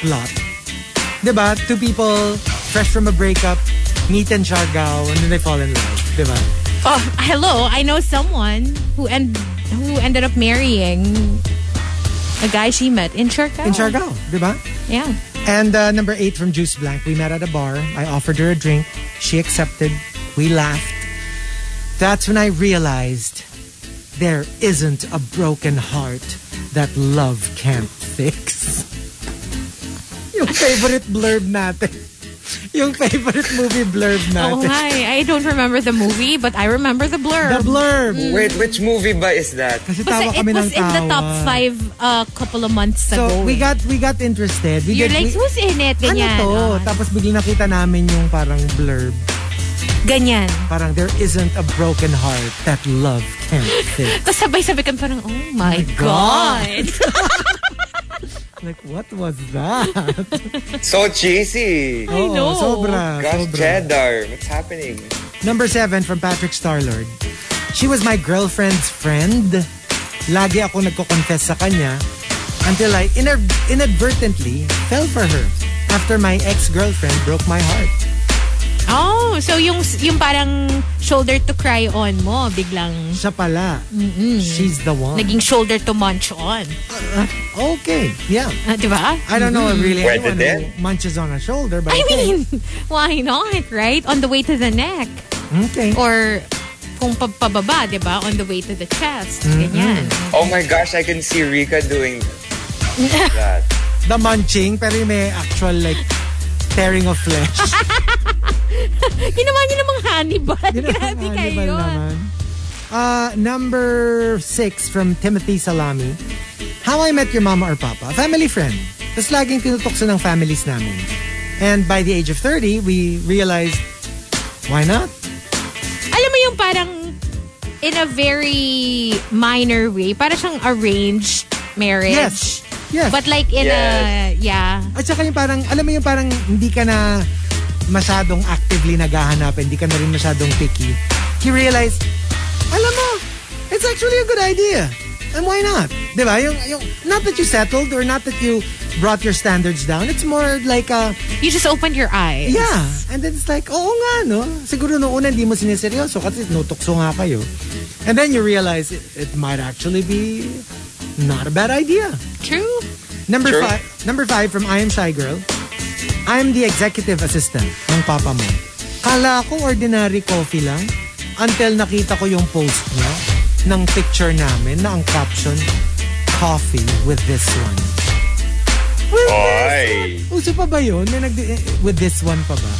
Speaker 5: plot. Diba? Two people fresh from a breakup meet in Siargao and then they fall in love. Diba?
Speaker 6: Oh, hello. I know someone who end who ended up marrying a guy she met in Siargao.
Speaker 5: In Siargao. Diba?
Speaker 6: Yeah.
Speaker 5: And uh, number eight from Juice Blank. We met at a bar. I offered her a drink. She accepted. We laughed. That's when I realized there isn't a broken heart that love can't fix. Yung favorite blurb natin. Yung favorite movie blurb
Speaker 6: Oh,
Speaker 5: natin.
Speaker 6: hi. I don't remember the movie, but I remember the
Speaker 5: The
Speaker 6: blurb.
Speaker 5: blurb.
Speaker 7: Wait, which movie ba is that?
Speaker 5: Kasi
Speaker 6: Mm. Basta
Speaker 5: tawa
Speaker 6: it
Speaker 5: kami ng
Speaker 6: was in the top
Speaker 5: tawa.
Speaker 6: five a couple of months
Speaker 5: So
Speaker 6: ago.
Speaker 5: we got we got interested. We
Speaker 6: You're
Speaker 5: did-
Speaker 6: like,
Speaker 5: we-
Speaker 6: who's in it?
Speaker 5: ano
Speaker 6: Ganyan.
Speaker 5: to?
Speaker 6: oh.
Speaker 5: Tapos bigli nakita namin yung parang blurb.
Speaker 6: Ganyan.
Speaker 5: parang there isn't a broken heart that love can't fix.
Speaker 6: Tapos sabay-sabay kami parang, oh my,
Speaker 5: God.
Speaker 6: God.
Speaker 5: like, what was that?
Speaker 7: So cheesy.
Speaker 5: I
Speaker 6: know.
Speaker 7: Gosh,
Speaker 5: Sobra, Ah, sobra.
Speaker 7: cheddar. What's happening?
Speaker 5: Number seven from Patrick Starlord. She was my girlfriend's friend lagi ako nagko-confess sa kanya until I inad- inadvertently fell for her after my ex-girlfriend broke my heart.
Speaker 6: Oh, so yung yung parang shoulder to cry on mo, biglang
Speaker 5: Siya pala. She's the one.
Speaker 6: naging shoulder to munch on.
Speaker 5: okay. Yeah.
Speaker 6: Ah, di ba?
Speaker 5: I don't know if really
Speaker 7: Pwede
Speaker 5: anyone
Speaker 7: din.
Speaker 5: who munches on a shoulder, but
Speaker 6: I
Speaker 5: okay.
Speaker 6: mean, why not, right? On the way to the neck.
Speaker 5: okay.
Speaker 6: Or kung pa- pababa, di ba? On the way to the chest.
Speaker 5: Mm-hmm.
Speaker 6: Ganyan.
Speaker 7: Oh my gosh, I can see Rika doing that.
Speaker 5: The munching, pero yung may actual like tearing of flesh.
Speaker 6: Ginawa niyo namang Hannibal.
Speaker 5: Yun ang
Speaker 6: Grabe
Speaker 5: Hannibal
Speaker 6: kayo.
Speaker 5: naman. Uh, number six from Timothy Salami. How I Met Your Mama or Papa. Family friend. Tapos laging tinutukso ng families namin. And by the age of 30, we realized, why not?
Speaker 6: Alam mo yung parang in a very minor way, parang siyang arranged marriage.
Speaker 5: Yes. Yes.
Speaker 6: But like in a, yeah.
Speaker 5: At saka yung parang, alam mo yung parang hindi ka na masyadong actively naghahanap, hindi ka na rin masyadong picky. He realized, alam mo, it's actually a good idea. And why not? Di ba? Yung, yung, not that you settled or not that you brought your standards down. It's more like a,
Speaker 6: You just opened your eyes.
Speaker 5: yeah. And then it's like, oo nga, no? Siguro noong una hindi mo siniseryoso kasi nutukso nga kayo. And then you realize it, it might actually be not a bad idea.
Speaker 6: True.
Speaker 5: Number
Speaker 7: Sure.
Speaker 5: five, number five from I Am Shy Girl. I'm the executive assistant ng papa mo. Kala ko ordinary coffee lang until nakita ko yung post niya ng picture namin na ang caption, Coffee with this one.
Speaker 7: Oy.
Speaker 5: With this one? Uso pa ba yun? May nag- eh, with this one pa ba?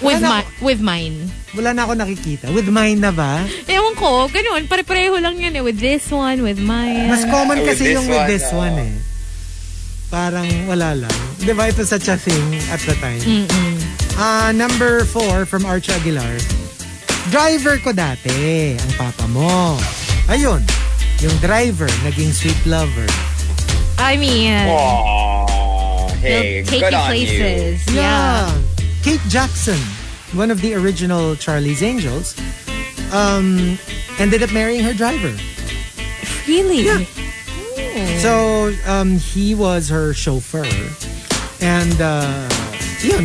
Speaker 6: With,
Speaker 5: Wala
Speaker 6: my, with mine.
Speaker 5: Wala na ako nakikita. With mine na ba?
Speaker 6: Ewan ko, ganun. Pare-pareho lang yun eh. With this one, with mine.
Speaker 5: Mas common
Speaker 7: With
Speaker 5: kasi
Speaker 7: this
Speaker 5: yung with
Speaker 7: one,
Speaker 5: this
Speaker 7: oo.
Speaker 5: one eh. Parang wala lang. Di ba? It was such a thing at the time. Ah, number four from Arch Aguilar. Driver ko dati, ang papa mo. Ayun, yung driver naging sweet lover.
Speaker 6: I mean,
Speaker 7: Aw, hey,
Speaker 6: they'll take
Speaker 7: good
Speaker 6: you
Speaker 7: on you.
Speaker 6: places. Yeah.
Speaker 5: Kate Jackson, one of the original Charlie's Angels, um, ended up marrying her driver.
Speaker 6: Really?
Speaker 5: Yeah. So, um, he was her chauffeur. And, uh, yun,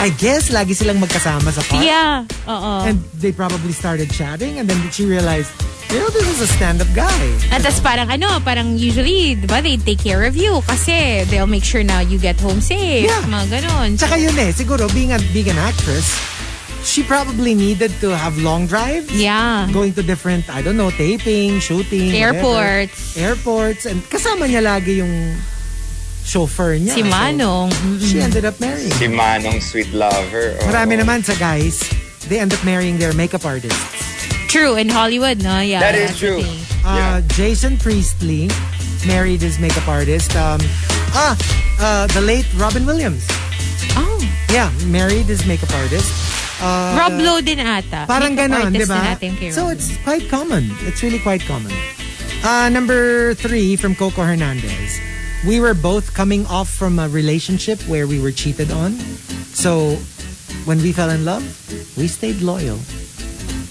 Speaker 5: I guess lagi silang magkasama sa car.
Speaker 6: Yeah. Uh-uh. Oo.
Speaker 5: And they probably started chatting and then she realized, you know, this is a stand-up guy.
Speaker 6: At tas parang ano, parang usually, di ba, they take care of you kasi they'll make sure na you get home safe.
Speaker 5: Yeah.
Speaker 6: Mga ganun.
Speaker 5: Tsaka yun eh, siguro, being, a, being an actress, she probably needed to have long drives.
Speaker 6: Yeah.
Speaker 5: Going to different, I don't know, taping, shooting. whatever.
Speaker 6: Airports.
Speaker 5: Airports. And kasama niya lagi yung chauffeur niya.
Speaker 6: Si Manong.
Speaker 5: So, she ended up marrying.
Speaker 7: Si Manong Sweet Lover. Oh. oo.
Speaker 5: Marami naman sa guys, they end up marrying their makeup artist.
Speaker 6: True, in Hollywood, no? Yeah.
Speaker 7: That is
Speaker 6: that's the
Speaker 7: true.
Speaker 6: thing.
Speaker 5: Uh, Jason Priestley married his makeup artist. Um, ah, uh, the late Robin Williams.
Speaker 6: Oh.
Speaker 5: Yeah, married his makeup artist. Uh,
Speaker 6: Rob Lowe din ata.
Speaker 5: Parang
Speaker 6: Makeup
Speaker 5: ganon,
Speaker 6: artist
Speaker 5: di
Speaker 6: na
Speaker 5: ba?
Speaker 6: natin kay
Speaker 5: So
Speaker 6: Rob
Speaker 5: it's quite common. It's really quite common. Uh, number three from Coco Hernandez. We were both coming off from a relationship where we were cheated on. So when we fell in love, we stayed loyal.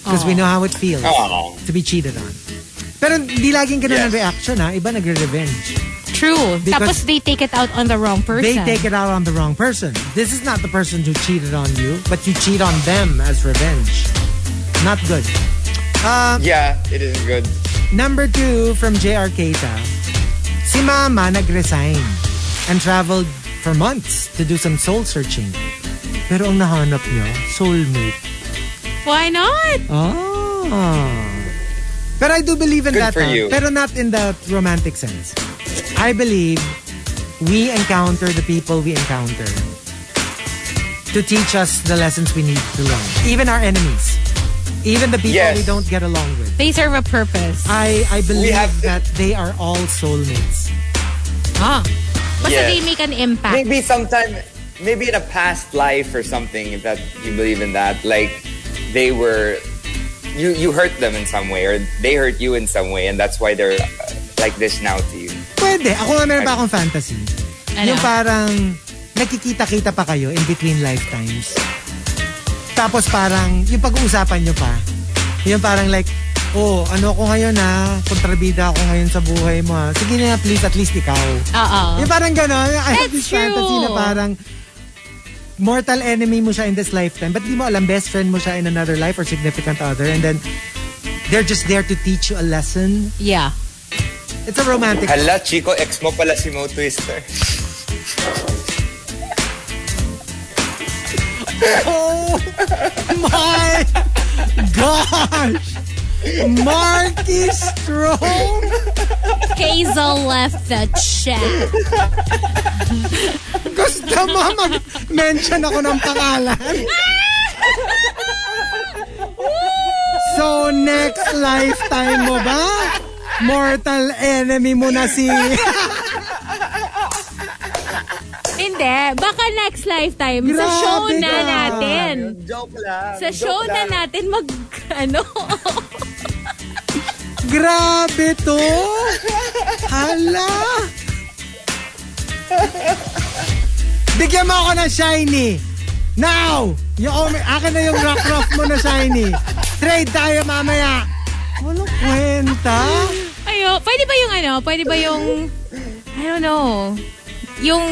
Speaker 5: Because we know how it feels
Speaker 7: Aw.
Speaker 5: to be cheated on. Pero hindi laging ganun ang
Speaker 7: Yes.
Speaker 5: reaction ha. Iba nagre-revenge.
Speaker 6: True. Tapos
Speaker 5: Because-
Speaker 6: they take it out on the wrong person.
Speaker 5: They take it out on the wrong person. This is not the person who cheated on you, but you cheat on them as revenge. Not good. Um,
Speaker 7: Yeah, it is good.
Speaker 5: Number two from JR Keita. Si Mama nag-resign and traveled for months to do some soul searching. Pero ang nahanap niya, soulmate.
Speaker 6: Why not?
Speaker 5: Ah. But I do believe in
Speaker 7: Good
Speaker 5: that.
Speaker 7: for
Speaker 5: ah.
Speaker 7: you.
Speaker 5: Pero not in the romantic sense. I believe we encounter the people we encounter to teach us the lessons we need to learn. Even our enemies. Even the people
Speaker 7: Yes.
Speaker 5: we don't get along with.
Speaker 6: They serve a purpose.
Speaker 5: I, I believe
Speaker 7: have to-
Speaker 5: that they are all soulmates.
Speaker 6: Ah. Basta
Speaker 7: Yes.
Speaker 6: they make an impact.
Speaker 7: Maybe sometime, maybe in a past life or something, if that you believe in that, like they were, you you hurt them in some way, or they hurt you in some way, and that's why they're uh, like this now to you.
Speaker 5: Pwede. Ako nga meron pa akong fantasy.
Speaker 6: Ano?
Speaker 5: Yung parang nakikita-kita pa kayo in between lifetimes. Tapos parang yung pag-uusapan nyo pa. Yung parang like, oh, ano ko ngayon ha? Kontrabida ako ngayon sa buhay mo ha? Sige na, please, at least ikaw.
Speaker 8: Oo.
Speaker 5: Yung parang gano'n. I have
Speaker 8: That's
Speaker 5: this
Speaker 8: true.
Speaker 5: fantasy na parang mortal enemy mo siya in this lifetime. But di mo alam, best friend mo siya in another life or significant other. And then, they're just there to teach you a lesson.
Speaker 8: Yeah.
Speaker 5: It's a romantic
Speaker 7: Hala, Chico, ex mo pala si Mo Twister.
Speaker 5: Oh my gosh! Marky Strong!
Speaker 6: Hazel left the chat.
Speaker 5: Gusto mo mag-mention ako ng pangalan? So, next lifetime mo ba? Mortal enemy mo na si...
Speaker 6: Hindi. Baka next lifetime. sa
Speaker 5: Grabe
Speaker 6: show na
Speaker 5: ka.
Speaker 6: natin.
Speaker 7: Joke lang.
Speaker 6: Sa show na natin mag... Ano?
Speaker 5: Grabe to! Hala! Bigyan mo ako ng shiny! Now! Yung, oh, akin na yung rock rock mo na shiny. Trade tayo mamaya. Walang kwenta.
Speaker 6: Ayo, pwede ba yung ano? Pwede ba yung... I don't know. Yung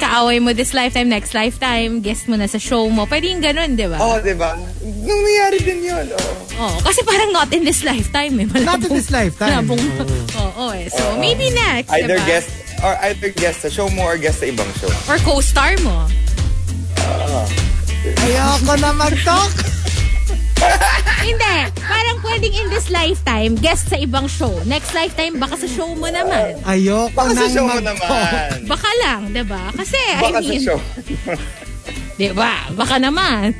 Speaker 6: kaaway mo this lifetime, next lifetime, guest mo na sa show mo. Pwede yung ganun, di ba?
Speaker 7: Oo, oh, di ba? Nangyayari din yun, oh.
Speaker 6: Oo, kasi parang not in this lifetime eh. Malabong,
Speaker 5: Not in this lifetime.
Speaker 6: Malabong, oo eh. So, maybe next,
Speaker 7: Oh, Either
Speaker 6: diba?
Speaker 7: guest, or either guest sa show mo or guest sa ibang show.
Speaker 6: Or co-star mo.
Speaker 5: Ayoko na mag-talk.
Speaker 6: Hindi. Parang pwedeng in this lifetime, guest sa ibang show. Next lifetime, baka sa show mo naman.
Speaker 5: Ayoko
Speaker 7: Baka sa
Speaker 5: nang
Speaker 7: show mo
Speaker 5: mag-talk.
Speaker 7: naman.
Speaker 6: Baka lang, di ba? Kasi,
Speaker 7: Baka
Speaker 6: I
Speaker 7: sa
Speaker 6: mean,
Speaker 7: show.
Speaker 6: di ba? Baka naman.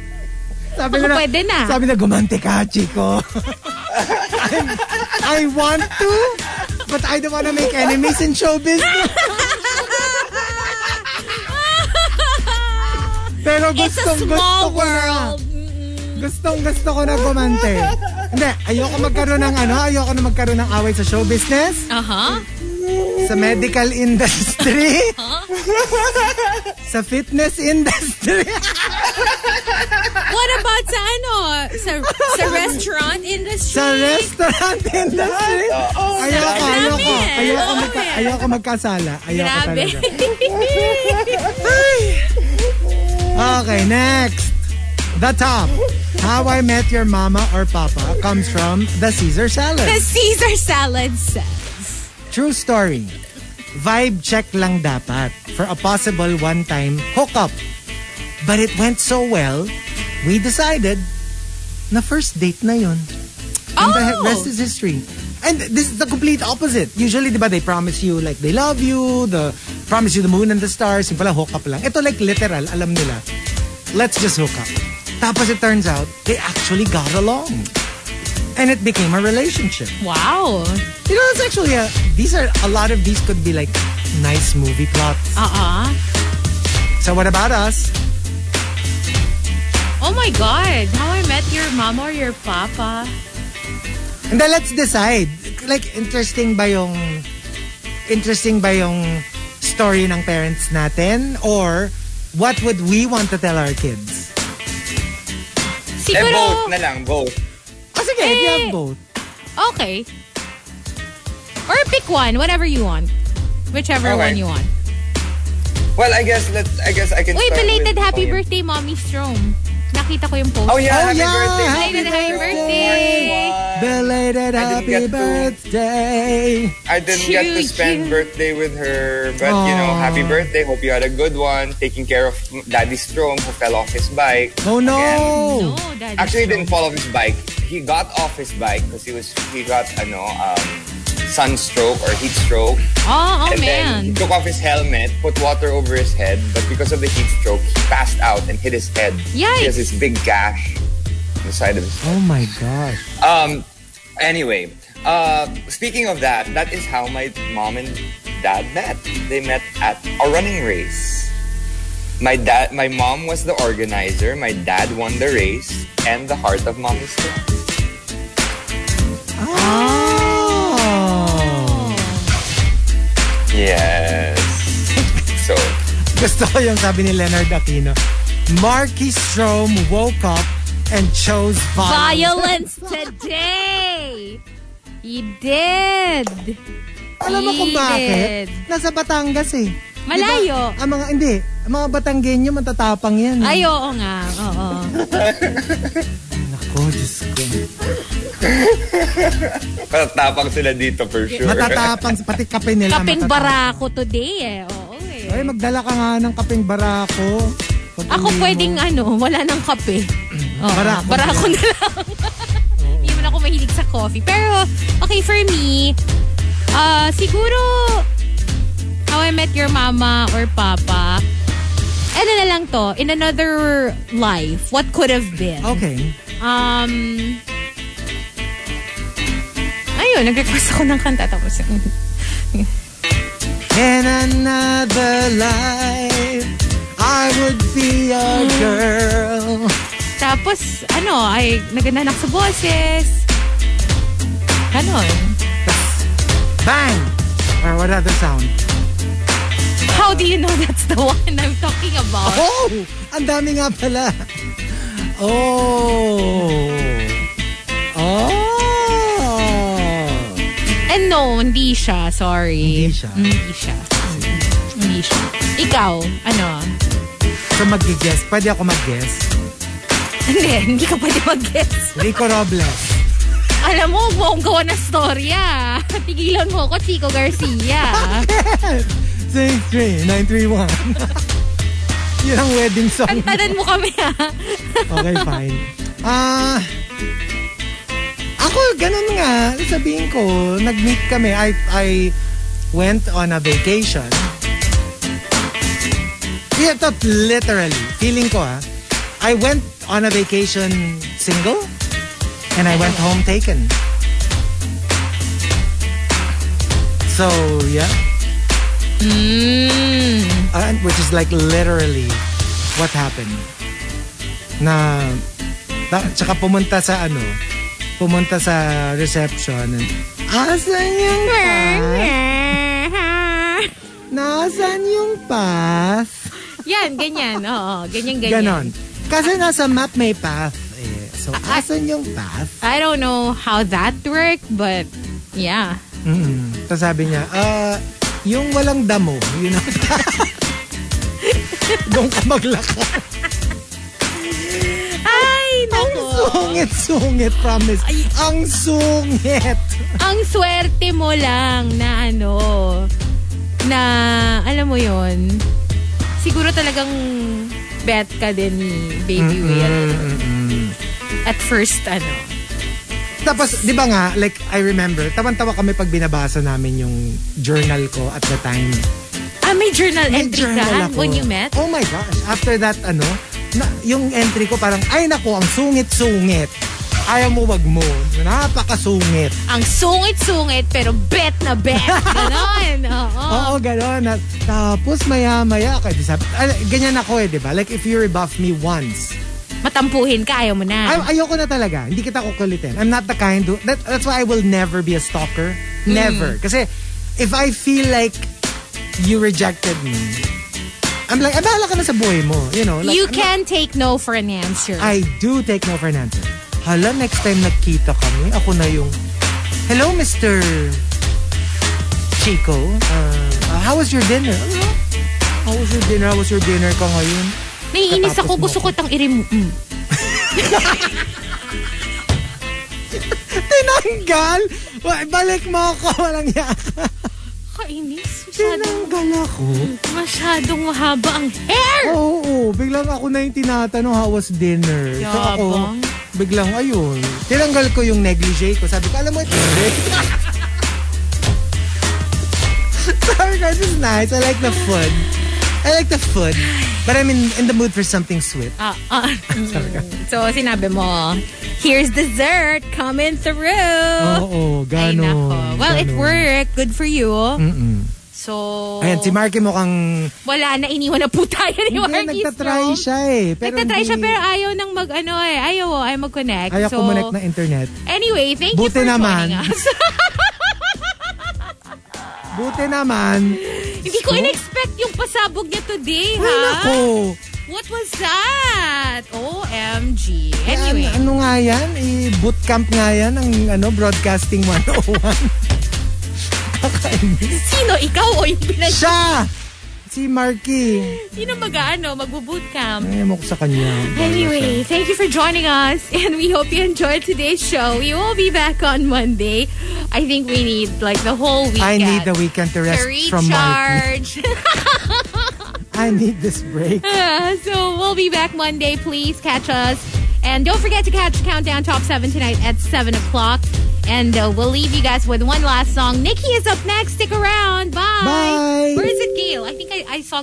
Speaker 5: Sabi
Speaker 6: Baka pwede na.
Speaker 5: Sabi na, gumante ka, Chico. I'm- I want to, but I don't want to make enemies in show business. Pero
Speaker 6: It's a
Speaker 5: gustong gusto
Speaker 6: small
Speaker 5: ko na.
Speaker 6: world.
Speaker 5: Gustong gusto ko na gumante. Hindi, ayoko magkaroon ng ano, ayoko na magkaroon ng away sa show business,
Speaker 6: Aha.
Speaker 5: sa medical industry, sa fitness industry.
Speaker 6: What about sa ano? Sa, sa restaurant industry?
Speaker 5: sa restaurant industry. Ayoko,
Speaker 6: Grabe.
Speaker 5: ayoko. Ayoko,
Speaker 6: Grabe.
Speaker 5: magka, ayoko magkasala. Ayoko
Speaker 6: Grabe.
Speaker 5: talaga. Okay, next. The top. How I Met Your Mama or Papa comes from the Caesar salad.
Speaker 6: the Caesar salad says.
Speaker 5: True story. Vibe check lang dapat for a possible one-time hookup. But it went so well, we decided na first date na yun. And the
Speaker 6: Oh!
Speaker 5: rest is history. And this is the complete opposite. Usually, di ba, they promise you, like, they love you, the promise you the moon and the stars, yung pala hookup lang. Ito, like, literal, alam nila, let's just hook up. Tapos it turns out, they actually got along. And it became a relationship.
Speaker 6: Wow.
Speaker 5: You know, it's actually a, these are a lot of these could be like nice movie plots.
Speaker 6: Uh-uh.
Speaker 5: So what about us?
Speaker 6: Oh my God. How I met your mom or your papa.
Speaker 5: And then let's decide. Like interesting ba yung interesting ba yung story ng parents natin or what would we want to tell our kids?
Speaker 7: Eh, vote
Speaker 6: Siguro,
Speaker 7: na lang, vote.
Speaker 5: Kasi Oh, sige, if you have
Speaker 6: Eh,
Speaker 5: both.
Speaker 6: okay. Or pick one, whatever you want. Whichever
Speaker 7: Okay.
Speaker 6: one you want.
Speaker 7: Well, I guess, let's, I guess I can
Speaker 6: Uy,
Speaker 7: start
Speaker 6: belated
Speaker 7: with-
Speaker 6: happy birthday, Mommy Strom. Nakita ko yung post.
Speaker 7: Oh, yeah,
Speaker 5: Oh,
Speaker 7: happy
Speaker 5: yeah,
Speaker 7: birthday.
Speaker 6: Belated happy birthday.
Speaker 5: Belated
Speaker 7: I didn't
Speaker 5: happy
Speaker 7: get to.
Speaker 5: birthday.
Speaker 7: I didn't get to
Speaker 6: Cute,
Speaker 7: spend
Speaker 6: cute.
Speaker 7: birthday with her, but you know,
Speaker 5: Aw.
Speaker 7: happy birthday. Hope you had a good one. Taking care of Daddy Strom who fell off his bike.
Speaker 5: Oh no.
Speaker 6: No, Daddy
Speaker 7: Actually, he
Speaker 6: Strom.
Speaker 7: didn't fall off his bike. He got off his bike because he was he got ano um, sunstroke or heat stroke,
Speaker 6: Oh, oh
Speaker 7: and then he
Speaker 6: man.
Speaker 7: took off his helmet, put water over his head, but because of the heat stroke, he passed out and hit his head. He has
Speaker 6: Yikes.
Speaker 7: this big gash on the side of his
Speaker 5: Oh my gosh.
Speaker 7: um, anyway, uh, speaking of that, that is how my mom and dad met. They met at a running race. My dad, my mom was the organizer. My dad won the race, and the heart of mom is there. Ah!
Speaker 5: Oh.
Speaker 7: Yes. So,
Speaker 5: Gusto ko yung sabi ni Leonard Aquino. Marky Strom woke up and chose violence.
Speaker 6: Violence today! He did!
Speaker 5: Alam mo kung bakit?
Speaker 6: Ilit.
Speaker 5: Nasa Batangas eh.
Speaker 6: Malayo!
Speaker 5: Ang mga, hindi. Ang mga Batanggenyo matatapang yan. eh.
Speaker 6: Ay, oo nga. Oo.
Speaker 5: Nako, Diyos ko.
Speaker 7: Matatapang sila dito for sure.
Speaker 5: Matatapang, pati kape nila.
Speaker 6: Kaping
Speaker 5: matatapang.
Speaker 6: barako today eh. Oo eh.
Speaker 5: Ay, magdala ka nga ng kapeng barako. Pag
Speaker 6: Ako
Speaker 5: uwi mo.
Speaker 6: pwedeng ano, wala ng kape. Oo,
Speaker 5: Barako.
Speaker 6: Mm. Barako na lang. Hindi man ako mahilig sa coffee. Pero, okay, for me, ah siguro, how I met your mama or papa, ano na lang to, in another life, what could have been.
Speaker 5: Okay.
Speaker 6: Um, ayun, nag-request ako ng kanta tapos mm.
Speaker 5: In another life, I would be a
Speaker 6: Hmm.
Speaker 5: girl.
Speaker 6: Tapos, ano, ay, nagananak sa boses. Ganon.
Speaker 5: Bang! Or what other sound?
Speaker 6: How do you know that's the one I'm talking about?
Speaker 5: Oh! Ang dami nga pala. Oh! Oh!
Speaker 6: And no, hindi siya. Sorry.
Speaker 5: Hindi siya.
Speaker 6: Hindi siya. Hindi siya. Ikaw, ano?
Speaker 5: So mag-guess. Pwede ako mag-guess.
Speaker 6: Hindi, hindi ka pwede mag-guess.
Speaker 5: Rico Robles.
Speaker 6: Alam mo, buong gawa na story ah. Tigilan mo ako, Chico Garcia.
Speaker 5: 63931. Yun ang wedding song.
Speaker 6: Kantanan mo kami ah.
Speaker 5: Okay, fine. Ah... ako, ganun nga. Sabihin ko, nag-meet kami. I, I went on a vacation. Yeah, that literally. Feeling ko, ha. I went on a vacation single and I went home taken. So, yeah.
Speaker 6: Mm.
Speaker 5: Uh, which is like literally what happened. Na, na tsaka pumunta sa ano, pumunta sa reception and, asan yung pass? Nasaan yung pass?
Speaker 6: Yan, ganyan. Oo, ganyan-ganyan.
Speaker 5: Ganon. Kasi nasa map may path eh. So, asan yung path?
Speaker 6: I don't know how that worked, but yeah.
Speaker 5: Mm-mm. Tapos sabi niya, ah, yung walang damo, yun ang Doon ka maglakad.
Speaker 6: Ay, naku.
Speaker 5: Sungit, sungit, promise. Ang sungit.
Speaker 6: Ang swerte mo lang na ano, na alam mo yon siguro talagang bet ka din ni Baby Will. At first, ano.
Speaker 5: Tapos, di ba nga, like, I remember, tawan-tawa kami pag binabasa namin yung journal ko at the time.
Speaker 6: Ah, may journal
Speaker 5: May
Speaker 6: entry ka when you met?
Speaker 5: Oh my gosh. After that, ano, na, yung entry ko parang, ay nako, ang sungit-sungit. Ayaw mo, wag mo. Napakasungit.
Speaker 6: Ang sungit-sungit, pero bet na bet. Ganon. Oo.
Speaker 5: Oo, gano'n. At Tapos, maya-maya, kaya di sabi, ah, ganyan ako eh, di ba? Like, if you rebuff me once,
Speaker 6: Matampuhin ka, ayaw mo na.
Speaker 5: Ay, ayoko na talaga. Hindi kita kukulitin. I'm not the kind who... That, that's why I will never be a stalker. Never.
Speaker 6: Mm.
Speaker 5: Kasi if I feel like you rejected me, I'm like, ah, bahala ka na sa buhay mo. You know? Like,
Speaker 6: you
Speaker 5: I'm
Speaker 6: can take no for an answer.
Speaker 5: not- I do take no for an answer. Hala, next time nagkita kami, ako na yung, Hello, Mr. Chico. Uh, uh, how was your dinner? Ano? How was your dinner? How was your dinner ka ngayon?
Speaker 6: Naiinis
Speaker 5: Katapos
Speaker 6: ako,
Speaker 5: mo
Speaker 6: gusto ko itang irim... Mm.
Speaker 5: Tinanggal! Wa- Balik mo ako, walang yak.
Speaker 6: Kainis. Masyadong,
Speaker 5: Tinanggal ako.
Speaker 6: masyadong mahaba ang hair!
Speaker 5: Oo, oo. biglang ako na yung tinatanong how was dinner. So ako,
Speaker 6: Yabang.
Speaker 5: biglang ayun. Tinanggal ko yung negligee ko. Sabi ko, alam mo, it's Sorry guys, it's nice. I like the food. I like the food. But I'm in, in the mood for something sweet.
Speaker 6: Ah, ah. so, sinabi mo, here's dessert coming through!
Speaker 5: Oo,
Speaker 6: Ah, Ay,
Speaker 5: ganon.
Speaker 6: nako. Well, it
Speaker 5: ganon.
Speaker 6: worked. Good for you. So,
Speaker 5: Ayan, si Marky mukhang
Speaker 6: wala na, iniwan na po tayo ni
Speaker 5: hindi,
Speaker 6: Marquis
Speaker 5: nagtatry
Speaker 6: Rome.
Speaker 5: siya eh. Pero
Speaker 6: Nagtatry siya
Speaker 5: hindi-
Speaker 6: pero ayaw nang mag ano eh. Ayaw, oh, ayaw mag-connect.
Speaker 5: Ayaw
Speaker 6: so,
Speaker 5: kumonek na internet.
Speaker 6: Anyway, thank
Speaker 5: Buti
Speaker 6: you for
Speaker 5: naman.
Speaker 6: joining us.
Speaker 5: Buti naman.
Speaker 6: Hindi ko in-expect yung pasabog niya today,
Speaker 5: Ay,
Speaker 6: ha?
Speaker 5: nako.
Speaker 6: What was that? OMG. Anyway.
Speaker 5: An- ano nga yan? Eh, bootcamp nga yan ang ano, Broadcasting 101. Kakainis.
Speaker 6: Sino? Ikaw o yung pinag...
Speaker 5: Siya! Si Marky.
Speaker 6: Sino mag-ano? Magbo-bootcamp?
Speaker 5: Ay, mo ko sa kanya.
Speaker 6: Anyway, thank you for joining us, and we hope you enjoyed today's show. We will be back on Monday. I think we need like the whole weekend.
Speaker 5: I need the weekend to rest
Speaker 6: to
Speaker 5: from Marky.
Speaker 6: recharge.
Speaker 5: I need this break.
Speaker 6: so we'll be back Monday. Please catch us, and don't forget to catch Countdown Top Seven tonight at seven o'clock. And uh, we'll leave you guys with one last song. Nikki is up next. Stick around. Bye.
Speaker 5: Bye.
Speaker 6: Where is it, Gail? I think I, I saw.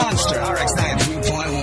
Speaker 3: Monster RX 93.1.